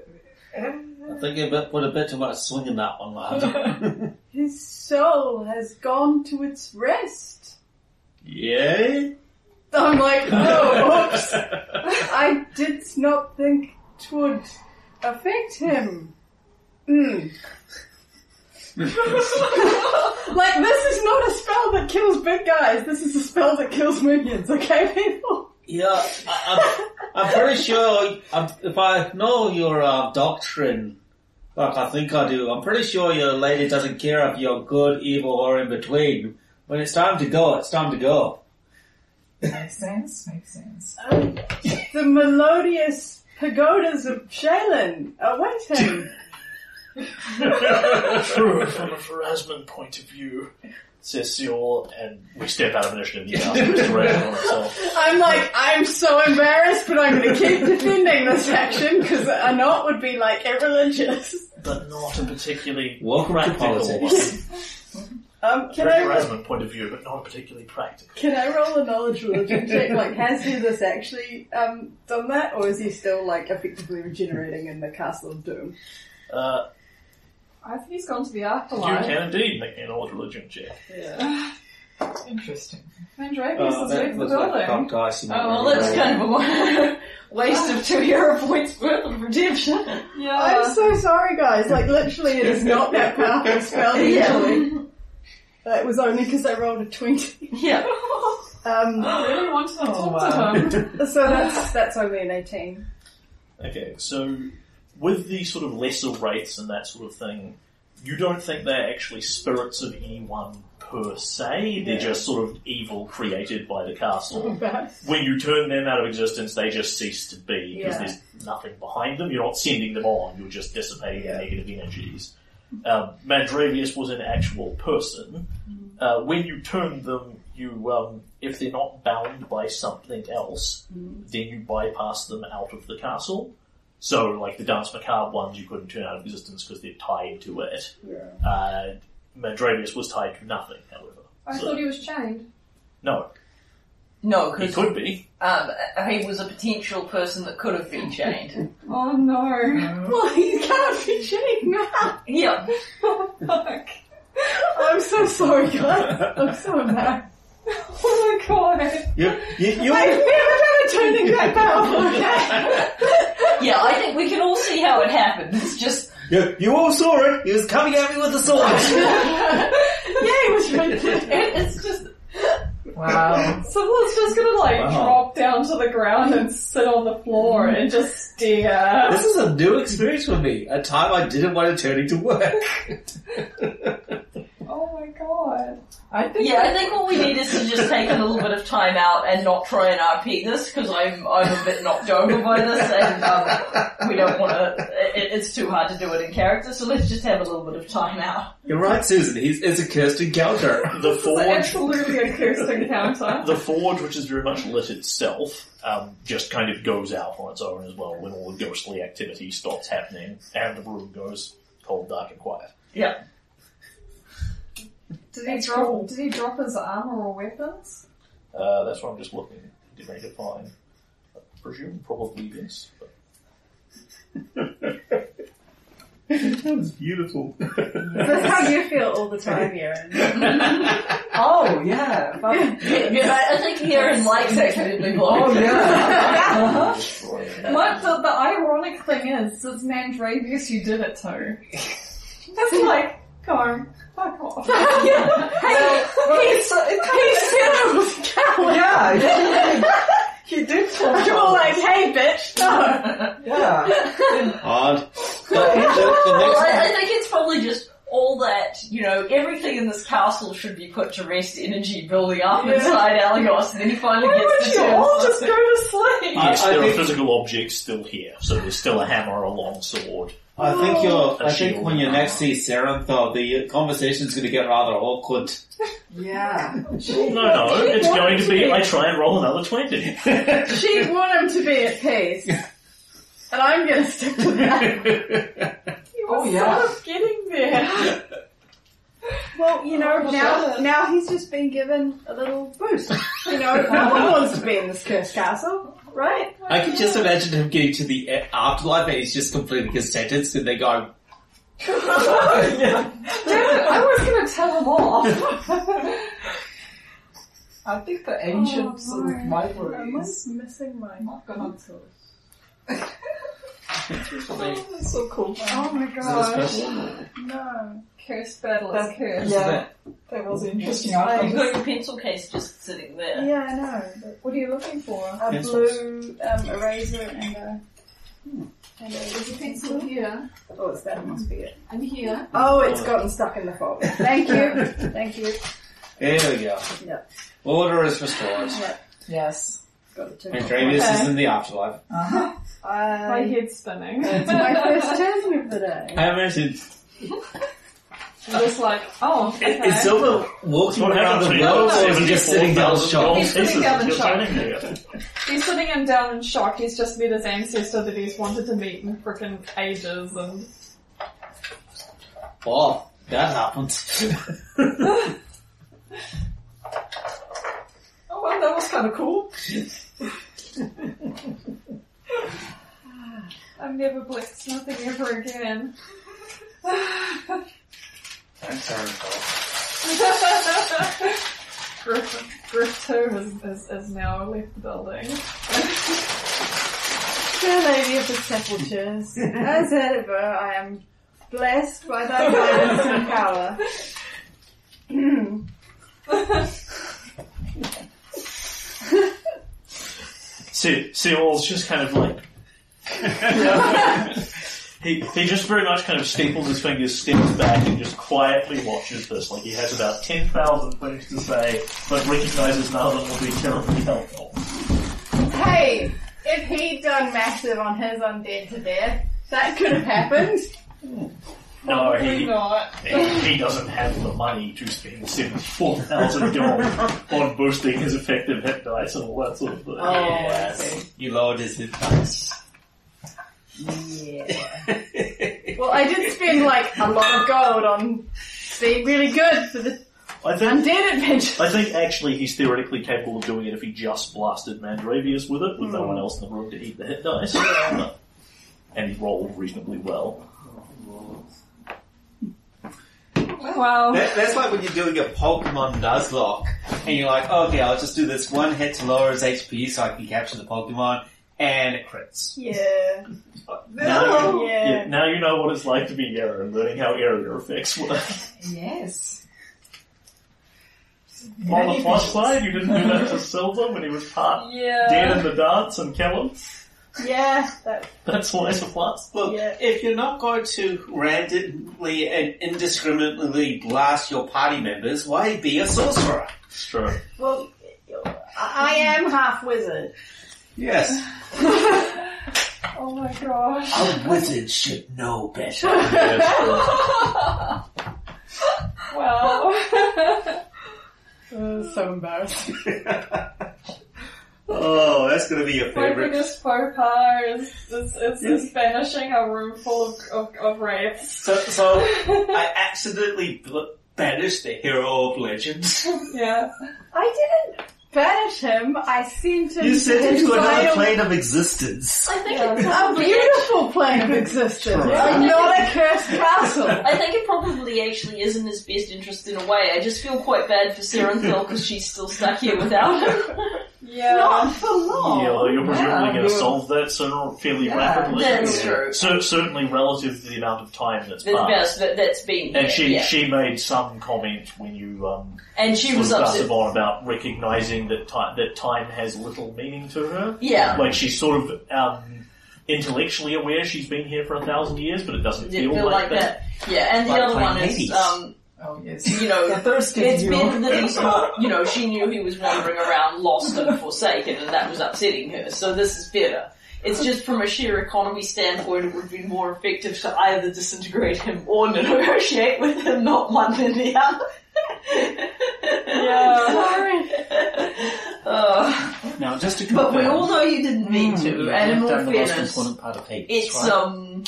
S7: think it bit- put a bit too much swing in that one, lad.
S9: His soul has gone to its rest.
S7: Yay?
S9: I'm like, oh, oops. I did not think it would affect him. Mm. like, this is not a spell that kills big guys. This is a spell that kills minions, okay, people?
S7: Yeah, I, I'm, I'm pretty sure I'm, if I know your uh, doctrine, like I think I do, I'm pretty sure your lady doesn't care if you're good, evil, or in between. When it's time to go, it's time to go.
S5: Makes sense, makes sense.
S9: Um, the melodious pagodas of Shailen await him.
S1: True, from a Pharasman point of view, says Seol, and we step out of initiative. You can ask restoration on itself.
S9: I'm like, I'm so embarrassed, but I'm going to keep defending this action because a knot would be like irreligious.
S1: But not a particularly
S7: Welcome to
S1: practical one.
S7: politics.
S9: Um,
S1: From
S9: can
S1: a
S9: I roll,
S1: Pharasman point of view, but not a particularly practical.
S9: can I roll a knowledge religion check? Like, has he this actually um, done that, or is he still like effectively regenerating in the castle of doom?
S1: Uh,
S4: I think he's gone to the
S1: you
S4: afterlife.
S1: can indeed make me an old religion check.
S5: Interesting.
S4: Mandravius
S7: Uh,
S4: has
S7: that
S4: left the
S7: looks like
S4: building.
S7: cocked dice. you might
S6: Oh, well,
S7: really
S6: that's
S7: roll.
S6: kind of a waste of two hero points worth of redemption. Uh,
S4: Yeah.
S9: I'm so sorry, guys. Like, literally, it is not that powerful spell usually. E? That was only because I rolled a twenty.
S6: Yeah.
S9: Um,
S4: I really wanted to talk
S5: wow.
S4: to him.
S9: so that's that's only an eighteen.
S1: Okay, so with the sort of lesser wraiths and that sort of thing, you don't think they're actually spirits of anyone per se. They're just sort of evil created by the castle. When you turn them out of existence, they just cease to be because
S9: Yeah.
S1: there's nothing behind them. You're not sending them on. You're just dissipating their negative energies. Um, Mandravius was an actual person. Uh, when you turn them, you um, if they're not bound by something else, then you bypass them out of the castle. So, like the Dance Macabre ones, you couldn't turn out of existence because they're tied to it. Yeah. Uh, Mandravius was tied to nothing, however.
S4: I
S1: So-
S4: thought he was chained.
S1: no,
S6: No,
S1: he
S6: because
S1: could be.
S6: um, he was a potential person that could have been chained.
S4: Oh no.
S9: Well, he can't be cheating now.
S6: yeah.
S4: Fuck.
S9: I'm so sorry, guys. I'm so embarrassed.
S4: Oh my god.
S7: You, you, you,
S9: I've never done a turning back power, okay?
S6: Yeah, I think we can all see how it happened. It's just
S7: you, you all saw it. He was coming at me with a sword.
S9: Yay, was right
S6: it, it's just
S5: Wow.
S4: Someone's just gonna like
S7: Wow.
S4: drop down to the ground and sit on the floor and just stare.
S7: this is a new experience for me. A time I didn't want to turn into work.
S4: Oh my god.
S5: I think
S6: yeah. I think what we need is to just take a little bit of time out and not try and RP this because I'm I'm a bit knocked over by this and um, we don't want to. It, it's too hard to do it in character, so let's just have a little bit of time out.
S7: You're right, Susan. He's it's a cursed encounter.
S1: The forge,
S4: Absolutely a cursed encounter.
S1: the forge, which is very much lit itself, um, just kind of goes out on its own as well when all the ghostly activity stops happening and the room goes cold, dark, and quiet.
S6: Yeah.
S4: Did he drop? Did he drop his armor or weapons?
S1: Uh, that's what I'm just looking, getting ready to find. I presume probably yes. But
S7: That was beautiful.
S9: That's how you feel all the time, Erin.
S5: Oh, yeah. fuck.
S6: I, I think Aaron likes accidentally blowing.
S5: Oh, yeah. Uh-huh.
S4: What the, the ironic thing is, it's Mandravius you did it to. That's like
S5: Karn, fuck off.
S2: hey,
S5: It's, it kind of Yeah, yeah, he did. He did talk
S2: you're
S5: about
S2: like, hey, bitch, no.
S5: it. Yeah.
S7: Odd. The, the- the next
S6: Well, I, I think it's probably just all that, you know, everything in this castle should be put to rest energy building up inside Alagos, and then he finally gets to terms
S5: all
S6: with
S5: just
S6: it.
S5: go to sleep.
S7: I-
S1: Yes,
S7: I
S1: there are
S7: think-
S1: physical objects still here, so there's still a hammer, a long sword.
S7: I think you're.
S1: A
S7: I think
S1: shield.
S7: when you next see Serenthal, the conversation's going to get rather awkward.
S5: Yeah.
S1: No, no, it's going to be. I try and roll another twenty.
S9: She'd want him to be at peace. And I'm gonna stick to that.
S5: Oh yeah.
S9: getting there. Well, you know, now now he's just been given a little boost. You know, no one wants to be in this cursed castle, right?
S7: I can just imagine him getting to the a- afterlife and he's just completing his sentence, and they go,
S9: Damn it, I was gonna tell him off.
S5: I think the
S9: Oh,
S5: ancient sort of
S9: Am
S5: library
S9: I
S5: is
S9: missing my
S5: not gonna tell.
S7: "Is
S5: That's so cool.
S4: Oh my
S7: this
S4: god.
S7: person?"
S4: No. Curse battle is
S5: That's-
S4: cursed.
S5: Yeah, that was interesting.
S6: Like,
S5: I
S6: You've got your pencil case just sitting there.
S9: Yeah, I know. But what are you looking for? A
S7: Pencils.
S9: blue um, eraser and a and a eraser pencil.
S16: here.
S9: Oh, it's that must be it.
S16: I'm here.
S9: Oh, it's gotten stuck in the folder. Thank you, thank you.
S7: There we go.
S9: Yep.
S7: Order is restored.
S5: yes.
S9: Got it.
S7: And Dravius is in the afterlife.
S5: Uh-huh.
S4: My
S9: I,
S4: head's spinning.
S9: it's my first turn of the day.
S7: I imagine
S4: I'm just like, oh, okay.
S7: is Silver
S1: That's
S7: walking
S1: what
S7: around
S1: happens
S7: the
S1: when you
S7: world, or is he
S1: have
S7: just sitting down
S1: 74,000
S7: shot?
S1: gold
S4: He's sitting
S1: pieces
S4: down
S1: that
S4: in
S1: you're
S4: shock.
S1: sitting there.
S4: He's sitting him down in shock. He's just met his ancestor that he's wanted to meet in frickin' ages, and
S7: Oh, that happened.
S5: Oh well, that was kind of cool.
S4: I'm never blacksmithing ever again. Griff, Griff too has, has, has now left the building.
S9: Dear Lady of the Sepulchres, as ever, I am blessed by thy guidance and power.
S1: See, Seawall's just kind of like. he, he just very much kind of steeples his fingers, steps back, and just quietly watches this. Like he has about 10,000 things to say, but recognizes none of them will be terribly helpful.
S9: Hey, if he'd done massive on his undead to death, that could have happened.
S1: No, he, he, he doesn't have the money to spend 74,000 gold on boosting his effective hit dice and all that sort of thing.
S9: Oh.
S7: yes. You lowered his hit dice.
S9: Yeah. Well, I did spend like a lot of gold on being really good for the
S1: I think
S9: undead adventure.
S1: I think actually he's theoretically capable of doing it if he just blasted Mandravius with it, with no one else in the room to eat the hit dice. and he rolled reasonably well.
S5: Oh.
S4: Well,
S7: That, that's like when you're doing a Pokemon Nuzlocke, and you're like, okay, I'll just do this one hit to lower his HP so I can capture the Pokemon, and it crits.
S9: Yeah.
S1: Now, you,
S9: Yeah.
S1: yeah, now you know what it's like to be Aaron, learning how area effects work.
S5: Yes.
S1: On the plus side, you didn't do that to Silver when he was part dead
S4: yeah.
S1: in the dance and Callum.
S9: Yeah, that,
S1: That's always a plus.
S7: Look,
S9: Yeah.
S7: if you're not going to randomly and indiscriminately blast your party members, why be a sorcerer?
S1: It's true.
S9: well, I I am half wizard.
S7: Yes.
S4: Oh my gosh.
S7: A wizard should know better.
S1: Yes, true.
S4: Well.
S5: Uh,
S9: so embarrassing.
S7: oh, that's gonna be your
S4: My
S7: favorite.
S4: biggest faux pas is, is, is, is banishing a room full of, of, of wraiths.
S7: So, so I accidentally bl- banished the hero of legends.
S4: Yeah.
S9: I didn't banish him. I sent him
S7: You
S9: to
S7: said
S9: his
S7: you've got another
S9: final-
S7: plane of existence.
S6: I think
S4: Yeah.
S6: it
S9: a
S6: probably
S9: beautiful plane of existence.
S7: Right.
S9: Not a cursed castle.
S6: I think it probably actually is in his best interest in a way. I just feel quite bad for Serenthil because she's still stuck here without him.
S5: Yeah.
S9: Not for long.
S1: Yeah, you're presumably
S5: Oh, yeah,
S1: going
S5: yeah.
S1: to solve that sooner, fairly
S5: Yeah.
S1: rapidly.
S6: That's
S1: Yeah.
S6: true.
S1: Cer- certainly relative to the amount of time that's
S6: That-
S1: passed.
S6: that's- that- that's been
S1: And
S6: yeah,
S1: she
S6: yeah.
S1: she made some comment when you um
S6: and she was
S1: was
S6: upset.
S1: on about recognizing that time that time has little meaning to her.
S6: Yeah,
S1: Like she's sort of um intellectually aware she's been here for a thousand years, but it doesn't
S6: did
S1: feel,
S6: feel like that. Yeah, and the
S7: Like
S6: other one
S7: playing
S6: is
S7: Hades.
S6: um,
S5: Oh yes.
S6: you know
S5: The thirsty
S6: It's
S5: you.
S6: been that he's not, you know, she knew he was wandering around lost and forsaken and that was upsetting her, so this is better. It's just from a sheer economy standpoint, it would be more effective to either disintegrate him or negotiate with him, not one than the other.
S2: Yeah.
S6: Sorry. Uh,
S7: Now, just to confirm,
S6: but we all know you didn't mean to,
S7: you've
S6: and in all
S7: done the most
S6: fairness,
S7: important part of Hades,
S6: it's,
S7: right?
S6: um,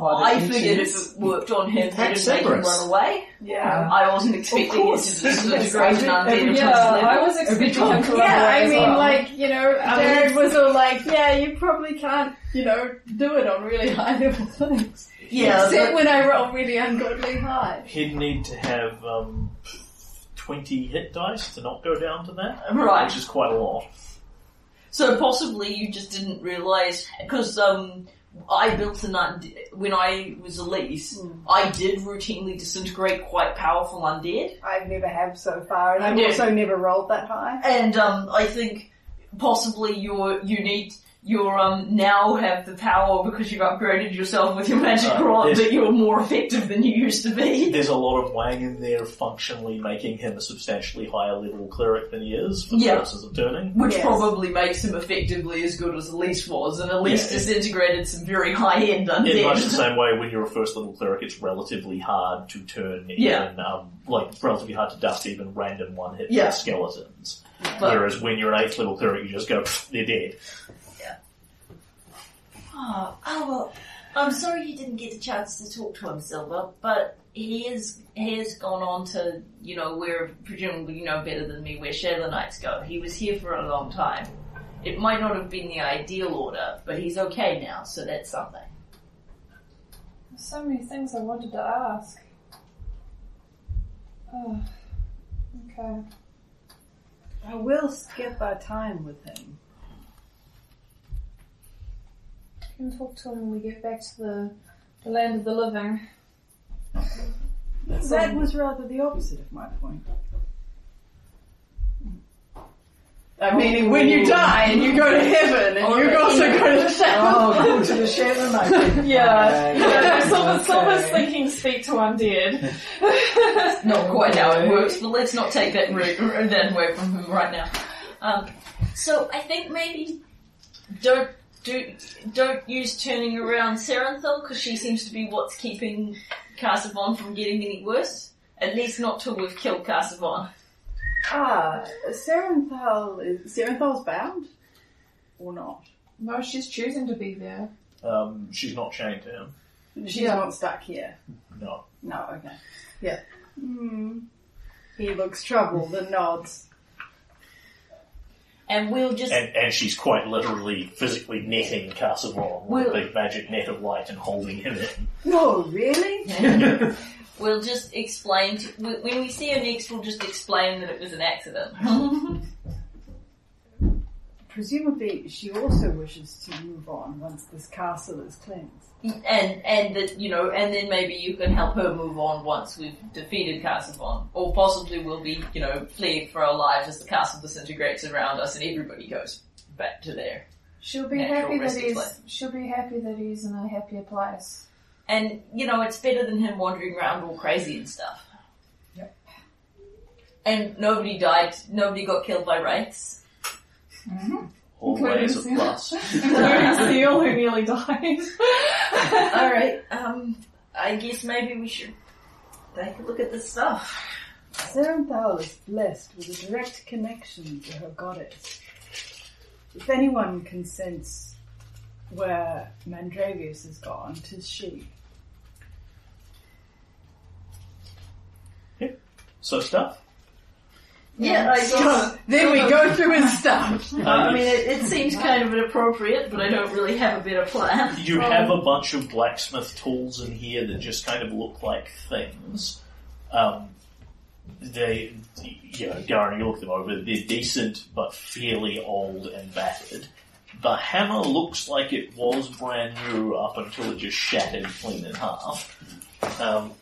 S5: Well,
S6: I
S5: the
S6: figured
S5: ancients-
S6: if it worked on him,
S7: Attack
S6: it'd make him
S7: Cerberus.
S6: run away.
S5: Yeah.
S6: I wasn't expecting it
S5: course.
S6: to disintegrate
S5: Yes,
S6: an
S5: I did.
S6: undead
S5: Yeah,
S6: yeah,
S16: I was
S5: It'd be
S16: expecting him to
S5: drunk.
S16: run
S4: Yeah,
S16: away
S4: I
S16: as
S4: mean,
S16: well.
S4: like, you know,
S16: I mean,
S4: Jared
S16: it's-
S4: was all like, yeah, you probably can't, you know, do it on really high level things.
S6: Yeah,
S4: Except when I roll really ungodly high.
S1: He'd need to have um twenty hit dice to not go down to that,
S6: but- right.
S1: which is quite a lot.
S6: So possibly you just didn't realise because um, I built an undead when I was Elise.
S1: Hmm.
S6: I did routinely disintegrate quite powerful undead,
S9: I've never have so far, and I've
S6: Yeah.
S9: also never rolled that high.
S6: and um, I think possibly your you need your um now have the power because you've upgraded yourself with your magic
S1: Uh,
S6: rod
S1: yes.
S6: that you're more effective than you used to be.
S1: There's a lot of wang in there functionally making him a substantially higher level cleric than he is for
S6: Yeah.
S1: purposes of turning.
S6: Which
S9: Yes.
S6: probably makes him effectively as good as Elise was, and Elise
S1: Yeah.
S6: disintegrated some very high end
S1: In much the
S6: undead.
S1: same way, when you're a first level cleric, it's relatively hard to turn
S6: Yeah.
S1: even, um, like, it's relatively hard to dust even random one hit
S6: Yeah.
S1: skeletons.
S6: But-
S1: Whereas when you're an eighth level cleric, you just go, "Pfft, they're dead.
S2: Oh, oh well, I'm sorry you didn't get a chance to talk to him, Silver, but he is he has gone on to you know where presumably you know better than me where Shadow Knights go. He was here for a long time. It might not have been the ideal order, but he's okay now, so that's something.
S16: There's so many things I wanted to ask.
S4: Ah,
S16: Oh, okay.
S9: I will skip our time with him.
S16: We can talk to him when we get back to the, the land of the living.
S9: That was rather the opposite of my point. I mean, when
S4: Oh.
S9: you die and you go to heaven and you also go to hell.
S5: Oh, go to the Shannon I
S4: Yeah.
S5: Yeah,
S4: Silver's,
S5: okay.
S4: Silver's thinking speak to undead.
S6: not quite how it works, but let's not take that route that away from him right now.
S2: Um, so I think maybe don't do don't use turning around Serenthal because she seems to be what's keeping Carsavon from getting any worse. At least not till we've killed Carsavon.
S9: Ah, Serenthal is Serenthal's bound or not?
S16: No, she's choosing to be there.
S1: Um, she's not chained to him.
S9: She's
S16: Yeah.
S9: not stuck here.
S1: No.
S9: No, okay. Yeah. Hmm. He looks troubled and nods.
S2: And we'll just
S1: And, and she's quite literally physically netting Casavon with a
S2: Well-
S1: big magic net of light and holding him in.
S9: No, really?
S2: We'll just explain to, wh- when we see her next. We'll just explain that it was an accident.
S9: Presumably, she also wishes to move on once this castle is cleansed.
S6: And and that you know, and then maybe you can help her move on once we've defeated Casavon, or possibly we'll be you know fleeing for our lives as the castle disintegrates around us and everybody goes back to there.
S16: She'll be
S6: Natural
S16: happy that
S6: resting
S16: he's.
S6: place.
S16: She'll be happy that he's in a happier place.
S6: And you know, it's better than him wandering around all crazy and stuff.
S5: Yep.
S6: And nobody died. Nobody got killed by wraiths.
S1: Always a plus.
S4: Including Seal, who nearly died.
S6: All right. Um, I guess maybe we should take a look at this stuff.
S9: Serenthal is blessed with a direct connection to her goddess. If anyone can sense where Mandravius has gone, 'tis she.
S1: So stuff.
S6: Yeah, I guess.
S9: Then we go through his stuff.
S1: Uh,
S6: I mean, it, it seems kind of inappropriate, but I don't really have a better plan.
S1: You have a bunch of blacksmith tools in here that just kind of look like things. Um, they, you know, Garen, you look them over, they're decent but fairly old and battered. The hammer looks like it was brand new up until it just shattered clean in half. Um,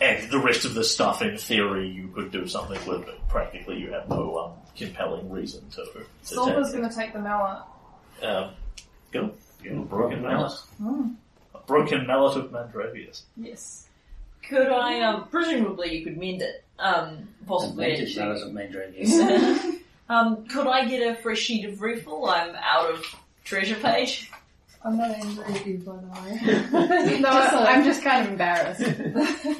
S1: and the rest of the stuff, in theory, you could do something with, but practically you have no um, compelling reason to. to
S16: Silver's
S1: take
S16: gonna take the mallet.
S1: it. Um, go. Get a broken mallet. A broken mallet of Mandravius.
S2: Yes.
S6: Could I, um, presumably you could mend it, um, possibly.
S3: Advantage, that doesn't mean dragon.
S6: um, could I get a fresh sheet of refill? I'm out of treasure page.
S5: I'm not angry with you, by the
S16: no, I'm just kind of embarrassed.
S5: way.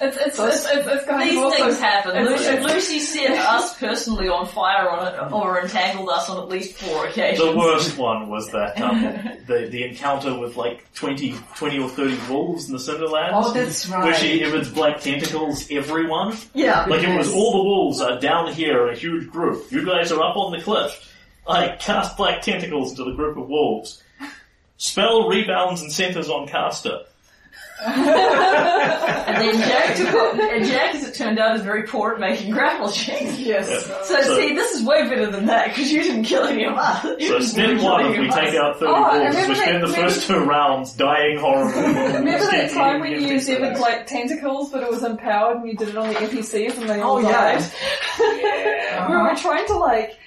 S16: It's it's it's, it's, it's kind of
S6: These
S16: also-
S6: things happen.
S16: it's-
S6: Lucy,
S16: it's-
S6: Lucy set us personally on fire on it, or entangled us on at least four occasions.
S1: The worst one was that um, the the encounter with like 20, 20 or thirty wolves in the Cinderlands,
S5: oh, that's right.
S1: where she emits black tentacles. Everyone,
S6: Yeah.
S1: like it was
S5: Yes.
S1: all the wolves are down here in a huge group. You guys are up on the cliff. I cast black tentacles into the group of wolves. Spell rebounds and centers on caster.
S6: And then Jack took it, and Jack, as it turned out, is very poor at making grapple checks.
S5: yes.
S6: So,
S1: So-
S6: see, this is way better than that, because you didn't kill any of us. You
S1: So
S6: didn't
S1: step
S6: kill
S1: one,
S6: any
S1: if
S6: of
S1: we
S6: us.
S1: take out thirty
S16: Oh, I
S1: wolves, we
S16: remember
S1: spend
S16: that-
S1: the first two rounds dying horribly.
S16: Remember that time when you used
S1: used
S16: it with like tentacles, but it was empowered, and you did it on the NPCs, and they all
S5: Oh, yeah.
S16: died. we were trying to like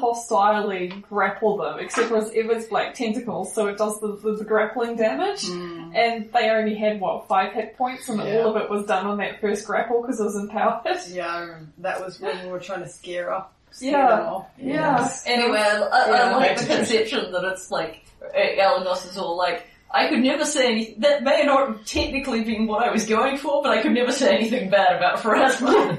S16: non-hostilely grapple them, except it was it was like tentacles, so it does the, the, the grappling damage. And they only had what five hit points, and
S9: Yeah.
S16: all of it was done on that first grapple because it was empowered.
S9: Yeah, that was when we were trying to scare up. Scare
S16: Yeah.
S9: them off.
S16: Yeah.
S6: Anyway, I, I,
S16: Yeah.
S6: I like the conception that it's like, eh, Alanos is all like, I could never say any, that may not have technically been what I was going for, but I could never say anything bad about Phrasma.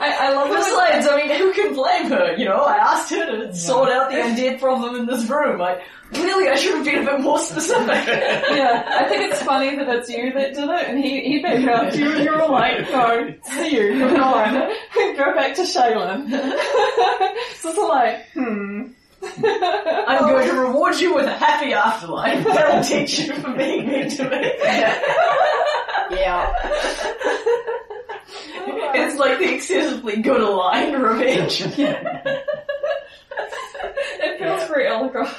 S16: I, I love it. when-
S6: Besides, I mean, who can blame her? You know, I asked her to sort out the undead problem in this room. Like, really, I should have been a bit more specific.
S16: Yeah, I think it's funny that it's you that did it, and he he backed out you, and you were like, no, see you, you're gone, go back to Shaylin. so it's like, hmm.
S6: I'm going to reward you with a happy afterlife. That'll teach you for being mean to me.
S9: Yeah.
S6: it's like the excessively good aligned revenge.
S16: It feels very Elagos.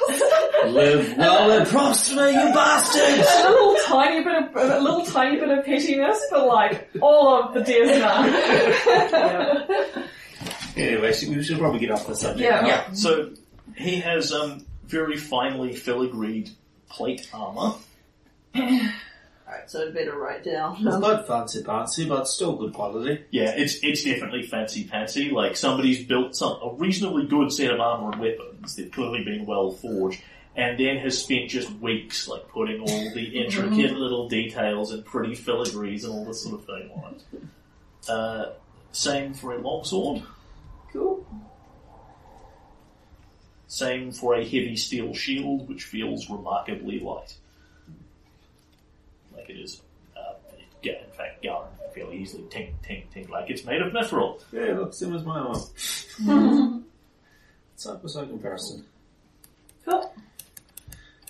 S7: Live well and prosper, you bastards!
S16: a little tiny bit of a little tiny bit of pettiness, but like all of the DSR.
S7: Anyway, so we should probably get off the subject.
S16: Yeah.
S7: now.
S1: So he has um, very finely filigreed plate armor.
S6: Alright, so I'd better write down.
S7: It's not fancy fancy, but still good quality.
S1: Yeah, it's it's definitely fancy fancy. Like somebody's built some a reasonably good set of armor and weapons. They've clearly been well forged, and then has spent just weeks like putting all the intricate little details and pretty filigrees and all this sort of thing on it. Uh, same for a longsword.
S6: Cool.
S1: Same for a heavy steel shield, which feels remarkably light. Like it is, uh, yeah, in fact, Garen can feel easily ting, ting, ting, like it's made of mithril.
S7: Yeah, look, same as my one. It's like a comparison.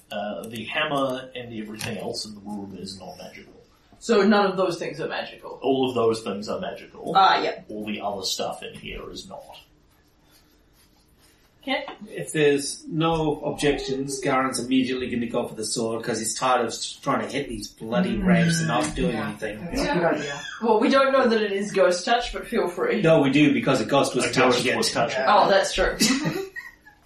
S1: Uh, the hammer and the everything else in the room is not magical.
S6: So none of those things are magical.
S1: All of those things are magical.
S5: Uh.
S6: Ah, yeah.
S1: All the other stuff in here is not.
S7: If there's no objections, Garen's immediately going to go for the sword because he's tired of trying to hit these bloody raves and not doing anything.
S5: That's a good idea.
S6: Well, we don't know that it is ghost touch, but feel free.
S7: No, we do because the ghost was
S1: A ghost
S7: touching it.
S1: was touching.
S5: Yeah.
S6: Oh, that's true.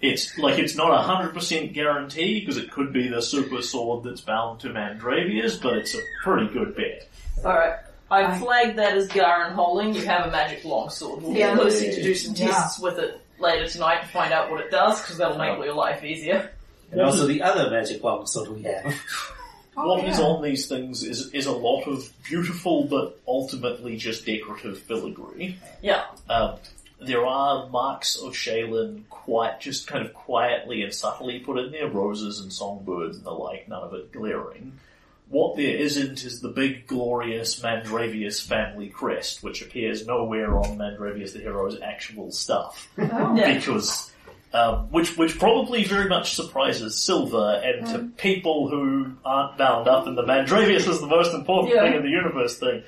S1: It's like it's not a hundred percent guarantee because it could be the super sword that's bound to Mandravius, but it's a pretty good bet.
S6: Alright. I
S5: I-
S6: flagged that as Garen holding. You have a magic longsword. We'll
S5: Yeah.
S6: get Lucy to do some
S5: Yeah.
S6: tests with it later tonight to find out what it does, because that'll make your life easier.
S7: And also the other magic longsword we have.
S5: Oh,
S1: What is
S5: yeah.
S1: on these things is is a lot of beautiful but ultimately just decorative filigree.
S6: Yeah.
S1: Um, there are marks of Shaylin quite just kind of quietly and subtly put in there, roses and songbirds and the like, none of it glaring. What there isn't is the big glorious Mandravius family crest, which appears nowhere on Mandravius the Hero's actual stuff.
S6: Yeah.
S1: Because um, which which probably very much surprises Silver and to people who aren't bound up in the Mandravius is the most important
S16: Yeah.
S1: thing in the universe thing.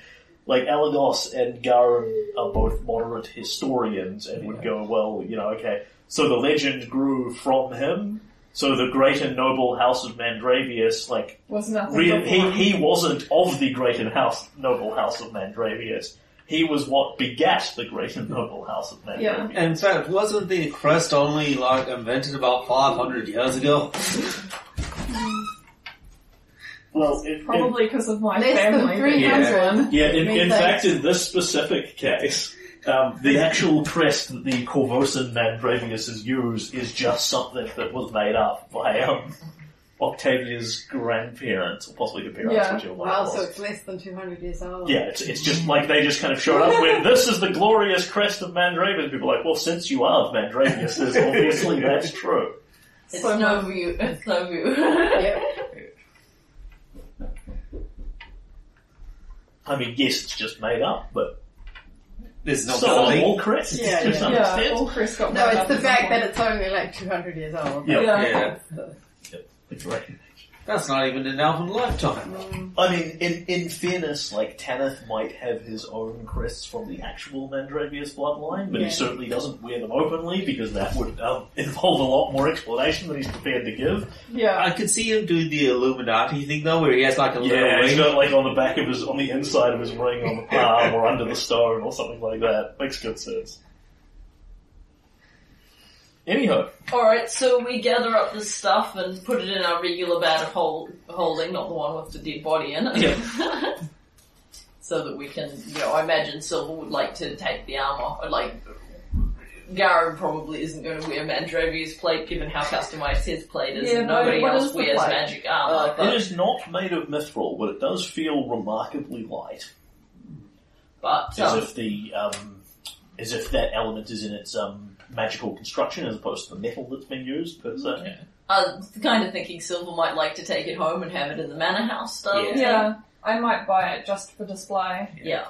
S1: like Alagos and Garum are both moderate historians and would go, well, you know, okay. So the legend grew from him. So the great and noble house of Mandravius, like,
S4: Was nothing.
S1: really,
S4: before.
S1: he, he wasn't of the great and house, noble house of Mandravius. He was what begat the great and noble house of Mandravius.
S7: And in fact, wasn't the crest only like invented about 500 years ago?
S1: Well, in- in-
S4: Probably because of my
S9: Less than
S4: family.
S9: three
S7: Yeah.
S9: hundred.
S1: Yeah, in,
S9: Mean
S1: in
S9: things.
S1: fact, in this specific case, um, the actual crest that the Corvosan Mandraviuses use is just something that was made up by um, Octavia's grandparents, or possibly her parents,
S4: Yeah.
S1: whichever one it
S9: Wow,
S1: was.
S9: so it's less than 200 years old.
S1: yeah, it's, it's just like they just kind of showed up with this is the glorious crest of Mandravius. People are like, well, since you are of Mandravius, there's obviously that's true.
S6: It's
S4: So
S6: no view. It's no view.
S1: I mean, yes, it's just made up, but
S7: There's no
S1: so are
S7: building.
S1: all crests
S4: Yeah,
S1: to some
S4: yeah.
S1: extent.
S4: All Chris got
S9: No,
S4: made
S9: it's
S4: up
S9: the
S4: at
S9: fact
S4: some
S9: that
S4: point.
S9: it's only like 200 years old.
S1: Yeah.
S4: Yeah.
S7: Yeah.
S1: It's right.
S7: That's not even an elven lifetime.
S1: I mean, in, in fairness, like Tanith might have his own crests from the actual Mandravius bloodline, but he certainly doesn't wear them openly because that would um, involve a lot more explanation than he's prepared to give.
S4: Yeah.
S7: I could see him doing the Illuminati thing though, where he has like a little
S1: Yeah, he's
S7: ring.
S1: got like on the back of his, on the inside of his ring, on the palm, or under the stone, or something like that. Makes good sense. Anyhow,
S6: Alright, so we gather up this stuff and put it in our regular bag of hold, holding, not the one with the dead body in it. so that we can, you know, I imagine Silver would like to take the armor. Or like, Garen probably isn't going to wear Mandravia's plate given how customized his plate is
S4: Yeah,
S6: and
S4: but
S6: nobody
S4: what
S6: else
S4: is the
S6: wears
S4: plate? Uh,
S6: magic armor. but,
S1: it is not made of mithril, but it does feel remarkably light.
S6: but
S1: as
S6: um,
S1: if the um, as if that element is in its um, magical construction as opposed to the metal that's been used per se.
S6: I was kind of thinking Silver might like to take it home and have it in the manor house style.
S7: Yeah.
S6: thing.
S4: Yeah. I might buy it just for display.
S6: Yeah.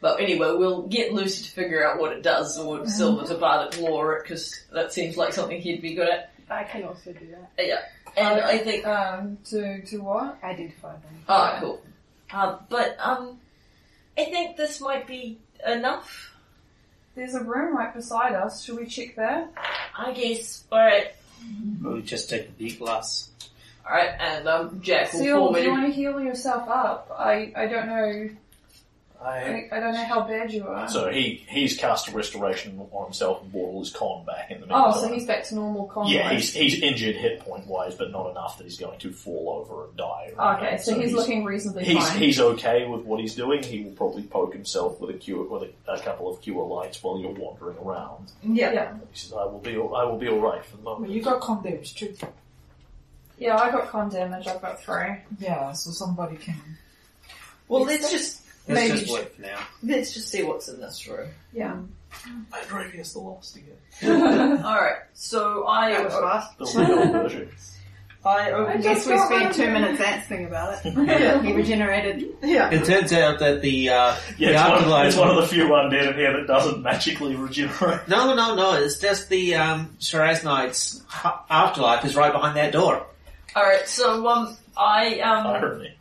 S6: But anyway, we'll get Lucy to figure out what it does, or Silver to part it, lore it, because that seems like something he'd be good at.
S17: I can also do that.
S6: And I think,
S4: Um, to, to what?
S17: Identify them.
S6: oh, cool. Um, but um, I think this might be enough.
S4: There's a room right beside us. Should we check there?
S6: I guess. All right,
S7: We'll just take the big glass.
S6: all right, and um, Jack will
S4: Seal,
S6: form
S4: do
S6: it.
S4: you want to heal yourself up? I, I don't know.
S1: I,
S4: I, I don't know how bad you are.
S1: so he he's cast a restoration on himself and brought all his con back in the meantime.
S4: Oh, so he's back to normal combat.
S1: yeah, he's, he's injured hit point wise, but not enough that he's going to fall over and die. or
S4: Okay,
S1: anything.
S4: so, he's, looking reasonably
S1: He's
S4: fine.
S1: he's okay with what he's doing. He will probably poke himself with a cure with a, a couple of cure lights while you're wandering around.
S6: yeah.
S1: He says, "I will be all, I will be all right for the
S5: Well,
S1: moment."
S5: you got condemned too.
S4: Yeah, I got con damage. I've got three.
S5: Yeah, so somebody can.
S6: Well, let's just
S7: Let's
S6: maybe
S7: just wait for now.
S6: let's just see what's in this room.
S4: Yeah.
S1: Mandravius the Lost again.
S6: All right, so I
S9: That was fast.
S1: The real version.
S9: I,
S4: I
S9: I
S4: just
S9: guess we
S4: got
S9: spent
S4: one.
S9: two minutes answering about it.
S4: Yeah.
S9: He regenerated.
S7: Yeah. It turns out that the uh,
S1: Yeah,
S7: the
S1: it's one,
S7: afterlife.
S1: it's one of the few undead in here that doesn't magically regenerate.
S7: no, no, no. It's just the um, Shiraz Knight's ha- afterlife is right behind that door.
S6: all right, so um, I um.
S1: Irony.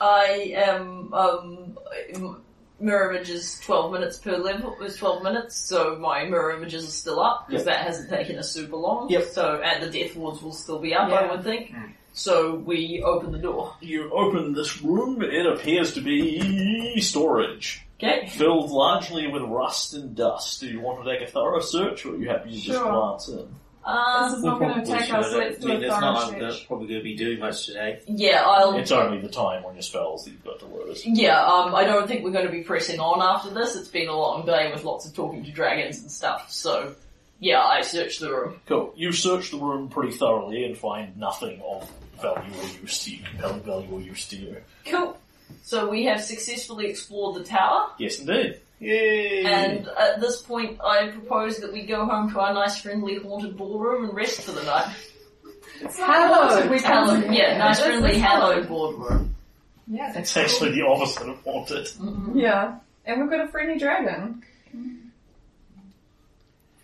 S6: I am um m- mirror image is twelve minutes per level is twelve minutes, so my mirror images are still up because that hasn't taken us super long.
S1: Yep.
S6: So and the death wards will still be up, I
S4: Yeah.
S6: would think. So we open the door.
S1: You open this room, it appears to be storage,
S6: Okay.
S1: filled largely with rust and dust. Do you want to take a thorough search, or are you happy to just
S4: Sure.
S1: glance in?
S6: Um,
S4: This is
S7: We'll
S4: not going to
S7: probably
S4: take
S7: should,
S4: us.
S7: uh,
S4: Let's
S7: I
S4: do
S7: mean,
S4: a
S7: that's not
S4: thorough
S7: that's
S4: search.
S7: probably going to be doing much today.
S6: yeah, I'll.
S1: It's only the time on your spells that you've got to lose.
S6: Yeah, um, I don't think we're going to be pressing on after this. It's been a long day with lots of talking to dragons and stuff. So, yeah, I searched the room.
S1: Cool. You search the room pretty thoroughly and find nothing of value or use to you, compelling value or use to you.
S6: Cool. So we have successfully explored the tower.
S1: Yes, indeed. Yay!
S6: And at this point, I propose that we go home to our nice, friendly, haunted ballroom and rest for the night.
S4: It's not haunted, we
S6: Hallow-
S4: can't-
S6: yeah, nice,
S4: this is
S6: friendly,
S4: haunted.
S6: hallowed ballroom.
S4: Yeah,
S1: it's actually the opposite of wanted.
S4: Yeah, and we've got a friendly dragon.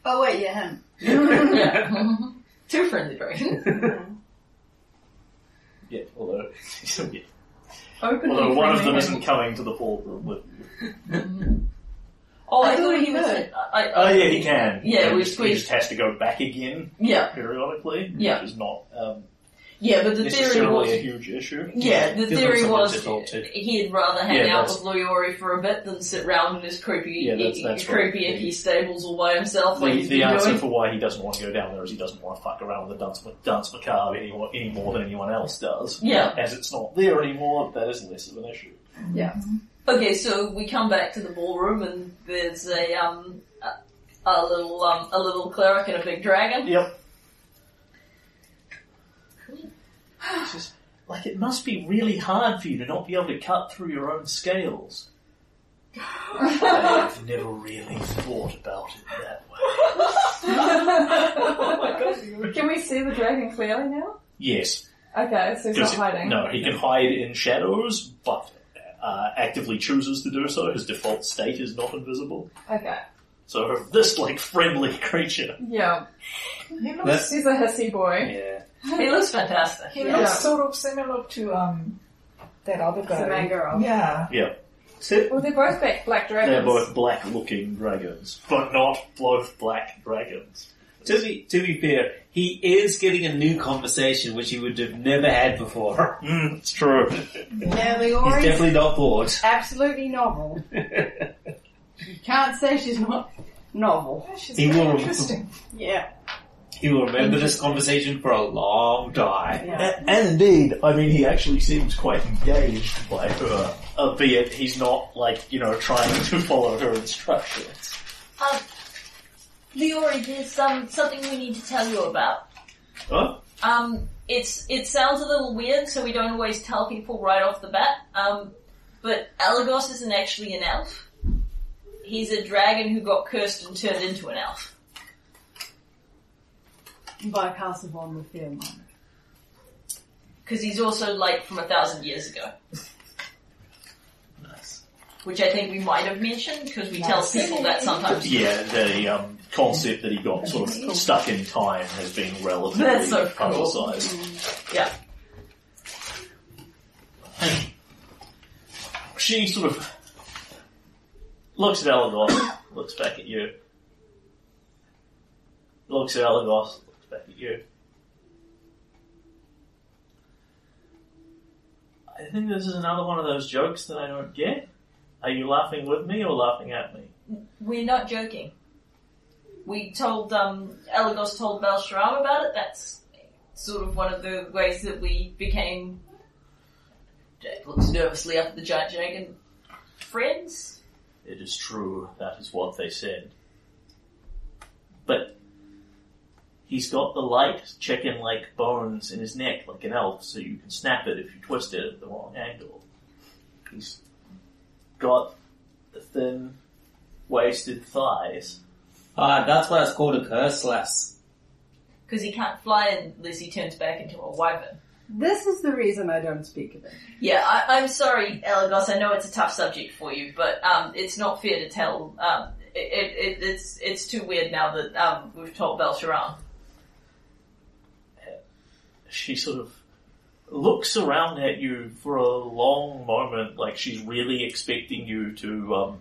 S9: Oh wait, yeah, him.
S6: yeah, too friendly, dragon.
S1: Yeah, although yeah.
S2: openly.
S1: Although one
S2: claiming
S1: of them
S2: him.
S1: isn't coming to the ballroom with.
S6: Oh, I,
S2: I
S6: thought
S2: don't
S6: he
S2: know.
S6: was. I, I,
S1: Oh yeah, he can.
S6: Yeah,
S1: He
S6: we
S1: just- He
S6: squeezed-
S1: just has to go back again
S6: yeah,
S1: periodically.
S6: Yeah.
S1: which is not um,
S6: yeah, but the theory
S1: necessarily
S6: was
S1: a huge issue.
S6: Yeah, the
S1: Gives them
S6: theory
S1: something
S6: was
S1: difficult to-
S6: he'd rather hang
S1: Yeah,
S6: out
S1: that's-
S6: with Loyori for a bit than sit round in his creepy,
S1: Yeah, that's- that's
S6: creepy
S1: right.
S6: icky stables all by himself like
S1: The,
S6: he's
S1: the
S6: been
S1: answer
S6: doing.
S1: for why he doesn't want to go down there is he doesn't want to fuck around with the dance, dance macabre any, more- any more than anyone else does.
S6: Yeah.
S1: As it's not there anymore, that is less of an issue.
S6: Okay, so we come back to the ballroom and there's a um a, a little um a little cleric and a big dragon.
S1: Yep. It's just, like, it must be really hard for you to not be able to cut through your own scales. I've never really thought about it that way.
S6: oh my god!
S4: Can we see the dragon clearly now?
S1: Yes.
S4: Okay, so he's not
S1: 'cause-
S4: hiding.
S1: No, he can hide in shadows, but uh, actively chooses to do so. His default state is not invisible.
S4: Okay.
S1: So this, like, friendly creature.
S4: Yeah.
S5: He looks,
S7: That's-
S4: He's a hissy boy.
S7: Yeah.
S6: He looks fantastic.
S5: he
S4: Yeah.
S5: looks sort of similar to um that other guy.
S9: The man girl.
S5: Yeah.
S4: Well, they're both black, black dragons.
S1: They're both black-looking dragons, but not both black dragons.
S7: To be, to be fair, he is getting a new conversation which he would have never had before.
S1: Mm, it's true.
S9: Yeah, the
S7: He's
S9: orange
S7: definitely not bored.
S9: absolutely novel. you can't say she's not novel.
S5: Yeah, she's
S7: He
S5: very
S7: will-
S5: interesting.
S9: Yeah.
S7: He will remember this conversation for a long time.
S9: yeah.
S1: and indeed, I mean, he actually seems quite engaged by her, albeit Uh, he's not, like, you know, trying to follow her instructions.
S6: Leori, there's um something we need to tell you about.
S1: Huh?
S6: Um, it's it sounds a little weird, so we don't always tell people right off the bat. Um, but Alagos isn't actually an elf. He's a dragon who got cursed and turned into an elf.
S9: By Castlevon the Fear Monger.
S6: Because he's also like from a thousand years ago,
S7: Nice.
S6: which I think we might have mentioned because we tell people that sometimes.
S1: Yeah, the um, concept that he got sort of stuck in time has been relatively
S6: That's so cool. Mm.
S1: publicized. She sort of looks at Elagos, looks back at you, looks at Elagos, looks back at you. I think this is another one of those jokes that I don't get. Are you laughing with me or laughing at me?
S6: We're not joking. We told um, Elagos told Belsharam about it. That's sort of one of the ways that we became. Jack looks nervously up at the giant dragon. Friends.
S1: It is true, that is what they said. But he's got the light chicken like bones in his neck like an elf, so you can snap it if you twist it at the wrong angle. He's got the thin, wasted thighs.
S7: Ah, that's why it's called a curse lass.
S6: Because he can't fly unless he turns back into a wyvern.
S9: This is the reason I don't speak of it.
S6: Yeah, I, I'm sorry, Elagos. I know it's a tough subject for you, but um, it's not fair to tell. Um, it, it, it's it's too weird now that um, we've told Belsharam.
S1: She sort of looks around at you for a long moment, like she's really expecting you to, um,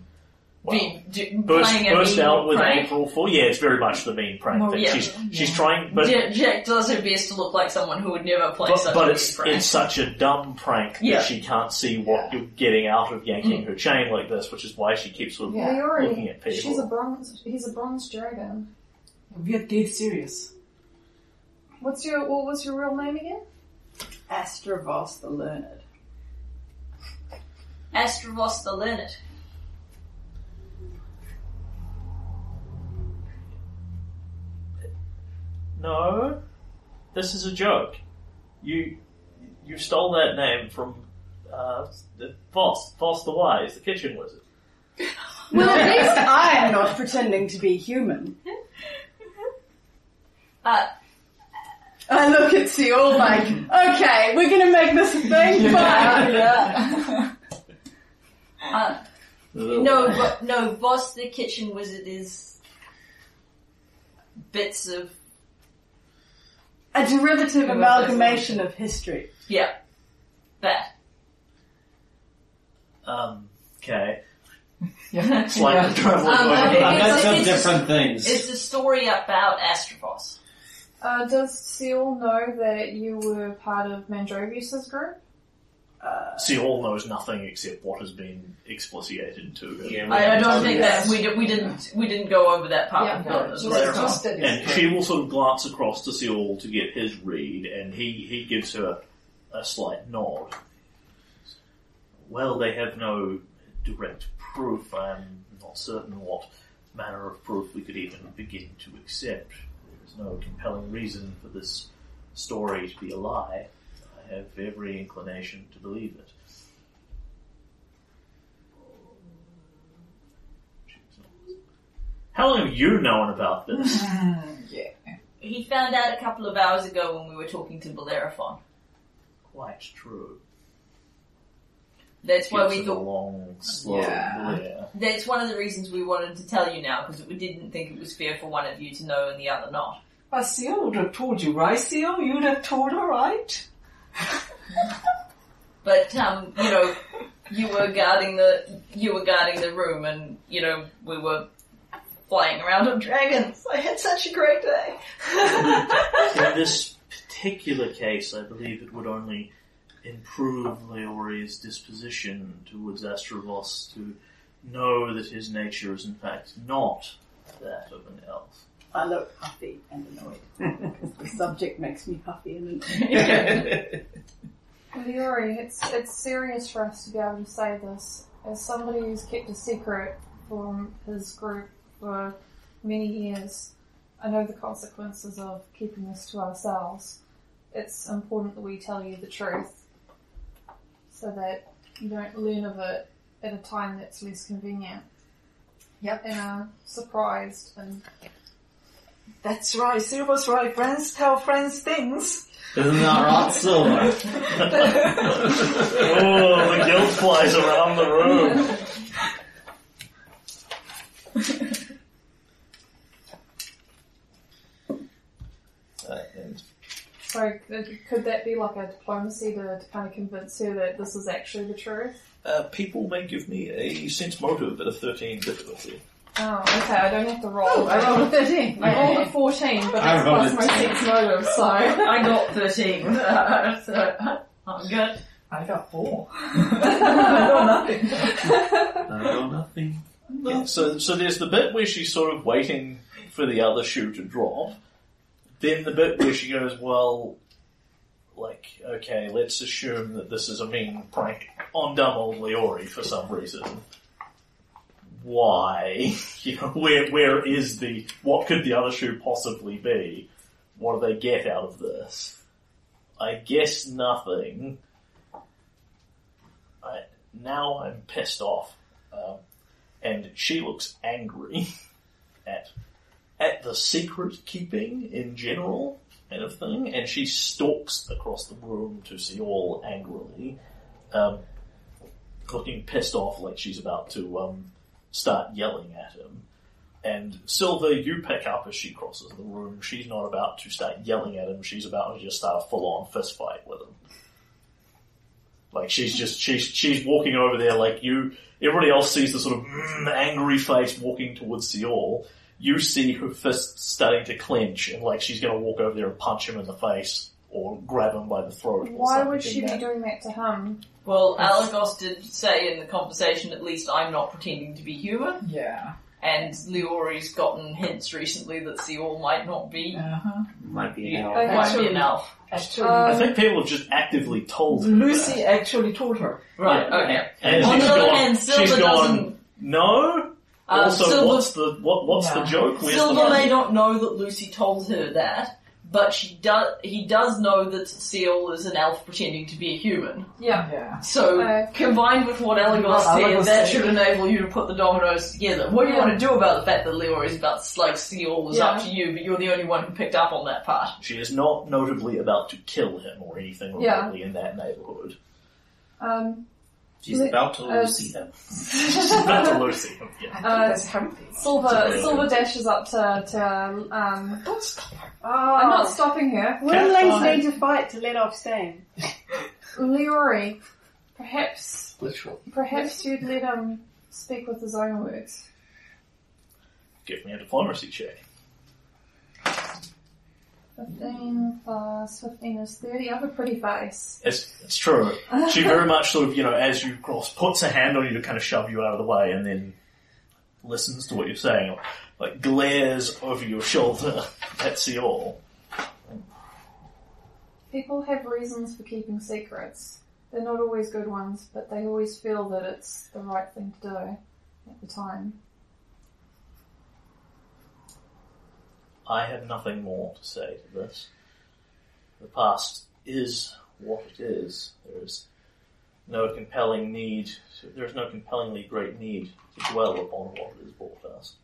S1: well,
S6: Being- do-
S1: burst,
S6: playing a
S1: burst
S6: mean
S1: out with
S6: prank.
S1: April Fool. Yeah, it's very much the mean prank
S6: Well,
S1: thing.
S6: yeah.
S1: She's she's trying, but
S6: Jack, Jack does her best to look like someone who would never play
S1: but,
S6: such
S1: but
S6: a
S1: it's
S6: prank.
S1: it's such a dumb prank
S6: Yeah. Mm.
S1: that she can't see what you're getting out of yanking her chain like this, which is why she keeps sort of
S5: Yeah.
S4: Leori,
S1: looking at people.
S4: She's a bronze. He's a bronze dragon.
S5: We are dead serious.
S4: What's your well, What's your real name again?
S9: Astravos the Learned.
S6: Astrovos the Learned.
S1: No, this is a joke. You you stole that name from uh, the Foss, Foss the Wise, the kitchen wizard.
S9: Well, at least I am not pretending to be human.
S6: Uh,
S9: I look at Seoul like, okay, we're gonna make this a thing, fine.
S6: uh,
S1: Oh.
S6: no, but, no, Vos the Kitchen Wizard is bits of,
S9: A derivative amalgamation of history.
S6: yeah, that.
S1: Um, okay.
S5: Yeah.
S1: Slightly
S5: Yeah.
S1: travel
S6: Um,
S1: away.
S6: okay.
S7: I've got
S6: It's-
S7: some
S6: it's-
S7: different things.
S6: It's the story about Astrovos.
S4: Uh, does Seal know that you were part of Mandrovius's group?
S1: See, all knows nothing except what has been explicitated to her.
S18: Yeah, we
S6: I, I
S18: haven't
S6: don't
S18: told
S6: think
S18: you
S6: that we, did, we didn't we didn't go over that part.
S4: Yeah,
S6: of
S4: no,
S6: it.
S4: just-
S6: Right.
S5: just that it's
S1: And she will sort of glance across to Seal to get his read, and he, he gives her a slight nod. Well, they have no direct proof. I'm not certain what manner of proof we could even begin to accept. There is no compelling reason for this story to be a lie. I have every inclination to believe it. How long have you known about this?
S5: Mm, yeah.
S6: He found out a couple of hours ago when we were talking to Bellerophon.
S1: Quite true.
S6: That's why
S1: Gives
S6: we
S1: it a
S6: thought.
S1: long, slow
S5: Yeah.
S1: glare.
S6: That's one of the reasons we wanted to tell you now because we didn't think it was fair for one of you to know and the other not.
S5: But Seal would have told you, right, Seal? You would have told her, right?
S6: But um, you know, you were guarding the you were guarding the room, and you know we were flying around on dragons. I had such a great day.
S1: In this particular case, I believe it would only improve Leori's disposition towards Astrovos to know that his nature is in fact not that of an elf.
S9: I look huffy and annoyed. 'cause the subject makes me huffy and annoyed.
S4: Leori, it's it's serious for us to be able to say this. As somebody who's kept a secret from his group for many years, I know the consequences of keeping this to ourselves. It's important that we tell you the truth so that you don't learn of it at a time that's less convenient.
S5: Yep.
S4: And are surprised and
S5: That's right, Seal was right. Friends tell friends things.
S7: Isn't that right, Silver?
S1: oh, the guilt flies around the room.
S4: so could could that be like a diplomacy to, to kind of convince her that this is actually the truth?
S19: Uh, people may give me a sense motive at a 13 difficulty.
S4: Oh, okay, I don't have to roll. Oh, I,
S9: Oh, rolled
S4: rolled,
S9: a 13.
S4: I rolled a 14, but
S7: I
S4: that's
S7: rolled
S4: plus
S7: a
S4: my 6 motive, so...
S6: I got thirteen. so I'm good.
S5: I got four. I know nothing.
S7: I know nothing.
S1: Yeah, so, so there's the bit where she's sort of waiting for the other shoe to drop. Then the bit where she goes, well, like, okay, let's assume that this is a mean prank on dumb old Leori for some reason. Why? You know, where, where is the, what could the other shoe possibly be? What do they get out of this? I guess nothing. I, now I'm pissed off. Um, and she looks angry at at the secret keeping in general kind of thing, and she stalks across the room to Seol angrily, um, looking pissed off like she's about to um, start yelling at him. And Silver, you pick up as she crosses the room. She's not about to start yelling at him. She's about to just start a full-on fist fight with him. Like she's just she's she's walking over there like you Everybody else sees the sort of mm, angry face walking towards Seol. You see her fist starting to clench, and like she's going to walk over there and punch him in the face or grab him by the throat. or
S4: Why
S1: something
S4: would she be
S1: like that.
S4: doing that to him?
S6: Well, Alagos did say in the conversation, at least I'm not pretending to be human,
S5: Yeah.
S6: and Leori's gotten hints recently that Seol might not be,
S5: Uh-huh.
S18: Might be an
S6: yeah, Uh,
S18: elf.
S4: Okay.
S6: might be
S5: Actually-
S6: an elf.
S5: Actually,
S1: I
S4: Um,
S1: think people have just actively told her.
S5: Lucy
S1: that.
S5: actually told her.
S6: Right, okay.
S1: And
S6: On
S1: she's
S6: the other
S1: gone-
S6: hand,
S1: she's
S6: Silver
S1: gone,
S6: doesn't,
S1: No.
S6: um,
S1: also,
S6: Silver
S1: what's the what? What's the
S5: Yeah.
S1: joke? Where's the
S6: Silver
S1: money?
S6: may not know that Lucy told her that, but she does. He does know that Seal is an elf pretending to be a human.
S4: Yeah.
S5: Yeah.
S6: So
S4: Okay.
S6: combined with what Elagos
S5: Well,
S6: said, that
S5: Elagos said-
S6: should enable you to put the dominoes together. What do you
S4: Yeah.
S6: want to do about the fact that Leor is about to like Seal was
S4: Yeah.
S6: up to you, but you're the only one who picked up on that part.
S1: She is not notably about to kill him or anything
S4: Yeah.
S1: remotely in that neighborhood.
S4: Um,
S7: She's about to
S4: Uh,
S7: Lucy them.
S1: She's about to Lucy him. Yeah.
S5: I think
S4: Uh,
S5: that's herpes.
S4: Silver, Silver dashes up to, to um,
S9: Oh,
S4: I'm not stopping her.
S9: Will Lace
S4: Fine.
S9: need to fight to let off steam?
S4: Leori, Perhaps,
S6: Literal.
S4: perhaps you'd let him speak with his own words.
S20: Give me a diplomacy check.
S4: 15 plus 15 is 30. I have a pretty face.
S20: It's, it's true. She very much sort of, you know, as you cross, puts a hand on you to kind of shove you out of the way and then listens to what you're saying, like glares over your shoulder at Seol.
S4: People have reasons for keeping secrets. They're not always good ones, but they always feel that it's the right thing to do at the time.
S1: I have nothing more to say to this. The past is what it is. There is no compelling need, there is no compellingly great need to dwell upon what has brought us.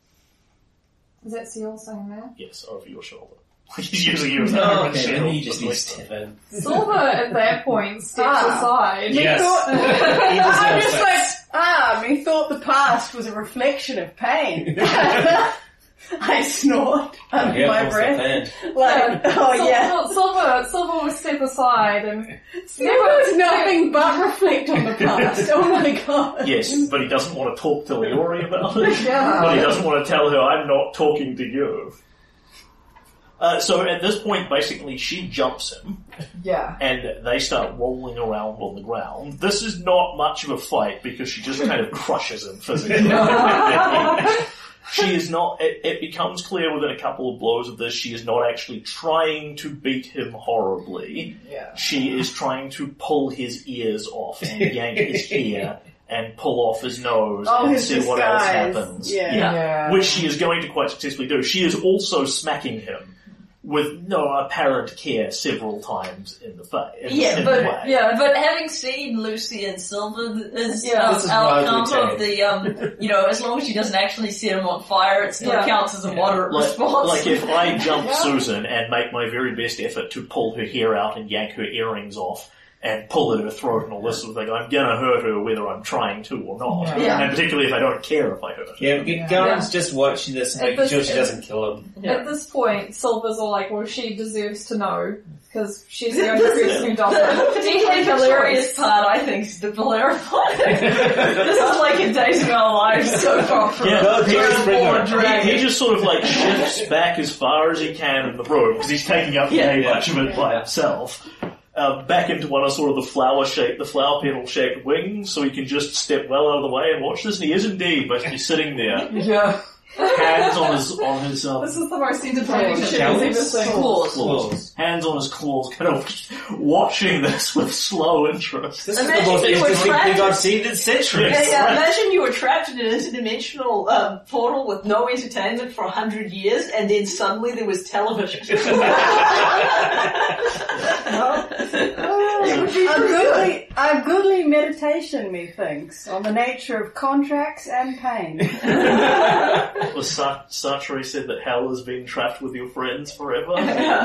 S4: Is that Seal saying that?
S1: Yes, over your shoulder. He's using you as an
S7: Oh,
S1: open
S7: okay,
S1: shield,
S7: then you just
S1: but
S7: need to
S1: like-
S7: step in.
S4: Silver at that point steps
S5: Ah.
S4: aside.
S7: Yes. He
S9: I'm
S7: deserves
S9: just
S7: it.
S9: like, ah, me thought the past was a reflection of pain. I snort under
S7: Yeah,
S9: my
S7: what's the
S9: breath.
S7: plan?
S9: Like, oh
S4: Sil-
S9: yeah.
S4: Sil- Silver, Silver will step aside and
S9: There was nothing but reflect on the past. Oh my god.
S1: Yes, but he doesn't want to talk to Leori about it.
S5: Yeah.
S1: But he doesn't want to tell her, I'm not talking to you. Uh, so at this point, basically, she jumps him.
S5: Yeah.
S1: and they start rolling around on the ground. This is not much of a fight because she just kind of crushes him physically. she is not, it, it becomes clear within a couple of blows of this, she is not actually trying to beat him horribly.
S5: Yeah.
S1: She is trying to pull his ears off and yank his ear and pull off his nose
S9: Oh,
S1: and
S9: his
S1: see what else
S9: disguise.
S1: happens.
S9: Yeah.
S5: Yeah.
S1: Which she is going to quite successfully do. She is also smacking him with no apparent care several times in the face.
S6: Yeah,
S1: in the way.
S6: but yeah, but having seen Lucy and Silver, th- is
S5: Yeah.
S6: um,
S7: This is
S6: outcome
S7: wildly
S6: of the um, you know, as long as she doesn't actually set him on fire, it still
S5: Yeah.
S6: counts as a moderate
S1: Like,
S6: response.
S1: like if I jump
S5: Yeah.
S1: Susan and make my very best effort to pull her hair out and yank her earrings off and pull at her throat and all this sort of thing, I'm gonna hurt her whether I'm trying to or not.
S6: Yeah.
S1: And particularly if I don't care if I hurt her.
S7: Yeah, G- Garen's just watching this and
S4: It
S7: making
S4: was-
S7: sure she doesn't kill him.
S4: At this point, Silver's all like, well, she deserves to know, because she's the only person who doesn't.
S6: Particularly hilarious part, I think, is the Bolero part. this is like a Days of Our Lives so far from
S1: Yeah,
S7: Well,
S1: he,
S7: Jerry
S1: just,
S7: Springer.
S1: he- he just sort of like shifts back as far as he can in the room because he's taking up
S6: Yeah.
S1: way much of it by himself. Uh, back into one of sort of the flower shape, the flower petal shaped wings, so he can just step well out of the way and watch this. And he is indeed basically sitting there,
S5: Yeah.
S1: hands on his on his um,
S5: This is the most entertaining shit
S7: Shall
S5: I've
S7: we?
S5: ever seen.
S6: Claws.
S7: Claws.
S1: hands on his claws, kind of watching this with slow interest.
S7: This is the
S6: Imagine
S7: most
S6: you were
S7: interesting
S6: trapped.
S7: thing I've seen in centuries.
S6: Yeah, yeah, uh, imagine you were trapped in an interdimensional um, portal with no entertainment for a hundred years, and then suddenly there was television.
S9: A goodly, a goodly meditation, methinks, on the nature of contracts and pain.
S1: Well, Sa- Sartre said that hell has been trapped with your friends forever,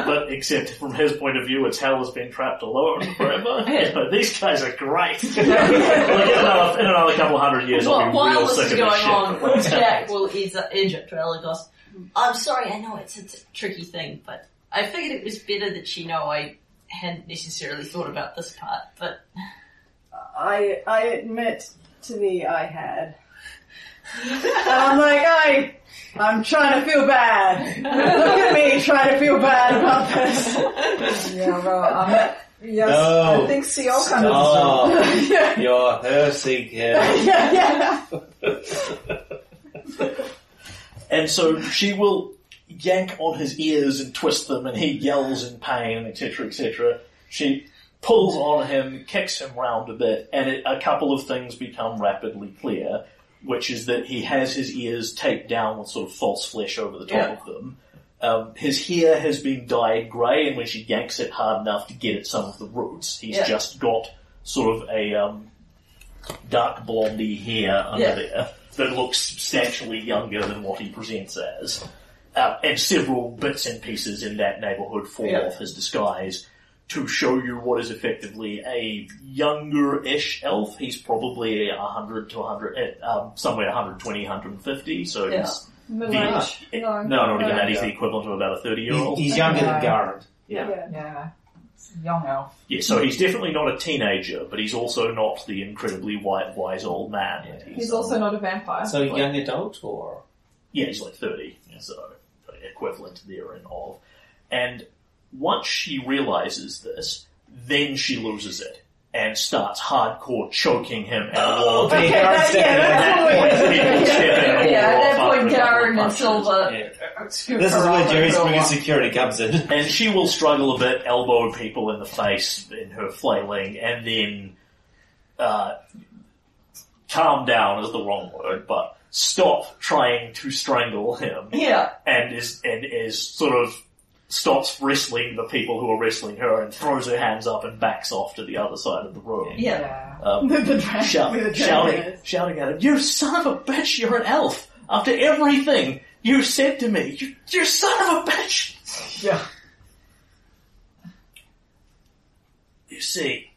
S1: but except from his point of view, it's hell has been trapped alone forever. You know, these guys are great. like in another, in another couple hundred years, I'll
S6: Well,
S1: be
S6: while
S1: real
S6: this
S1: sick
S6: is
S1: of
S6: going
S1: this shit. Hmm.
S6: on, Jack will ease Egypt to Elagos. I'm sorry, I know it's, it's a tricky thing, but I figured it was better that she know I hadn't necessarily thought about this part, but
S9: I, I admit to thee I had. And I'm like, I, I'm trying to feel bad. Look at me trying to feel bad about this.
S5: Yeah, well, um, yes,
S7: No.
S5: I think Seal kind of
S7: Oh,
S9: yeah,
S7: you're hurting him.
S9: yeah, yeah.
S1: And so she will yank on his ears and twist them, and he yells in pain, etc., etc. She pulls on him, kicks him round a bit, and it, a couple of things become rapidly clear, which is that he has his ears taped down with sort of false flesh over the top
S6: Yeah.
S1: of them. Um, his hair has been dyed grey, and when she yanks it hard enough to get at some of the roots, he's
S6: Yeah.
S1: just got sort of a um, dark blondie hair under
S6: Yeah.
S1: there that looks substantially younger than what he presents as. Uh, and several bits and pieces in that neighbourhood fall
S6: Yeah.
S1: off his disguise to show you what is effectively a younger-ish elf. He's probably 100 to 100, uh, um, somewhere 120, 150, so
S6: Yeah.
S1: he's... eh,
S4: Middle
S1: Yeah.
S4: age. No.
S1: No, not even that. He's the equivalent of about a
S7: He's,
S1: 30-year-old.
S7: he's younger than Garen.
S5: Yeah. young elf.
S1: Yeah, so he's definitely not a teenager, but he's also not the incredibly white, wise old man. that
S4: He's also not a vampire.
S7: So young adult or?
S1: Yeah, he's like 30, so uh, equivalent therein of. And once she realizes this, then she loses it and starts hardcore choking him and all
S7: Okay, that- yeah, that's
S1: that point, people step in and
S21: Yeah,
S1: all
S21: at that
S1: fuck
S21: point,
S1: with all
S21: Darren and
S1: punches.
S21: Silver.
S7: Yeah.
S5: Scoop
S7: This
S5: her
S7: is where
S5: up
S7: Jerry's
S5: and go
S7: bringing
S5: on.
S7: security comes in.
S1: And she will struggle a bit, elbow people in the face in her flailing, and then uh, calm down is the wrong word, but stop trying to strangle him,
S6: Yeah.
S1: and is and is sort of stops wrestling the people who are wrestling her, and throws her hands up and backs off to the other side of the room.
S6: Yeah.
S5: Yeah.
S1: Um,
S6: The, the dragon. the
S1: shout,
S6: dragon
S1: shouting,
S6: is.
S1: shouting at him, "You son of a bitch! You're an elf! After everything you said to me, you, you son of a bitch!"
S5: Yeah.
S1: You see,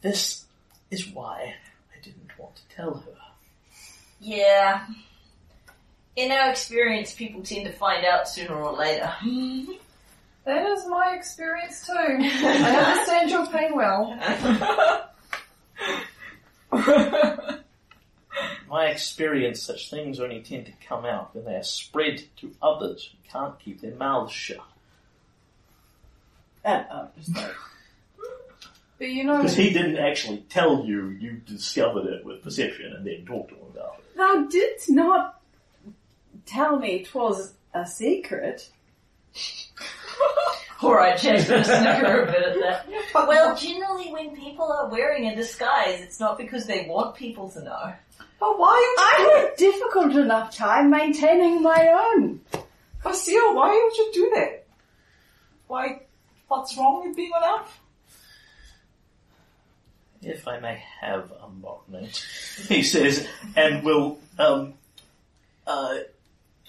S1: this is why I didn't want to tell her.
S6: Yeah. In our experience, people tend to find out sooner or later.
S4: That is my experience too. I understand your pain well.
S1: In my experience, such things only tend to come out when they are spread to others who can't keep their mouths shut.
S9: And I'm just like,
S4: But you know,
S1: Because he didn't actually tell you, you discovered it with perception and then talked to him about it.
S9: thou didst not tell me 'twas a secret.
S6: Alright, Jack's gonna snicker a bit at that. Well, generally when people are wearing a disguise, it's not because they want people to know.
S5: But why?
S9: I had a difficult enough time maintaining my own.
S5: Basile, why would you do that? Why? What's wrong with being an elf?
S1: If I may have a moment, he says, and will, um, uh,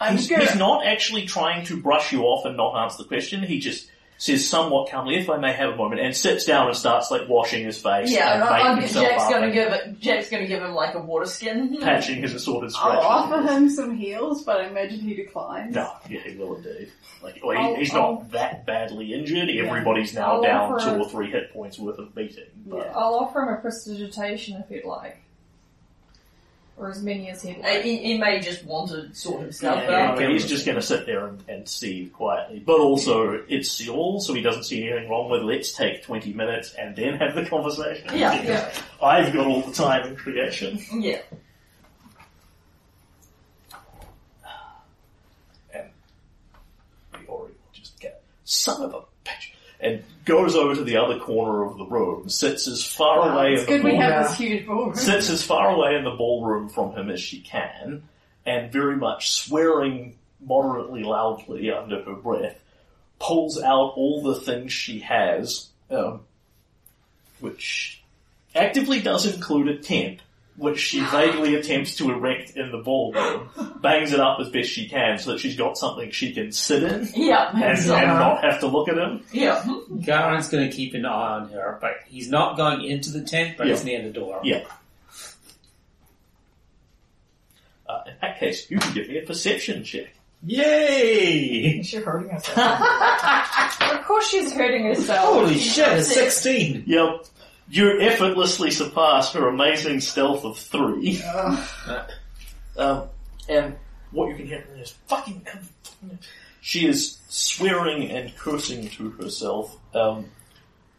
S6: I'm
S1: He's, he's not actually trying to brush you off and not answer the question. He just says somewhat calmly, "If I may have a moment," and sits down and starts like washing his face.
S6: Yeah,
S1: and
S6: and I-
S1: baking
S6: I'm-
S1: himself
S6: Jack's
S1: up
S6: gonna
S1: and
S6: give it, Jack's gonna give him like a water skin.
S1: patching his assorted
S9: I'll offer
S1: scratches.
S9: him some heals, but I imagine he declines.
S1: No, yeah, he will indeed. Like, well, he,
S4: Oh,
S9: I'll-
S1: he's
S9: I'll-
S1: not that badly injured. Everybody's now
S4: I'll
S1: down
S4: offer-
S1: two or three hit points worth of beating. But
S4: I'll offer him a prestidigitation if he'd like, or as many as he'd
S6: Uh,
S4: like.
S6: He, he may just want to sort himself
S1: you know,
S6: out.
S7: Yeah.
S1: he's just going to sit there and, and see quietly. But also, it's Seoul, so he doesn't see anything wrong with. Let's take twenty minutes and then have the conversation.
S6: Yeah.
S4: Yeah.
S1: I've got all the time in creation.
S6: Yeah.
S1: the Ori will just get son of a bitch and goes over to the other corner of the room, sits as far away in
S4: It's
S1: the
S4: good we
S1: ballroom,
S4: have this huge ballroom.
S1: sits as far away in the ballroom from him as she can, and very much swearing moderately loudly under her breath, pulls out all the things she has, um, which actively does include a tent, which she vaguely attempts to erect in the ballroom, bangs it up as best she can so that she's got something she can sit in
S6: Yeah.
S1: and, and not have to look at him.
S6: Yeah.
S7: Garen's going to keep an eye on her, but he's not going into the tent, but he's near the door.
S1: Yeah. Uh, in that case, you can give me a perception check.
S7: Yay!
S5: Is she hurting herself?
S4: Of course, she's hurting herself.
S7: Holy shit, a 16!
S1: Yep. You effortlessly surpass her amazing stealth of three. Uh, Um, and what you can hear is fucking. She is swearing and cursing to herself. Um,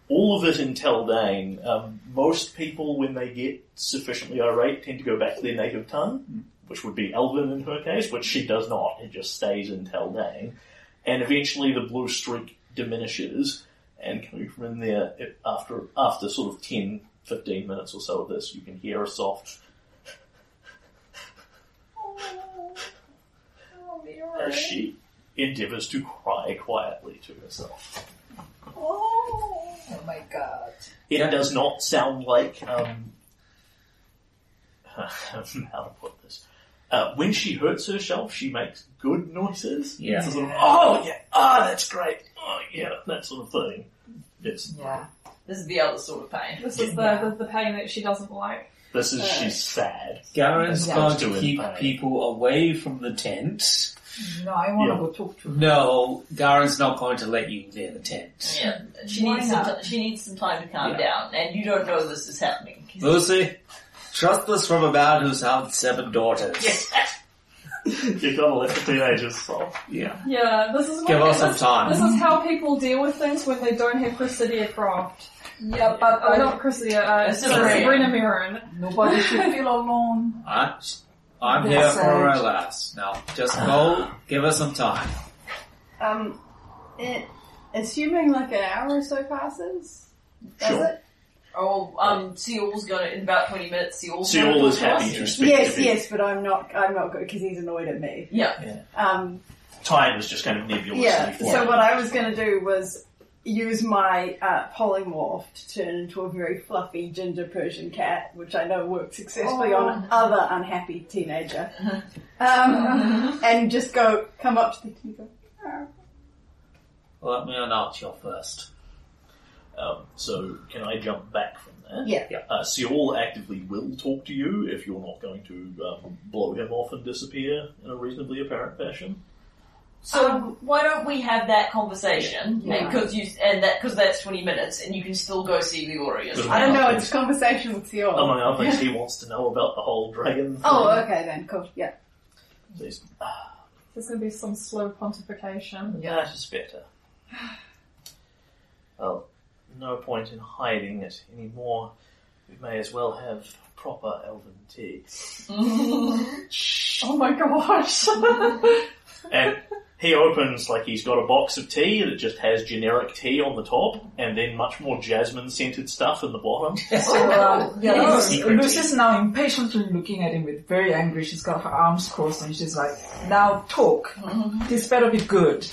S1: all of it in Teldane. Um, most people, when they get sufficiently irate, tend to go back to their native tongue, which would be Elven in her case, which she does not. It just stays in Teldane. And eventually the blue streak diminishes, and coming from in there, it, after, after sort of 10, 15 minutes or so of this, you can hear a soft Oh.
S4: I'll be
S1: as
S4: alright.
S1: she endeavours to cry quietly to herself.
S5: oh, oh my god.
S1: It does not sound like, um, how to put this. Uh, when she hurts herself, she makes good noises.
S7: Yeah.
S1: It's a sort of, oh yeah, ah, that's great. Oh yeah, that sort of thing. It's,
S5: Yeah.
S6: This is the other sort of pain.
S4: This is the, the the pain that she doesn't like.
S1: this is, she's sad.
S7: Garen's
S5: Yeah,
S7: going
S1: she's
S7: to
S1: doing
S7: keep
S1: fine.
S7: people away from the tent
S5: No, I want
S1: Yeah.
S5: to go talk to her.
S7: No, Garen's not going to let you near the tent.
S6: Yeah, she
S5: Why
S6: needs some
S5: not?
S6: t- she needs some time to calm down, and you don't know this is happening.
S7: Lucy, trust this from a man who's had seven daughters.
S1: You gotta let the teenagers solve.
S7: Yeah.
S4: Yeah, this is what
S7: Give us some
S4: this, this
S7: time.
S4: is how people deal with things when they don't have Chrysidia Croft.
S5: Yeah, but
S4: Oh,
S5: I
S4: not Chrysidia, uh,
S6: Sabrina.
S4: Sabrina Mirren.
S5: nobody should feel alone.
S7: I, I'm
S5: Yes,
S7: here for
S5: sir.
S7: our last. Now, just go, give us some time.
S9: Um, it, assuming like an hour or so passes, does
S1: Sure.
S9: it?
S6: Oh, um, Seal's gonna in about twenty minutes. Seal's
S1: So you're
S6: gonna
S1: all is
S6: talk to us.
S1: happy to speak
S9: Yes,
S1: to you.
S9: yes, but I'm not. I'm not good because he's annoyed at me.
S6: Yeah,
S9: Um,
S1: Time is just kind of nebulous.
S9: yeah.
S1: and you
S9: So
S1: form-
S9: what I was going to do was use my uh, polymorph to turn into a very fluffy ginger Persian cat, which I know works successfully on other unhappy teenager, um, and just go come up to the kid and go,
S7: Let me announce you first.
S1: Um, so can I jump back from there?
S9: Yeah.
S1: Uh, Seol actively will talk to you if you're not going to um, blow him off and disappear in a reasonably apparent fashion.
S6: So why don't we have that conversation?
S5: Yeah.
S6: Because you and that because that's twenty minutes, and you can still go see the Aureus.
S1: Doesn't
S9: I don't know.
S1: Among
S9: It's a conversation with Seol.
S1: Among other things, he wants to know about the whole dragon. Thing.
S9: Oh, okay then. Cool. Yeah.
S1: He's-
S4: There's gonna be some slow pontification.
S1: Yeah, it is better. Well, no point in hiding it anymore. We may as well have proper elven tea.
S4: Oh my gosh.
S1: And he opens like he's got a box of tea that just has generic tea on the top, and then much more jasmine scented stuff in the bottom.
S5: Uh, yeah,
S1: Yes.
S5: Lucy-
S1: Secret.
S5: Lucy's now impatiently looking at him with very angry. She's got her arms crossed and she's like, now talk.
S4: Mm-hmm.
S5: This better be good.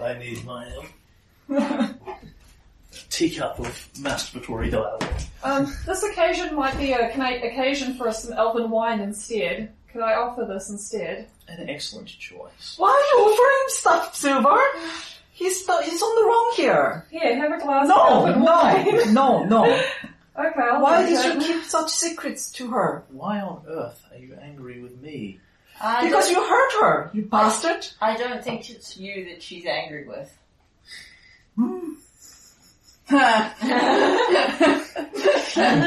S1: I need my um, teacup of masturbatory dialogue.
S4: Um, this occasion might be a cana- occasion for some elven wine instead. Could I offer this instead?
S1: An excellent choice.
S5: Why are you offering him stuff, Silver? He's, the, he's on the wrong here.
S4: Here, have a glass
S5: No,
S4: of elven wine.
S5: no, no, no.
S4: Okay,
S6: Oh,
S4: I'll
S5: Why
S4: drink
S5: did you
S4: it.
S5: keep such secrets to her?
S1: Why on earth are you angry with me?
S6: I
S5: Because
S6: don't,
S5: you hurt her, you bastard.
S6: I don't think it's you that she's angry with. Um,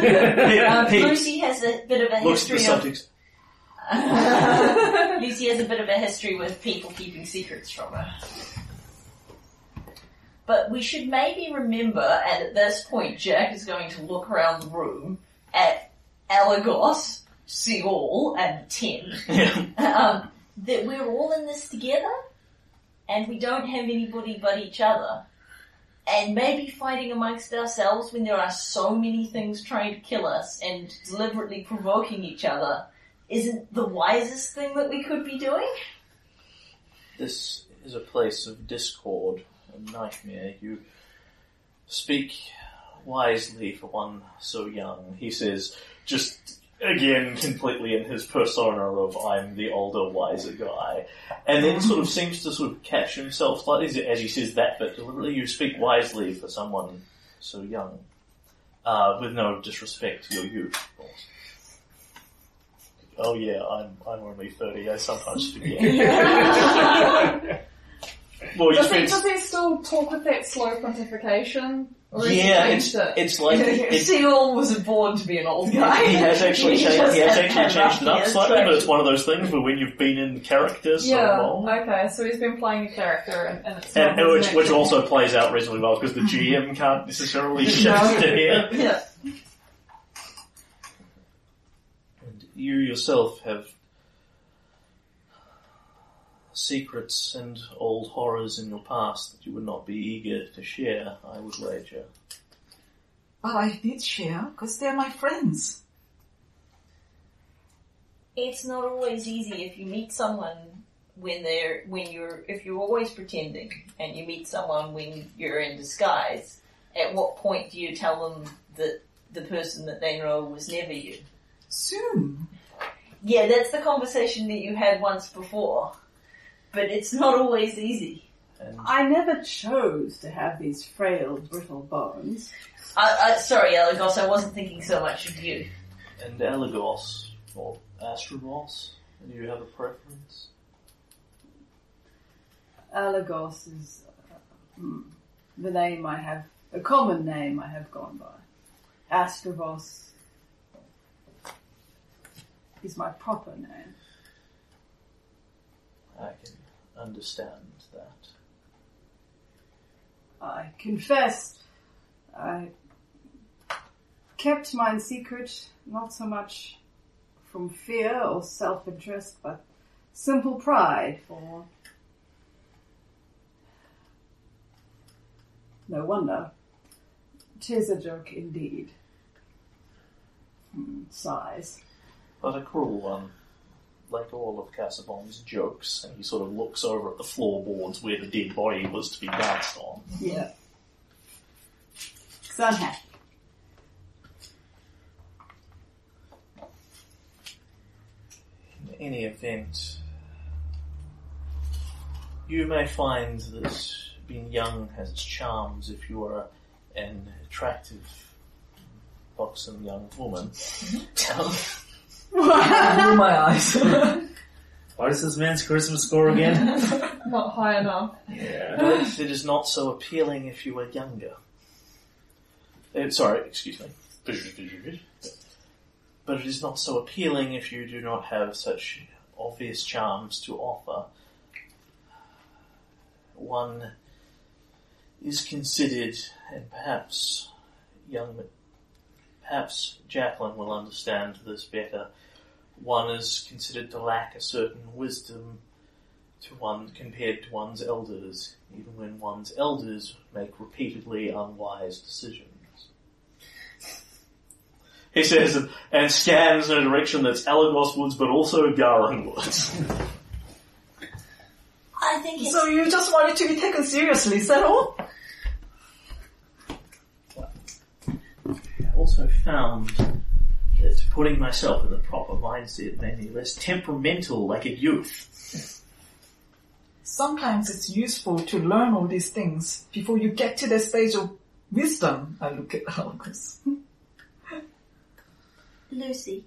S1: he
S6: Lucy has a bit of a
S1: looks at the
S6: history of
S1: subject.
S6: Lucy has a bit of a history with people keeping secrets from her. But we should maybe remember, and at this point, Jack is going to look around the room at Alagos, Seol, and Tim. um, that we're all in this together, and we don't have anybody but each other. And maybe fighting amongst ourselves when there are so many things trying to kill us and deliberately provoking each other isn't the wisest thing that we could be doing.
S1: This is a place of discord and nightmare. You speak wisely for one so young. He says, just again, completely in his persona of I'm the older, wiser guy. And then sort of seems to sort of catch himself slightly as he says that bit deliberately. You speak wisely for someone so young. Uh, with no disrespect to your youth, of course. Oh yeah, I'm, I'm only 30, I sometimes forget. well, you
S4: Does he,
S1: spent
S4: does he still talk with that slow pontification? Or has he
S1: yeah,
S4: changed
S1: it's,
S4: it?
S1: it's like it's,
S6: Seal was born to be an old guy.
S1: he has actually changed. He has
S6: just
S1: actually
S6: had
S1: changed it up
S6: rough
S1: slightly, but
S6: years.
S1: it's one of those things where when you've been in character so
S4: yeah,
S1: long,
S4: okay, so he's been playing a character and, and it's
S1: and,
S4: not his
S1: which, which
S4: natural-
S1: also plays out reasonably well because the GM can't necessarily shift it here.
S6: Yeah.
S1: And you yourself have secrets and old horrors in your past that you would not be eager to share. I would wager.
S5: Well, I did share because they're my friends.
S6: It's not always easy if you meet someone when they're when you're if you're always pretending and you meet someone when you're in disguise. At what point do you tell them that the person that they know was never you?
S5: Soon.
S6: Yeah, that's the conversation that you had once before, but it's not always easy.
S1: And
S9: I never chose to have these frail, brittle bones.
S6: I, I, sorry, Alagos, I wasn't thinking so much of you.
S1: and Elagos or Astrobos. Do you have a preference?
S9: Alagos is uh, hmm, the name I have, a common name I have gone by. Astrovos is my proper name.
S1: I can understand that.
S9: I confess, I kept mine secret, not so much from fear or self-interest, but simple pride for... No wonder. Tis a joke indeed. Hmm, sighs.
S1: But a cruel one. Like all of Casaubon's jokes, and he sort of looks over at the floorboards where the dead body was to be danced on.
S9: Yeah. It's unhappy.
S1: In any event, you may find that being young has its charms if you are an attractive, buxom young woman. Um,
S5: Blew my eyes.
S7: What is this man's charisma score again?
S22: Not high enough.
S1: but it is not so appealing if you were younger. Uh, sorry, excuse me. But it is not so appealing if you do not have such obvious charms to offer. One is considered, and perhaps young, perhaps Jacqueline will understand this better. One is considered to lack a certain wisdom to one compared to one's elders, even when one's elders make repeatedly unwise decisions. He says, and- and scans in a direction that's Alagos Woods, but also Garland Woods.
S6: I think it's
S5: so you just wanted to be taken seriously, is that all?
S23: I also
S1: Found that putting myself in the proper mindset made me less temperamental like a youth.
S5: Sometimes it's useful to learn all these things before you get to the stage of wisdom. I look at Alcus.
S6: Lucy.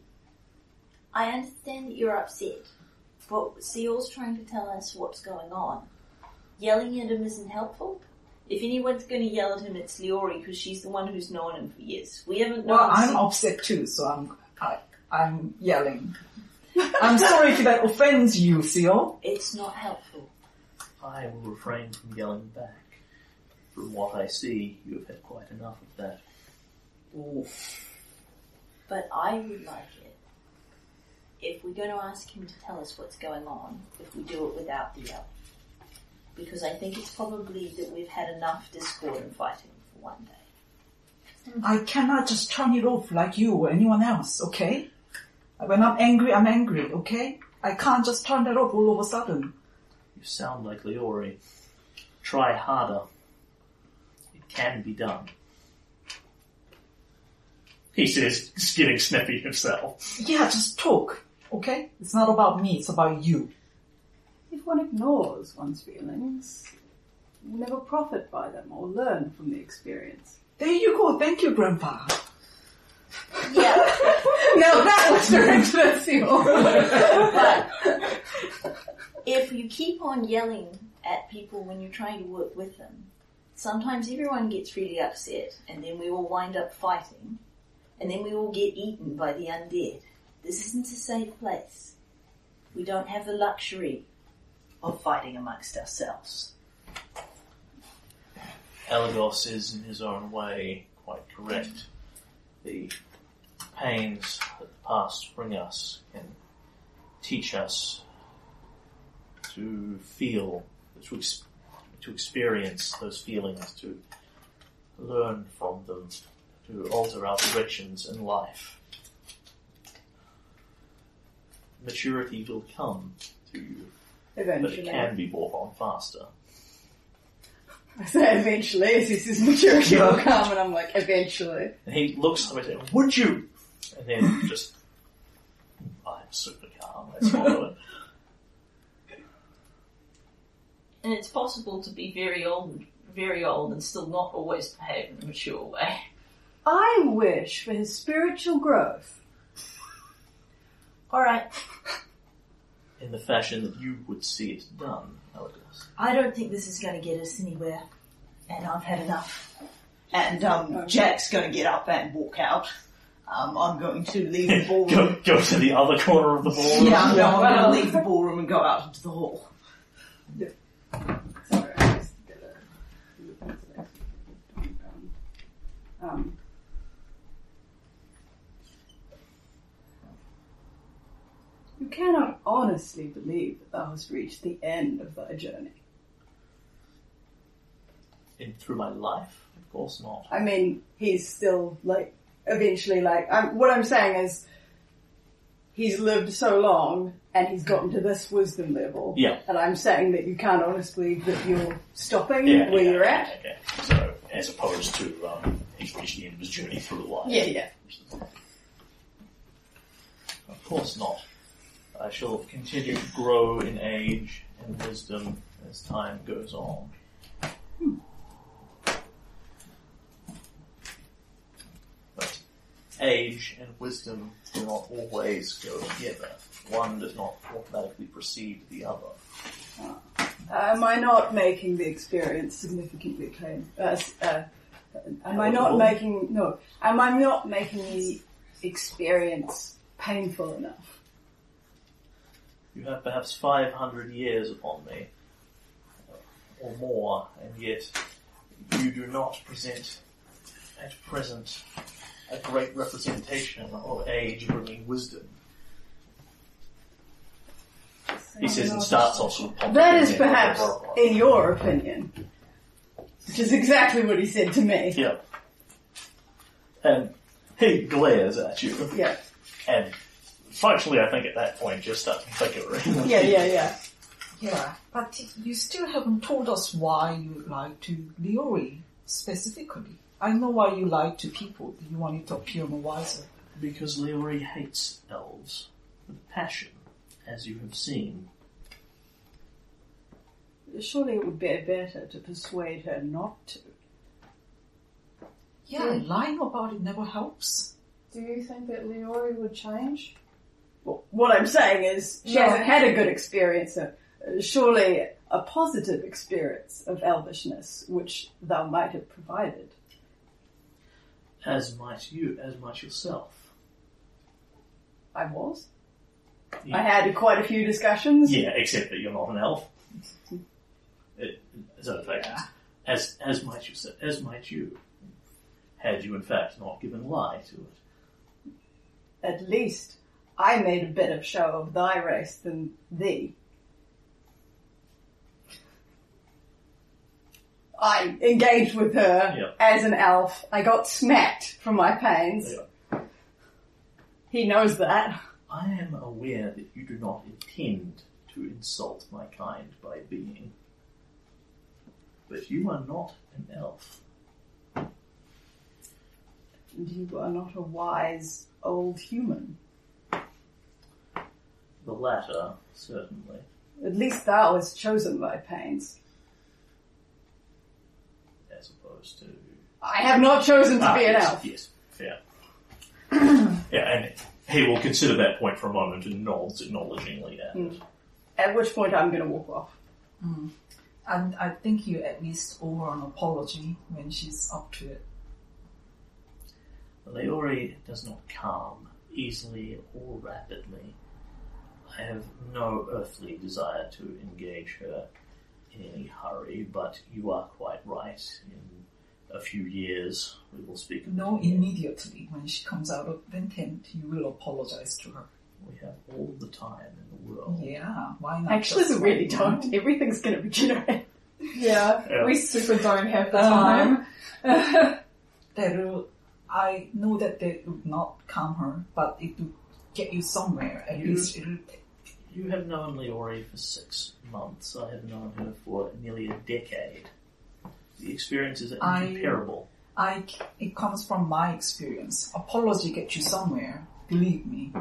S6: I understand that you're upset, but Seal's trying to tell us what's going on. Yelling at him isn't helpful. If anyone's going to yell at him, it's Leori because she's the one who's known him for years. We haven't known.
S5: Well, I'm
S6: Se-
S5: upset too, so I'm I, I'm yelling. I'm sorry if that offends you, Seal.
S6: It's not helpful.
S1: I will refrain from yelling back. From what I see, you have had quite enough of that.
S6: But I would like it if we're going to ask him to tell us what's going on, if we do it without the yell. Because I think it's probably that we've had enough discord and fighting for one day.
S5: I cannot just turn it off like you or anyone else, okay? When I'm angry, I'm angry, okay? I can't just turn that off all of a sudden.
S1: You sound like Leori. Try harder. It can be done. He says, getting snippy himself.
S5: Yeah, just talk, okay? It's not about me, it's about you.
S9: If one ignores one's feelings, you never profit by them or learn from the experience.
S5: There you go, thank you, Grandpa.
S6: Yeah,
S9: Now that was directed at Seal.
S6: but if you keep on yelling at people when you're trying to work with them, sometimes everyone gets really upset and then we all wind up fighting and then we all get eaten by the undead. This isn't a safe place. We don't have the luxury of fighting amongst ourselves.
S1: Elagos is, in his own way, quite correct. The pains that the past bring us can teach us to feel, to, ex- to experience those feelings, to learn from them, to alter our directions in life. Maturity will come to you, but it can
S9: Eventually.
S1: be brought on faster.
S9: I say eventually, as this is maturity will come, and I'm like, eventually.
S1: And he looks at me and says, Would you? And then just, I'm super calm, I swallow it.
S24: And it's possible to be very old, very old, and still not always behave in a mature way.
S9: I wish for his spiritual growth.
S24: All right.
S1: In the fashion that you would see it done.
S6: I don't think this is going to get us anywhere, and I've had enough.
S25: And um, Jack's going to get up and walk out. Um, I'm going to leave the ballroom.
S1: Go, go to the other corner of the ballroom.
S25: yeah, no, I'm going to leave the ballroom and go out into the hall.
S9: Sorry, I just did a. Um, you cannot honestly believe that thou hast reached the end of thy journey.
S1: In, through my life? Of course not.
S9: I mean, he's still like eventually like I'm, what I'm saying is he's lived so long and he's gotten to this wisdom level.
S1: Yeah.
S9: And I'm saying that you can't honestly believe that you're stopping
S1: Yeah,
S9: where
S1: yeah,
S9: you're at.
S1: Okay. So, as opposed to um, he's reached the end of his journey through life.
S9: Yeah, yeah.
S1: Of course not. I shall continue to grow in age and wisdom as time goes on. But age and wisdom do not always go together. One does not automatically precede the other.
S9: Uh, Am I not making the experience significantly claim? Uh, s- uh, am I not
S1: Palatable?
S9: making no? Am I not making the experience painful enough?
S1: You have perhaps 500 years upon me, or more, and yet you do not present at present a great representation of age bringing wisdom. He says and starts off with popping
S9: That
S1: in
S9: is
S1: there.
S9: perhaps, in your opinion, which is exactly what he said to me.
S1: Yeah. And he glares at you,
S9: Yeah,
S1: and functionally I think at that point just starts bickering.
S9: yeah, yeah, yeah.
S5: Yeah, but you still haven't told us why you lied to Leori specifically. I know why you lied to people. You wanted to appear more wiser.
S1: Because Leori hates elves with a passion, as you have seen.
S9: Surely it would be better to persuade her not to.
S5: Yeah, lying about it never helps.
S4: Do you think that Leori would change?
S9: Well, what I'm saying is, she
S4: No.
S9: hasn't had a good experience. So uh, surely a positive experience of elvishness, which thou might have provided.
S1: As might you, as might yourself.
S9: I was.
S1: Yeah.
S9: I had quite a few discussions.
S1: Yeah, except that you're not an elf. It, as other factions. As, as might you, se- as might you. Had you in fact not given lie to it.
S9: At least I made a better show of thy race than thee. I engaged with her
S1: Yeah.
S9: as an elf. I got smacked from my pains.
S1: Yeah.
S9: He knows that.
S1: I am aware that you do not intend to insult my kind by being. But you are not an elf.
S9: And you are not a wise old human.
S1: The latter, certainly.
S9: At least thou hast chosen thy pains.
S1: As opposed to.
S9: I have not chosen to
S1: Ah,
S9: be an
S1: yes,
S9: elf.
S1: Yes, fair. yeah, and he will consider that point for a moment and nods acknowledgingly at it.
S9: Hmm. At which point I'm going to walk off.
S5: And I think you at least owe her an apology when she's up to it.
S1: Leori does not calm easily or rapidly. I have no earthly desire to engage her in any hurry, but you are quite right. In a few years, we will speak.
S5: No, immediately when she comes out of Vintent, you will apologize to her.
S1: We have all the time in the world.
S5: Yeah, why not?
S9: Oh. Actually,
S5: just
S9: we really
S5: right now?
S9: don't. Everything's going to be generated.
S4: Yeah,
S1: Yeah.
S4: we super don't have
S5: Uh-huh.
S4: the time.
S5: That will, I know that that would not calm her, but it will get you somewhere. At
S1: You-
S5: least it will
S1: You have known Leori for six months. I have known her for nearly a decade. The experiences are
S5: I-
S1: incomparable.
S5: I, it comes from my experience. Apology gets you somewhere, believe me.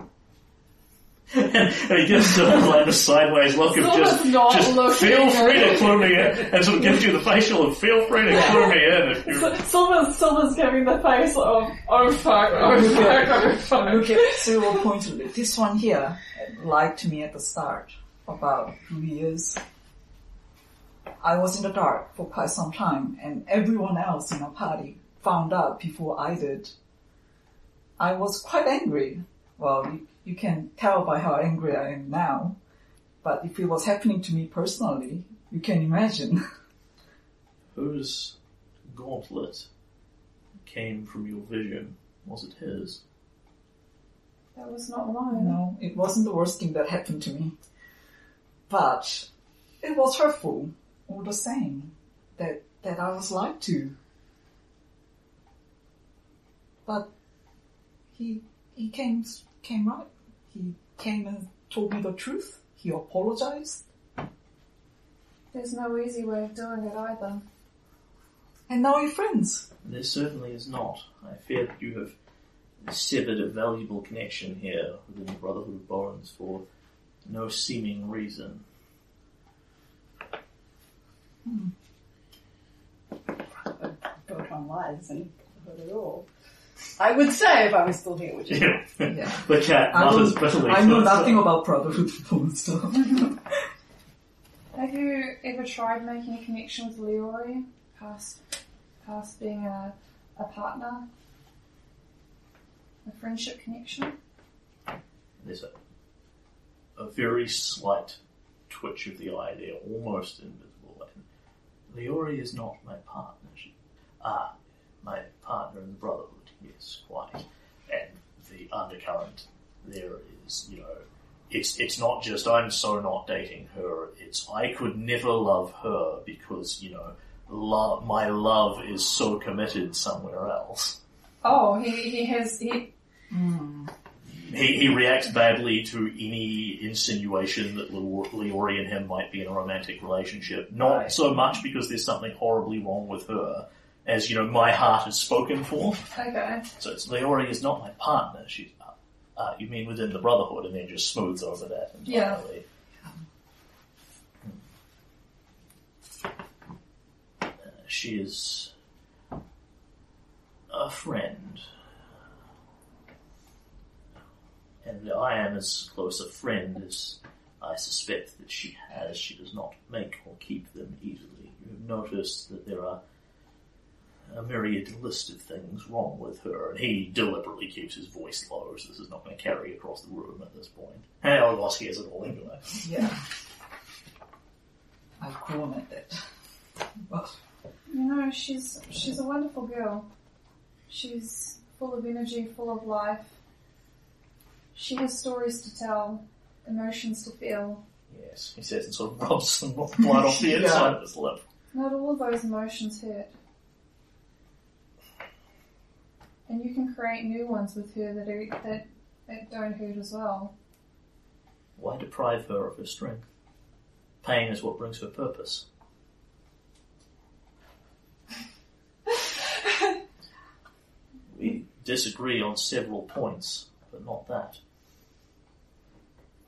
S1: and he gives sort of like a sideways look of just,
S4: not
S1: just
S4: looking
S1: feel
S4: at
S1: free to
S4: it.
S1: clue me in, and sort of gives you the facial of feel free to clue me in. If you
S4: S- Silver's, Silver's giving the face of, oh fuck, oh fuck, oh fuck.
S5: Look at several points of it. This one here lied to me at the start about who he is. I was in the dark for quite some time, and everyone else in our party found out before I did. I was quite angry. Well, you, you can tell by how angry I am now. But if it was happening to me personally, you can imagine.
S1: Whose gauntlet came from your vision? Was it his?
S5: That was not mine. No, it wasn't the worst thing that happened to me. But it was hurtful, all the same, that, that I was lied to. But he he came came right. He came and told me the truth. He apologized.
S4: There's no easy way of doing it either.
S5: And now we're friends.
S1: There certainly is not. I fear that you have severed a valuable connection here within the Brotherhood of Borans for no seeming reason.
S5: Hmm.
S9: built on lies and heard it all. I would say if I was still here, which is
S1: Yeah.
S5: Yeah.
S1: the cat mutters
S5: I,
S1: bitterly.
S5: don't- I
S1: uh, to
S5: know
S1: uh, herself.
S5: nothing about brotherhood before, so.
S4: Have you ever tried making a connection with Leori past past being a, a partner? A friendship connection?
S1: There's a, a very slight twitch of the eye there, almost invisible. And Leori is not my partner. She, ah, my partner in the Brotherhood. Yes, quite. And the undercurrent there is, you know, it's it's not just I'm so not dating her. It's I could never love her because you know, love my love is so committed somewhere else.
S4: Oh, he, he has he
S1: He, he reacts badly to any insinuation that Leo- Leori and him might be in a romantic relationship. Not so much because there's something horribly wrong with her, as you know, my heart is spoken for.
S4: okay.
S1: So it's Leori is not my partner. She's uh, you mean within the Brotherhood, and then just smooths over that
S4: Yeah.
S1: entirely. Uh, she is a friend. And I am as close a friend as I suspect that she has. She does not make or keep them easily. You have noticed that there are a myriad list of things wrong with her, and he deliberately keeps his voice low, so this is not going to carry across the room at this point. Hey, I lost hears it all anyway.
S5: Yeah. I've grown at that. Well,
S4: You know, she's she's a wonderful girl. She's full of energy, full of life. She has stories to tell, emotions to feel.
S1: Yes, he says and sort of rubs some more blood off the
S4: Yeah.
S1: inside of his lip.
S4: Not all of those emotions hurt. And you can create new ones with her that are, that, that don't hurt as well.
S1: Why deprive her of her strength? Pain is what brings her purpose. we disagree on several points, but not that.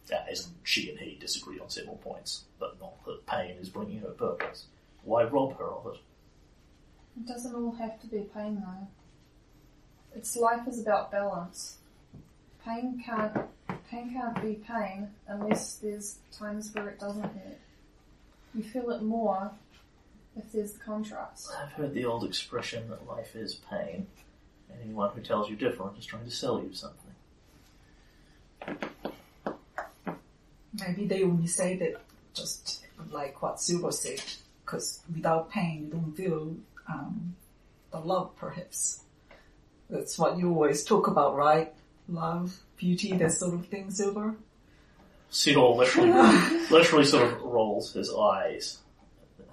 S1: That is, she and he disagree on several points, but not that pain is bringing her purpose. Why rob her of it?
S4: It doesn't all have to be pain though. It's life is about balance. Pain can't pain can't be pain unless there's times where it doesn't hurt. You feel it more if there's the contrast.
S1: I've heard the old expression that life is pain. Anyone who tells you different is trying to sell you something.
S5: maybe they only say that just like what Silver said, because without pain you don't feel um, the love, perhaps. That's what you always talk about, right? Love, beauty, that sort of thing, Silver.
S1: Seal literally, literally sort of rolls his eyes.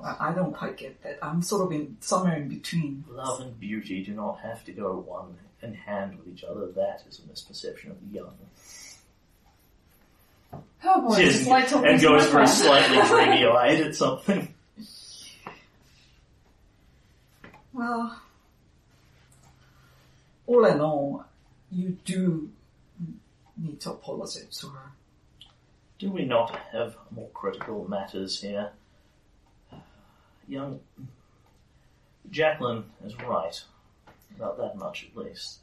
S5: I I don't quite get that. I'm sort of in somewhere in between.
S1: Love and beauty do not have to go one in hand with each other. That is a misperception of the young.
S4: Oh boy,
S1: Yes,
S4: it's like talking
S1: and
S4: to
S1: goes very
S4: my friend.
S1: slightly dreamy eyed at something.
S5: Well, all in all, you do need to apologize to her.
S1: Do we not have more critical matters here? Young Jacqueline is right about that much, at least.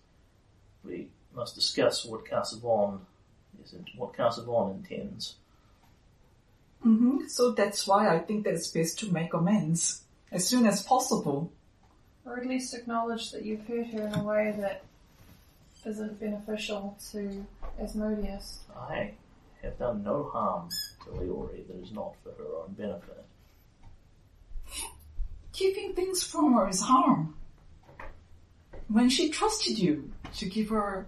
S1: We must discuss what Cassavon is, what Cassavon intends.
S5: hmm So that's why I think there's space to make amends as soon as possible.
S4: Or at least acknowledge that you've hurt her in a way that isn't beneficial to Asmodeus.
S1: I have done no harm to Leori that is not for her own benefit.
S5: Keeping things from her is harm. When she trusted you to give her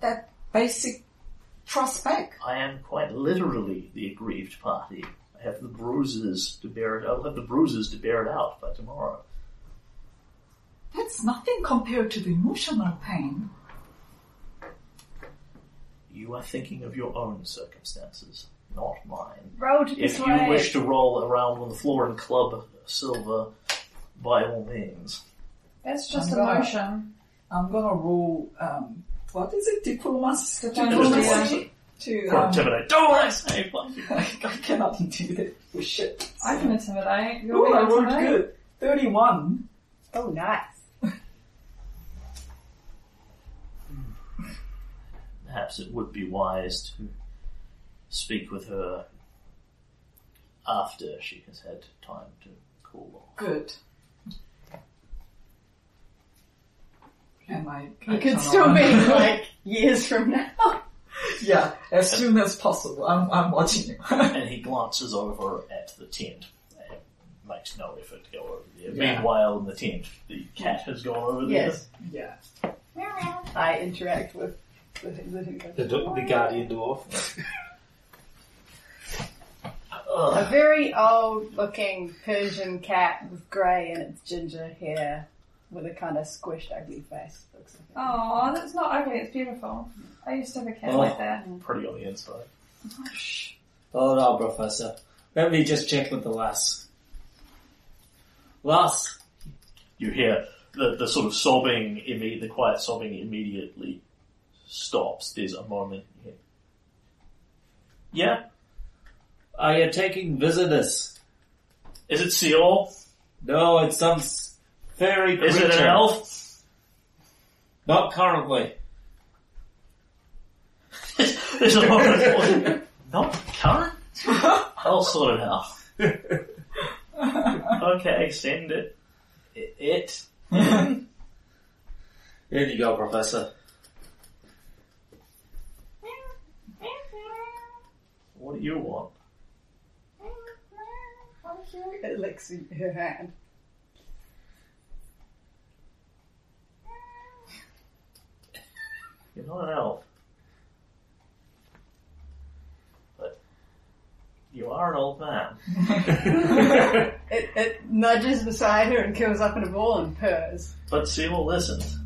S5: that basic trust back.
S1: I am quite literally the aggrieved party. I have the bruises to bear it. I'll have the bruises to bear it out by tomorrow.
S5: That's nothing compared to the emotional pain.
S1: You are thinking of your own circumstances, not mine.
S9: Road
S1: If
S9: this
S1: you
S9: way.
S1: wish to roll around on the floor and club Silver, by all means.
S4: That's just
S5: I'm gonna-
S4: emotion.
S5: I'm gonna roll, um, what is it? Diplomacy?
S4: Diplomacy.
S5: To,
S1: Or
S5: um,
S1: intimidate. Don't want to say fuck you.
S5: I cannot do that. Oh, shit.
S4: I can intimidate. You're
S5: Oh, I
S4: being
S5: rolled
S4: intimidate.
S5: good. 31.
S9: Oh, nice.
S1: Perhaps it would be wise to speak with her after she has had time to cool off.
S5: Good. Am I?
S9: You could still be like years from now.
S5: Yeah, as soon as possible. I'm, I'm watching you.
S1: and he glances over at the tent and makes no effort to go over there. Meanwhile, in the tent, the cat has gone over there.
S9: Yes.
S5: Yeah.
S9: I interact with the, the, the,
S26: The, do- the guardian dwarf.
S9: A
S1: Ugh.
S9: very old looking Persian cat with grey and its ginger hair with a kind of squished ugly face. Looks like it.
S4: Aw, that's not ugly, it's beautiful. I used to have a cat
S7: Oh.
S4: like that.
S1: Pretty on the inside.
S7: Hold on, Professor. Let me just check with the lass. Lass,
S1: You hear the, the sort of sobbing, imme- the quiet sobbing immediately stops. There's a moment. you hear, Yeah?
S7: are you taking visitors?
S1: Is it Seol?
S7: No, it's some s- fairy
S1: Is it an
S7: creature.
S1: elf?
S7: Not currently.
S1: There's a moment. of- Not current? I'll sort it out. Okay, send it. I- It.
S7: Here you go, Professor.
S1: What do you want?
S9: It licks her hand.
S1: You're not an elf. But you are an old man.
S9: It, it nudges beside her and curls up in a ball and purrs.
S1: But Sewell listens.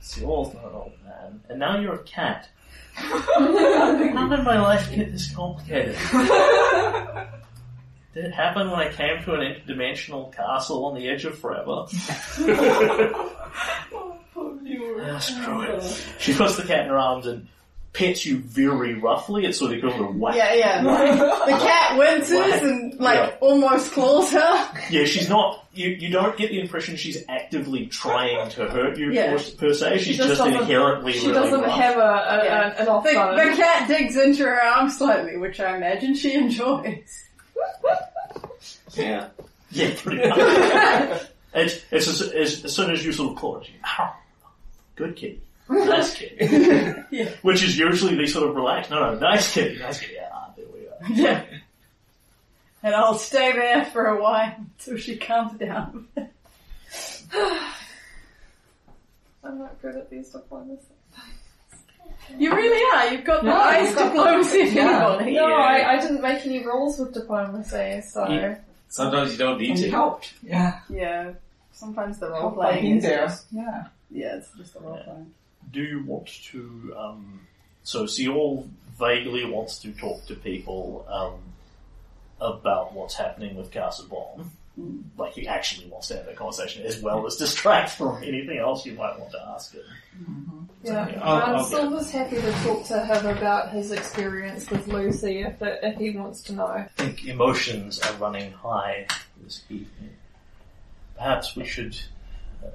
S1: Sewell's oh, not an old man. And now you're a cat. How did my life get this complicated? Did it happen when I came to an interdimensional castle on the edge of forever? Ah, screw it. She puts the cat in her arms and pets you very roughly. It's sort of equivalent to whack.
S9: Yeah, yeah. The cat winces
S1: What?
S9: and like
S1: Yeah.
S9: almost claws her.
S1: Yeah, she's not. You, you don't get the impression she's actively trying to hurt you
S9: Yeah.
S1: per, per se. She's
S4: She just
S1: just,
S4: doesn't-
S1: inherently
S4: She
S1: really
S4: doesn't
S1: rough.
S4: have a, a,
S9: Yeah.
S4: a- an
S9: The, the
S4: offbone.
S9: cat digs into her arm slightly, which I imagine she enjoys.
S7: Yeah.
S1: Yeah, pretty much. it's, it's as, as, as soon as you sort of claw it, she, ow, good kitty, nice kitty.
S9: Yeah.
S1: Which is usually the sort of relaxed. No, no, nice kitty, nice kitty. Ah, there we are.
S9: Yeah. And I'll stay there for a while until she calms down.
S4: I'm not good at these diplomacy.
S9: You really are. You've got the
S5: Yeah,
S9: eyes
S5: you've got-
S9: diplomacy if
S5: yeah.
S9: anybody.
S4: No, I, I didn't make any rules with diplomacy, so
S7: Yeah. Sometimes you don't need
S5: And
S7: to.
S5: helped. Yeah.
S9: Yeah. Sometimes the role
S5: Helped
S9: playing
S5: in
S9: is
S5: there.
S9: just
S5: Yeah.
S9: yeah, it's just the role playing.
S1: Do you want to? Um, so Seol vaguely wants to talk to people um, about what's happening with Castle Bomb. Like he actually wants to have that conversation as well as distract from anything else you might want to ask him.
S4: yeah.
S7: Yeah, I'll-
S4: um,
S7: I'll-
S4: Silver's happy to talk to him about his experience with Lucy if, it, if he wants to know.
S1: I think emotions are running high this evening. Perhaps we should uh,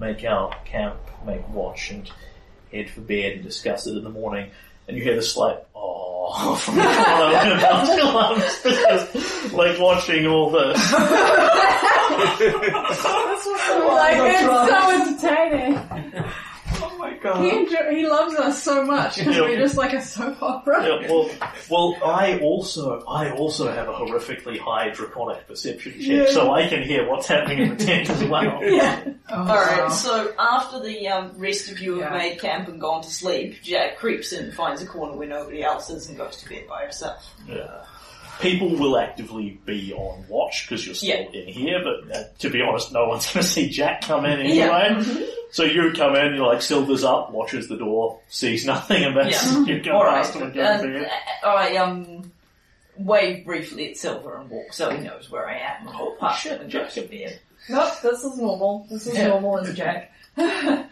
S1: make our camp, make watch, and head for bed and discuss it in the morning. and you hear the slight oh from the bottom of your lungs because, like watching all this.
S9: like, it's so
S27: entertaining.
S9: Oh my
S27: God.
S9: He, enjo- he loves us so much because
S1: Yeah.
S9: we're just like a soap opera.
S1: Yeah, well, well, I also, I also have a horrifically high draconic perception check,
S6: Yeah.
S1: so I can hear what's happening in the tent as well.
S6: Alright, so after the um, rest of you have made camp and gone to sleep, Jack creeps in, finds a corner where nobody else is, and goes to bed by herself.
S1: Yeah. People will actively be on watch because you're still in here, but uh, to be honest, no one's going to see Jack come in anyway.
S6: Mm-hmm.
S1: So you come in, you're like, Silver's up, watches the door, sees nothing, and that's,
S6: Yeah.
S1: you go
S6: All
S1: past him and
S6: right.
S1: go to
S6: Uh,
S1: bed.
S6: I um wave briefly at Silver and walk so he knows where I am. And walk past him and goes to bed.
S28: Nope, this is normal. This is
S6: Yeah.
S28: normal as Jack.
S6: Yeah,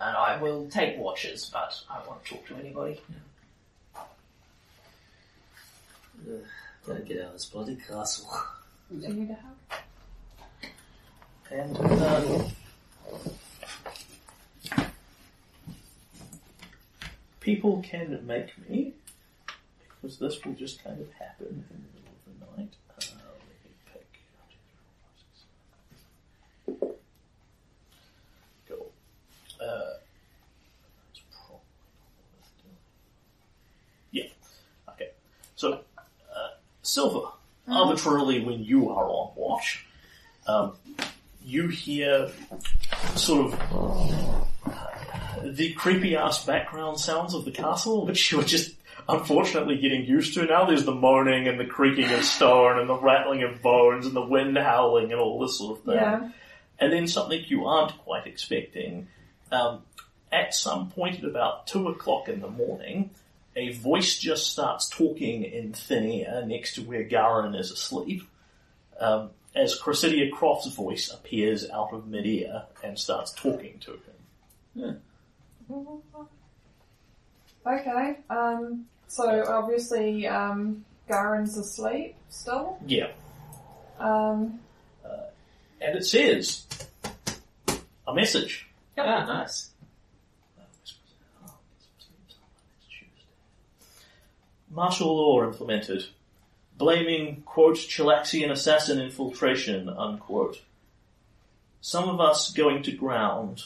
S6: and I will take watches, but I won't talk to anybody.
S29: Gotta get out of this bloody castle.
S6: Do you need a help? And um,
S1: People can make me, because this will just kind of happen in the middle of the night. Uh, let me pick. Go. Uh, that's probably not worth doing. Yeah. Okay. So, uh, Silver, arbitrarily when you are on watch, um, you hear sort of uh, the creepy ass background sounds of the castle, which you're just unfortunately getting used to. Now there's the moaning and the creaking of stone and the rattling of bones and the wind howling and all this sort of thing.
S4: Yeah.
S1: And then something you aren't quite expecting. Um, at some point at about two o'clock in the morning, a voice just starts talking in thin air next to where Garin is asleep. Um, as Cressidia Croft's voice appears out of midair and starts talking to him.
S4: Okay. Um. So obviously, um, Garen's asleep still.
S1: Yeah.
S4: Um.
S1: And it says a message.
S29: Ah, nice.
S1: Martial law implemented. Blaming, quote, Chilaxian assassin infiltration, unquote. Some of us going to ground.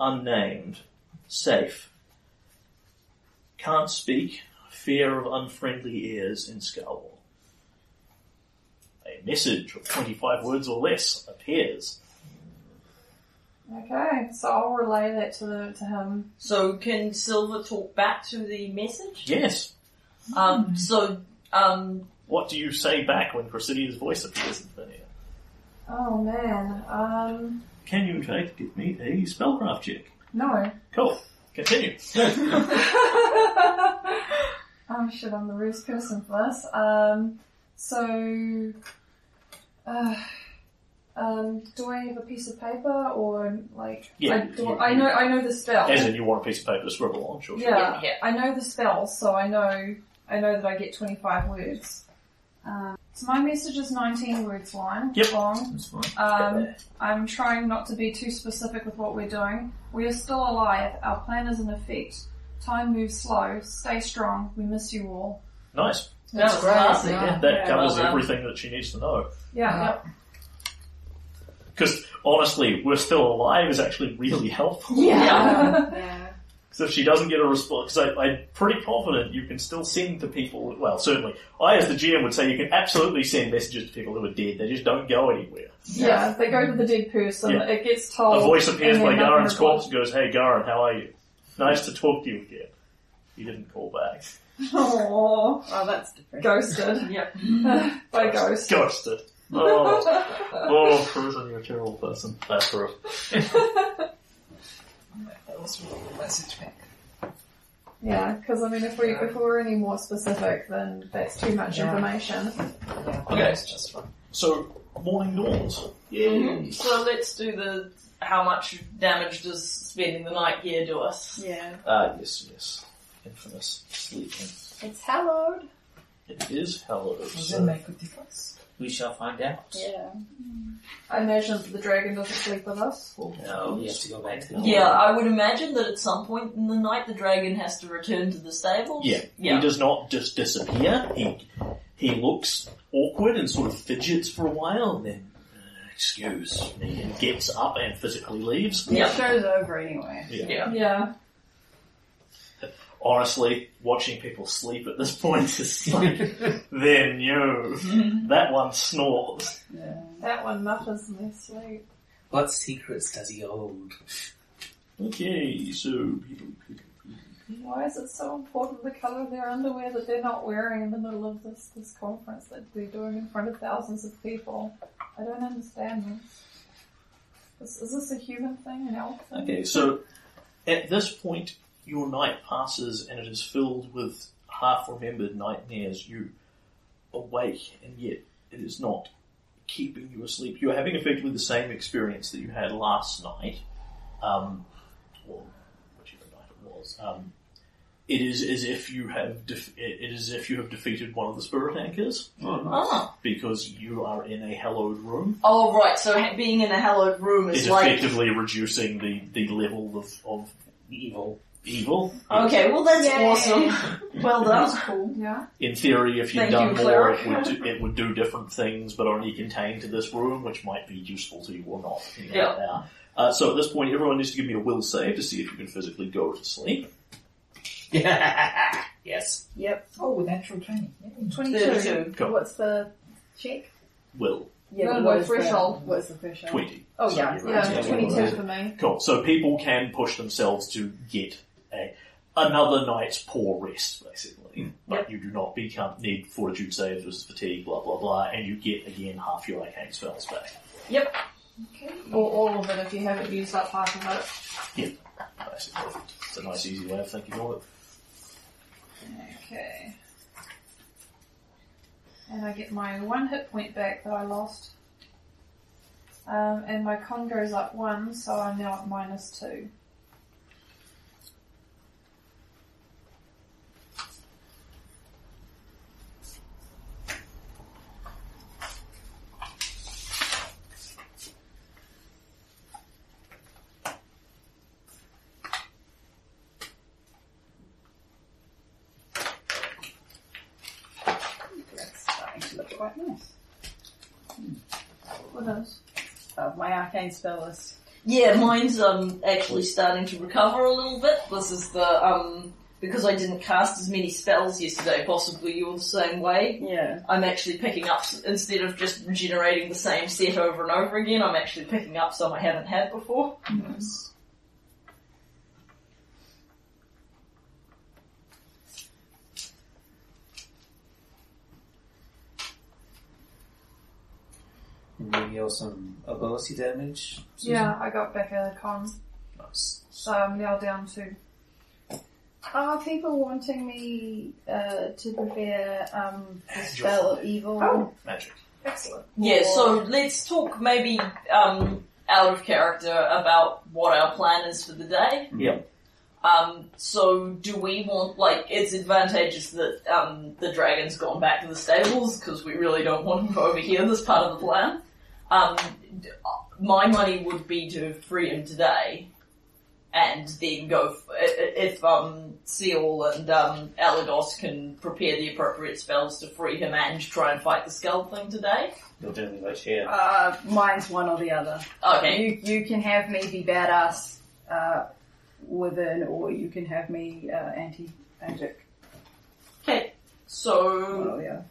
S1: Unnamed. Safe. Can't speak. Fear of unfriendly ears in Skull. A message of 25 words or less appears.
S4: Okay. So I'll relay that to the, to him.
S6: so can Silver talk back to the message?
S1: Yes.
S6: Um, so um,
S1: What do you say back when Cressidia's voice appears in the air?
S4: Oh man. Um.
S1: Can you, in fact, give me a spellcraft check?
S4: No.
S1: Cool. Continue.
S4: Oh shit, I'm the worst person for this. Um, so, uh, um, do I have a piece of paper or like?
S1: Yeah,
S4: I, do,
S1: you-
S4: I know, I know the spell.
S1: As in, you want a piece of paper to scribble on, sure. sure.
S4: yeah, I know the spell, so I know, I know that I get 25 words. Um, so my message is 19 words long.
S1: Yep.
S4: Long. Um, I'm trying not to be too specific with what we're doing. We are still alive. Our plan is in effect. Time moves slow. Stay strong. We miss you all.
S1: Nice.
S4: That's That's great, classy. yeah.
S1: Yeah, that
S4: Yeah,
S1: covers
S4: well um, done.
S1: everything that she needs to know. Uh-huh.
S4: Yeah.
S1: Because honestly, we're still alive is actually really helpful. Because if she doesn't get a response, because I'm pretty confident you can still send to people. Well, certainly, I as the GM would say you can absolutely send messages to people who are dead. They just don't go anywhere.
S4: Yeah, they go to the dead person.
S1: Yeah.
S4: It gets
S1: A
S4: told.
S1: voice appears
S4: Oh, and
S1: by
S4: then nothing
S1: Garen's
S4: is
S1: corpse and goes, "Hey, Garen, how are you? Nice to talk to you again." He didn't call back.
S4: Aww.
S30: Oh, that's different.
S4: Ghosted.
S6: yep.
S4: by ghost.
S1: Ghosted. Oh, oh, person, you're a terrible person. That's true.
S5: That was really a message back.
S4: Yeah, because I mean, if we if we were any more specific, then that's too much
S5: Yeah.
S4: information.
S1: Okay. So, morning dawns.
S4: Mm-hmm.
S6: Mhm. So let's do the how much damage does spending the night here do us?
S30: Yeah.
S1: Ah, yes, yes. Infamous sleeping.
S30: It's hallowed.
S1: It is hallowed.
S31: Does it make a difference?
S7: We shall find out.
S4: Yeah. I imagine the dragon doesn't sleep with us.
S7: No, Uh, we have to go back to the
S6: Yeah, I would imagine that at some point in the night the dragon has to return to the stables.
S1: Yeah.
S6: Yeah.
S1: He does not just disappear. He he looks awkward and sort of fidgets for a while and then uh, excuse me and gets up and physically leaves.
S9: The show's over anyway.
S1: Yeah.
S4: Yeah.
S1: Honestly, watching people sleep at this point is like then yo that one snores.
S4: That one mutters in their sleep.
S5: What secrets does he hold?
S1: Okay, so
S4: Why is it so important the colour of their underwear that they're not wearing in the middle of this, this conference that they're doing in front of thousands of people? I don't understand this. Is, is this a human thing, an elf thing?
S1: Okay, so at this point, your night passes and it is filled with half-remembered nightmares. You awake and yet it is not keeping you asleep. You are having effectively the same experience that you had last night, um, or whichever night it was. Um, it is as if you have def- it it is as if you have defeated one of the spirit anchors.
S7: Oh,
S6: nice. Ah.
S1: Because you are in a hallowed room
S6: Oh right, so ha- being in a hallowed room is
S1: is
S6: like
S1: effectively reducing the, the level of, of evil. Evil.
S6: okay, well that's
S4: Yay.
S6: awesome. well done.
S4: cool. Yeah.
S1: In theory, if you'd
S6: Thank
S1: done
S6: you,
S1: more,
S6: Clara.
S1: it would, do, it would do different things, but only contained to this room, which might be useful to you or not. depending on
S6: Yeah.
S1: how they are. Uh, so at this point, everyone needs to give me a will save to see if you can physically go to sleep.
S5: yes.
S9: Yep.
S32: Oh, natural twenty.
S9: Twenty-two.
S1: Cool.
S9: What's the check?
S1: Will.
S9: Yeah.
S4: No,
S9: but
S4: no,
S9: what is
S4: threshold.
S9: The, what's the threshold?
S1: 20.
S9: Oh
S1: So
S9: yeah.
S1: you're
S9: Yeah.
S1: right.
S9: Twenty-two for me.
S1: Cool. So people can push themselves to get a, another night's poor rest,
S6: Hmm.
S1: basically. But you do not become need fortitude saves versus fatigue, blah blah blah, and you get again half your arcane spells back.
S6: Yep.
S4: Okay. Or all of it if you haven't used up half of it.
S1: Yeah, basically. It's a nice easy way of thinking of it.
S4: Okay. And I get my one hit point back that I lost. Um, and my con goes up one, so I'm now at minus two.
S9: That's starting to look quite nice.
S4: What else?
S9: Uh, my arcane spell list.
S6: Yeah, mine's um actually starting to recover a little bit. This is the um because I didn't cast as many spells yesterday, possibly you're the same way.
S9: Yeah.
S6: I'm actually picking up instead of just regenerating the same set over and over again. I'm actually picking up some I haven't had before.
S7: Maybe also some ability damage. Susan?
S4: Yeah, I got back a con,
S7: Nice.
S4: so I'm now down two.
S9: Are people wanting me uh, to prepare um, the spell of evil?
S4: Oh.
S1: Magic.
S4: Excellent.
S6: Yeah, so let's talk maybe um, out of character about what our plan is for the day.
S1: Yeah.
S6: Um, so do we want like it's advantageous that um, the dragon's gone back to the stables because we really don't want him over here. This part of the plan. Um, d- my money would be to free him today, and then go f- i- i- if um, Seal and um, Alados can prepare the appropriate spells to free him and try and fight the skull thing today.
S7: You're doing like shit.
S9: Uh, mine's one or the other.
S6: Okay.
S9: You you can have me be badass uh, within, or you can have me uh, anti magic.
S6: Okay.
S9: One
S6: So,
S9: or the other.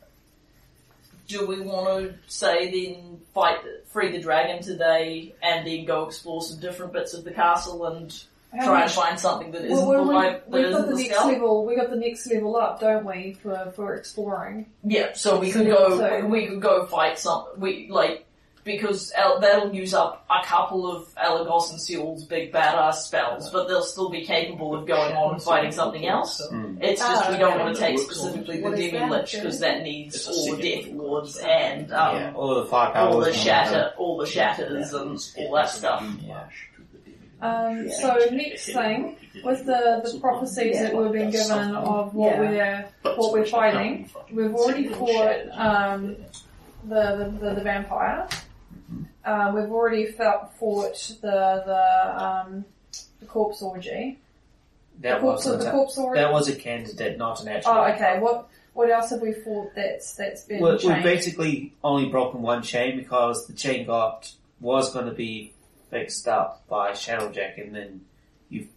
S6: do we want to say then fight, the, free the dragon today, and then go explore some different bits of the castle and try and find something that isn't the way
S4: we,
S6: that
S4: have
S6: isn't
S4: got the
S6: the
S4: next
S6: skull?
S4: level. We got the next level up, don't we, for for exploring?
S6: Yeah. So we
S4: So-
S6: could go.
S4: so-
S6: we could go fight some. We like because El, that'll use up a couple of Elagos and Seal's big badass spells, but they'll still be capable of going on and fighting something else. It's just
S9: Ah,
S6: we don't
S9: okay.
S6: want to take
S1: Hmm. What is
S6: specifically the
S9: that?
S6: Demon Lich because that needs
S1: It's a
S6: all the
S1: second
S6: Death Lords and
S4: Oh.
S6: um,
S7: yeah. All the firepower.
S6: all the shatter, all the shatters and all that stuff.
S1: Flash to the demon.
S4: Um, so next thing was the, the prophecies that we've been given of what we're what we're fighting. We've already fought um, the, the, the the vampire. Uh, we've already felt fought the the, um, the corpse orgy.
S7: That
S4: the corpse,
S7: wasn't
S4: the
S7: a-
S4: corpse orgy.
S7: that was a candidate, not an actual.
S4: oh, okay. What what else have we fought that's that's been
S7: We're, we've
S4: changed?
S7: basically only broken one chain because the chain got was going to be fixed up by Shadowjack, and then you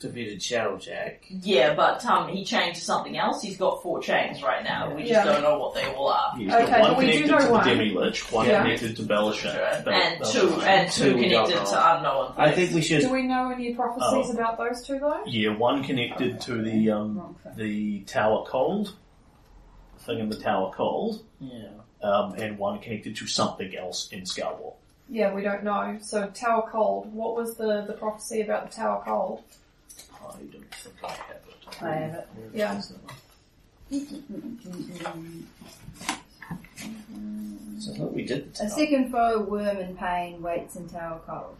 S7: defeated Shadowjack.
S6: Yeah, but um, he changed to something else. He's got four chains right now. We just
S4: Yeah.
S6: don't know what they all are.
S1: He's got one connected to the Demi Lich, one
S6: Yeah.
S1: connected to Belishan.
S6: And two, and two
S1: we don't
S6: connected
S1: know.
S6: to unknown.
S1: I think we should.
S4: Do we know any prophecies
S7: Oh.
S4: about those two though?
S1: Yeah, one connected to the um, the Tower Cold thing in the Tower Cold.
S7: Yeah.
S1: Um, and one connected to something else in Scarwall.
S4: Yeah, we don't know. So Tower Cold. What was the, the prophecy about the Tower Cold?
S1: I don't think I have it.
S4: I have it. Yeah.
S7: So I thought we did.
S9: A second foe, worm in pain, waits in tower cold.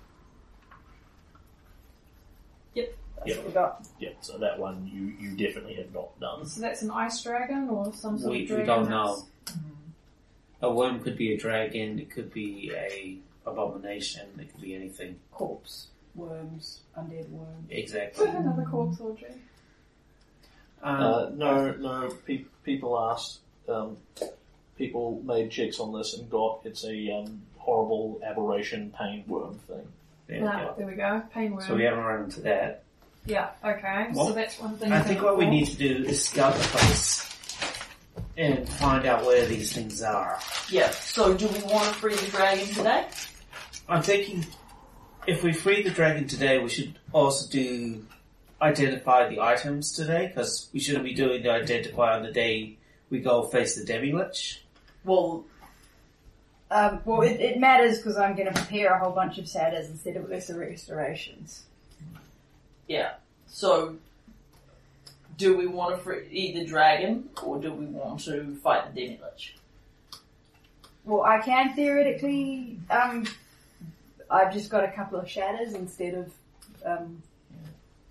S6: Yep.
S1: Yep.
S6: what we got.
S1: Yep, so that one you, you definitely have not done.
S4: So that's an ice dragon or some sort
S7: We,
S4: of
S7: we
S4: dragon?
S7: don't
S4: that's-
S7: know. A worm could be a dragon. It could be a abomination. It could be anything.
S33: Corpse, worms, undead worms.
S7: Exactly.
S4: Another corpse orgy.
S1: Uh, no, no. Pe- people asked. Um, people made checks on this and got it's a um, horrible aberration pain worm thing.
S4: Nah, there we go. Pain worm.
S7: So we haven't run into that.
S4: Yeah, okay. So
S7: What-
S4: that's one thing.
S7: I
S4: to
S7: think what we
S4: look
S7: need to do is scout the place and find out where these things are.
S6: Yeah. So do we want to free the dragon today?
S7: I'm thinking if we free the dragon today, we should also do identify the items today because we shouldn't be doing the identify on the day we go face the demi lich.
S9: Well, Um, well, it, it matters because I'm going to prepare a whole bunch of satyrs instead of lesser restorations.
S6: Yeah. So do we want to free either dragon or do we want to fight the demi lich?
S9: Well, I can theoretically. Um, I've just got a couple of shatters instead of. Um,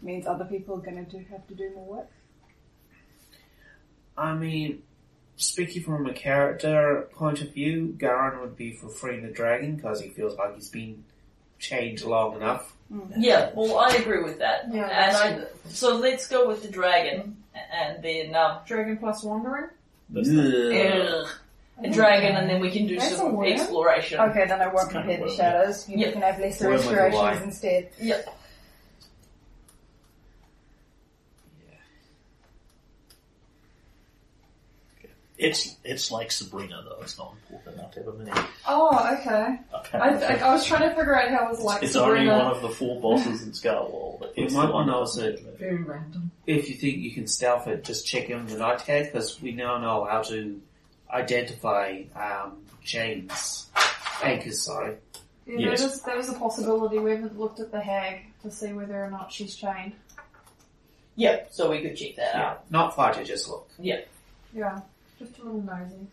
S9: means other people are going to do, have to do more work.
S7: I mean, speaking from a character point of view, Garen would be for freeing the dragon because he feels like he's been chained long enough.
S6: Yeah. Well, I agree with that.
S4: Yeah,
S6: And I,
S4: that's-
S6: so let's go with the dragon and then um,
S4: dragon plus wandering.
S6: Ugh. A dragon, and then we can do
S9: That's a
S6: some
S9: worm.
S6: exploration.
S9: Okay, then I won't prepare the shadows. You
S6: Yeah.
S9: can have lesser
S6: Worm with a
S9: restorations
S6: Y.
S9: instead.
S6: Yep.
S1: It's it's like Sabrina though. It's not important enough to have a minute.
S4: Oh, okay.
S1: Okay.
S4: I, th- I was trying to figure out how it was like
S1: it's
S4: Sabrina.
S1: only one of the four bosses in Scarwall. But
S7: We
S1: it's
S7: might
S1: the one
S7: want to
S1: that-
S7: also,
S5: Very random.
S7: if you think you can stealth it, just check in with the Nightcat because we now know how to identify um, chains, anchors. Sorry.
S4: Yeah, there, was, there was a possibility we haven't looked at the hag to see whether or not she's chained.
S6: Yep. So we could check that out.
S7: Not far to just look.
S6: Yeah.
S4: Yeah, just a little nosy.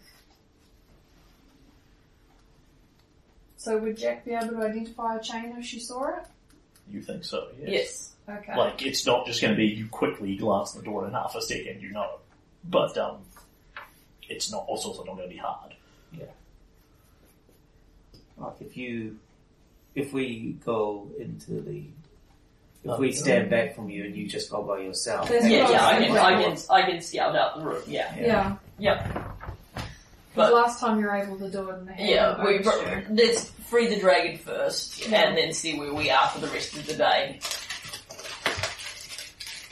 S4: So would Jack be able to identify a chain if she saw it?
S1: You think so? Yes.
S4: Okay.
S1: Like it's not just going to be you quickly glance at the door in half a second. You know, but um, it's not. It's also not going to be hard.
S7: Like if you, if we go into the, if we stand back from you and you just go by yourself.
S6: Yeah, yeah, I can, I can, I can scout out the room. Yeah.
S4: yeah.
S6: Yep.
S4: But
S6: But-
S4: last time you were able to do it in the hag.
S6: Yeah, we,
S4: Oh,
S6: let's free the dragon first,
S4: Yeah.
S6: and then see where we are for the rest of the day.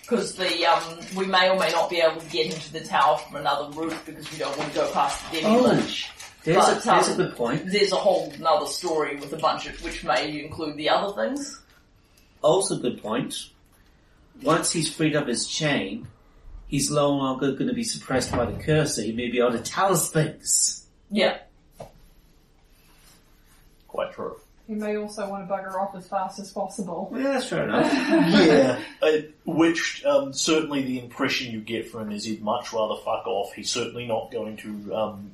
S6: Because the um, we may or may not be able to get into the tower from another route because we don't want to go past the demi
S7: Oh,
S6: lich.
S7: there's a-
S6: but,
S7: there's a
S6: um,
S7: good point.
S6: There's a whole another story with a bunch of which may include the other things.
S7: Also, good point. Once he's freed up his chain, he's no longer going to be suppressed by the cursor. He may be able to tell us things.
S6: Yeah.
S1: Quite true.
S4: He may also want to bugger off as fast as possible.
S7: Yeah, that's fair enough.
S1: yeah, uh, which um, certainly the impression you get from him is he'd much rather fuck off. He's certainly not going to um,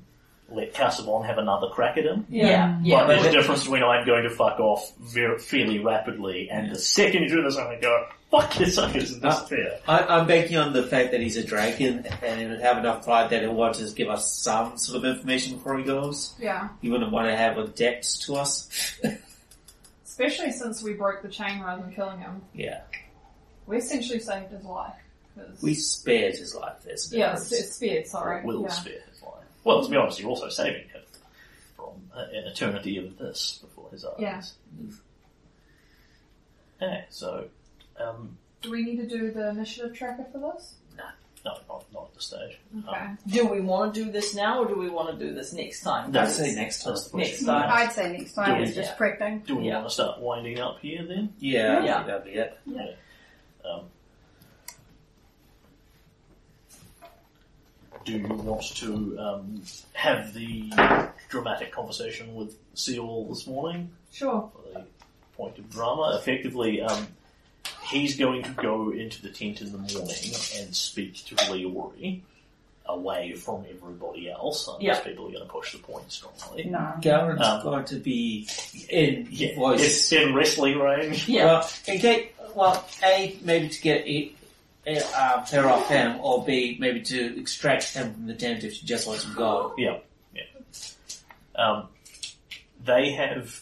S1: let Casaubon have another crack at him.
S2: Yeah,
S1: But
S2: yeah.
S1: there's a difference between I'm going to fuck off very, fairly rapidly and the second you do this, I'm going to go, fuck you suckers and disappear.
S7: I, I'm banking on the fact that he's a dragon and he would have enough pride that he'll want to give us some sort of information before he goes.
S4: Yeah.
S7: He wouldn't want to have a depth to us.
S4: Especially since we broke the chain rather than killing him.
S7: yeah.
S4: We essentially saved his life. 'cause-
S7: We spared his life. There's a
S4: yeah,
S7: difference.
S4: it's, it's spared, sorry.
S1: Will
S4: yeah.
S1: spare his life. Well, to be honest, you're also saving him from uh, an eternity of this before his eyes.
S4: Yeah.
S1: Yeah, so, um,
S4: Do we need to do the initiative tracker for this?
S1: no, not, not at this stage. Um,
S4: Okay.
S6: Do we want to do this now, or do we want to do this next time?
S1: That's the next time.
S6: Next time.
S34: I'd say next
S1: Do
S34: time
S1: we-
S34: is just
S1: yeah.
S34: prepping.
S1: Do we want to start winding up here then?
S7: Yeah, I think
S6: Yeah.
S7: that'd be it.
S1: Yeah. Um, do you want to um, have the dramatic conversation with Seal this morning?
S4: Sure.
S1: For the point of drama, effectively, um, he's going to go into the tent in the morning and speak to Leori away from everybody else. Unless
S7: Yeah.
S1: people are going to push the point strongly.
S5: Mm-hmm.
S7: No. Garen's
S1: Um,
S7: got to be in
S1: yeah,
S7: voice.
S1: it's in wrestling range.
S7: Well, in case, well, A, maybe to get it, it, uh, her off him, or B, maybe to extract him from the tent if she just lets him go.
S1: Yeah, yeah. Um, they have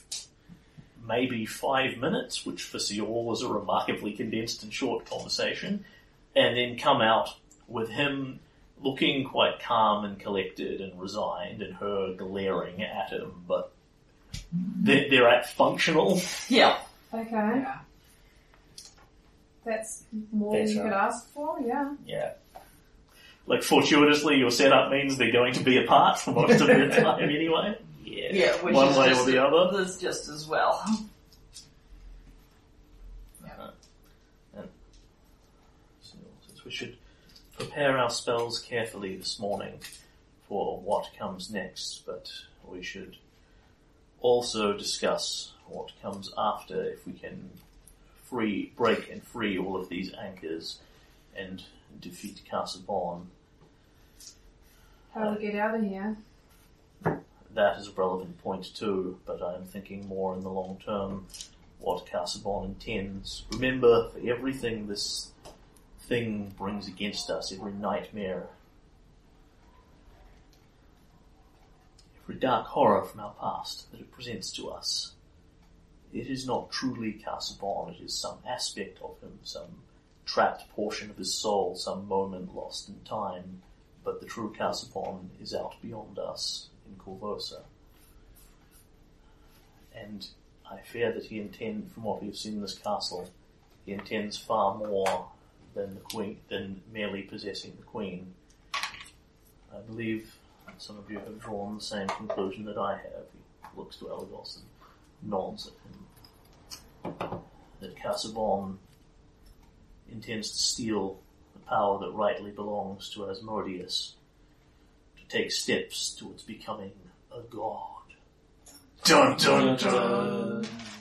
S1: maybe five minutes, which for Seol is a remarkably condensed and short conversation, and then come out with him looking quite calm and collected and resigned, and her glaring at him, but they're, they're at functional.
S6: Yeah.
S4: Okay. That's more than you
S1: Better.
S4: could ask for, yeah.
S1: Yeah. Like fortuitously, your setup means they're going to be apart for most of their time anyway.
S6: Yeah, which
S1: one
S6: is
S1: way
S6: just
S1: or the other.
S6: That's just as well.
S1: So we should prepare our spells carefully this morning for what comes next, but we should also discuss what comes after if we can free break and free all of these anchors and defeat Casabon.
S4: How do we get out of here?
S1: That is a relevant point too, but I'm thinking more in the long term what Casabon intends. Remember, for everything this thing brings against us, every nightmare, every dark horror from our past that it presents to us, it is not truly Casabon, it is some aspect of him, some trapped portion of his soul, some moment lost in time, but the true Casabon is out beyond us in Corvosa. And I fear that he intends, from what we have seen in this castle, he intends far more than the queen, than merely possessing the queen. I believe some of you have drawn the same conclusion that I have. He looks to Elagos and nods at him. That Casaubon intends to steal the power that rightly belongs to Asmodeus, to take steps towards becoming a god.
S20: Dun dun dun.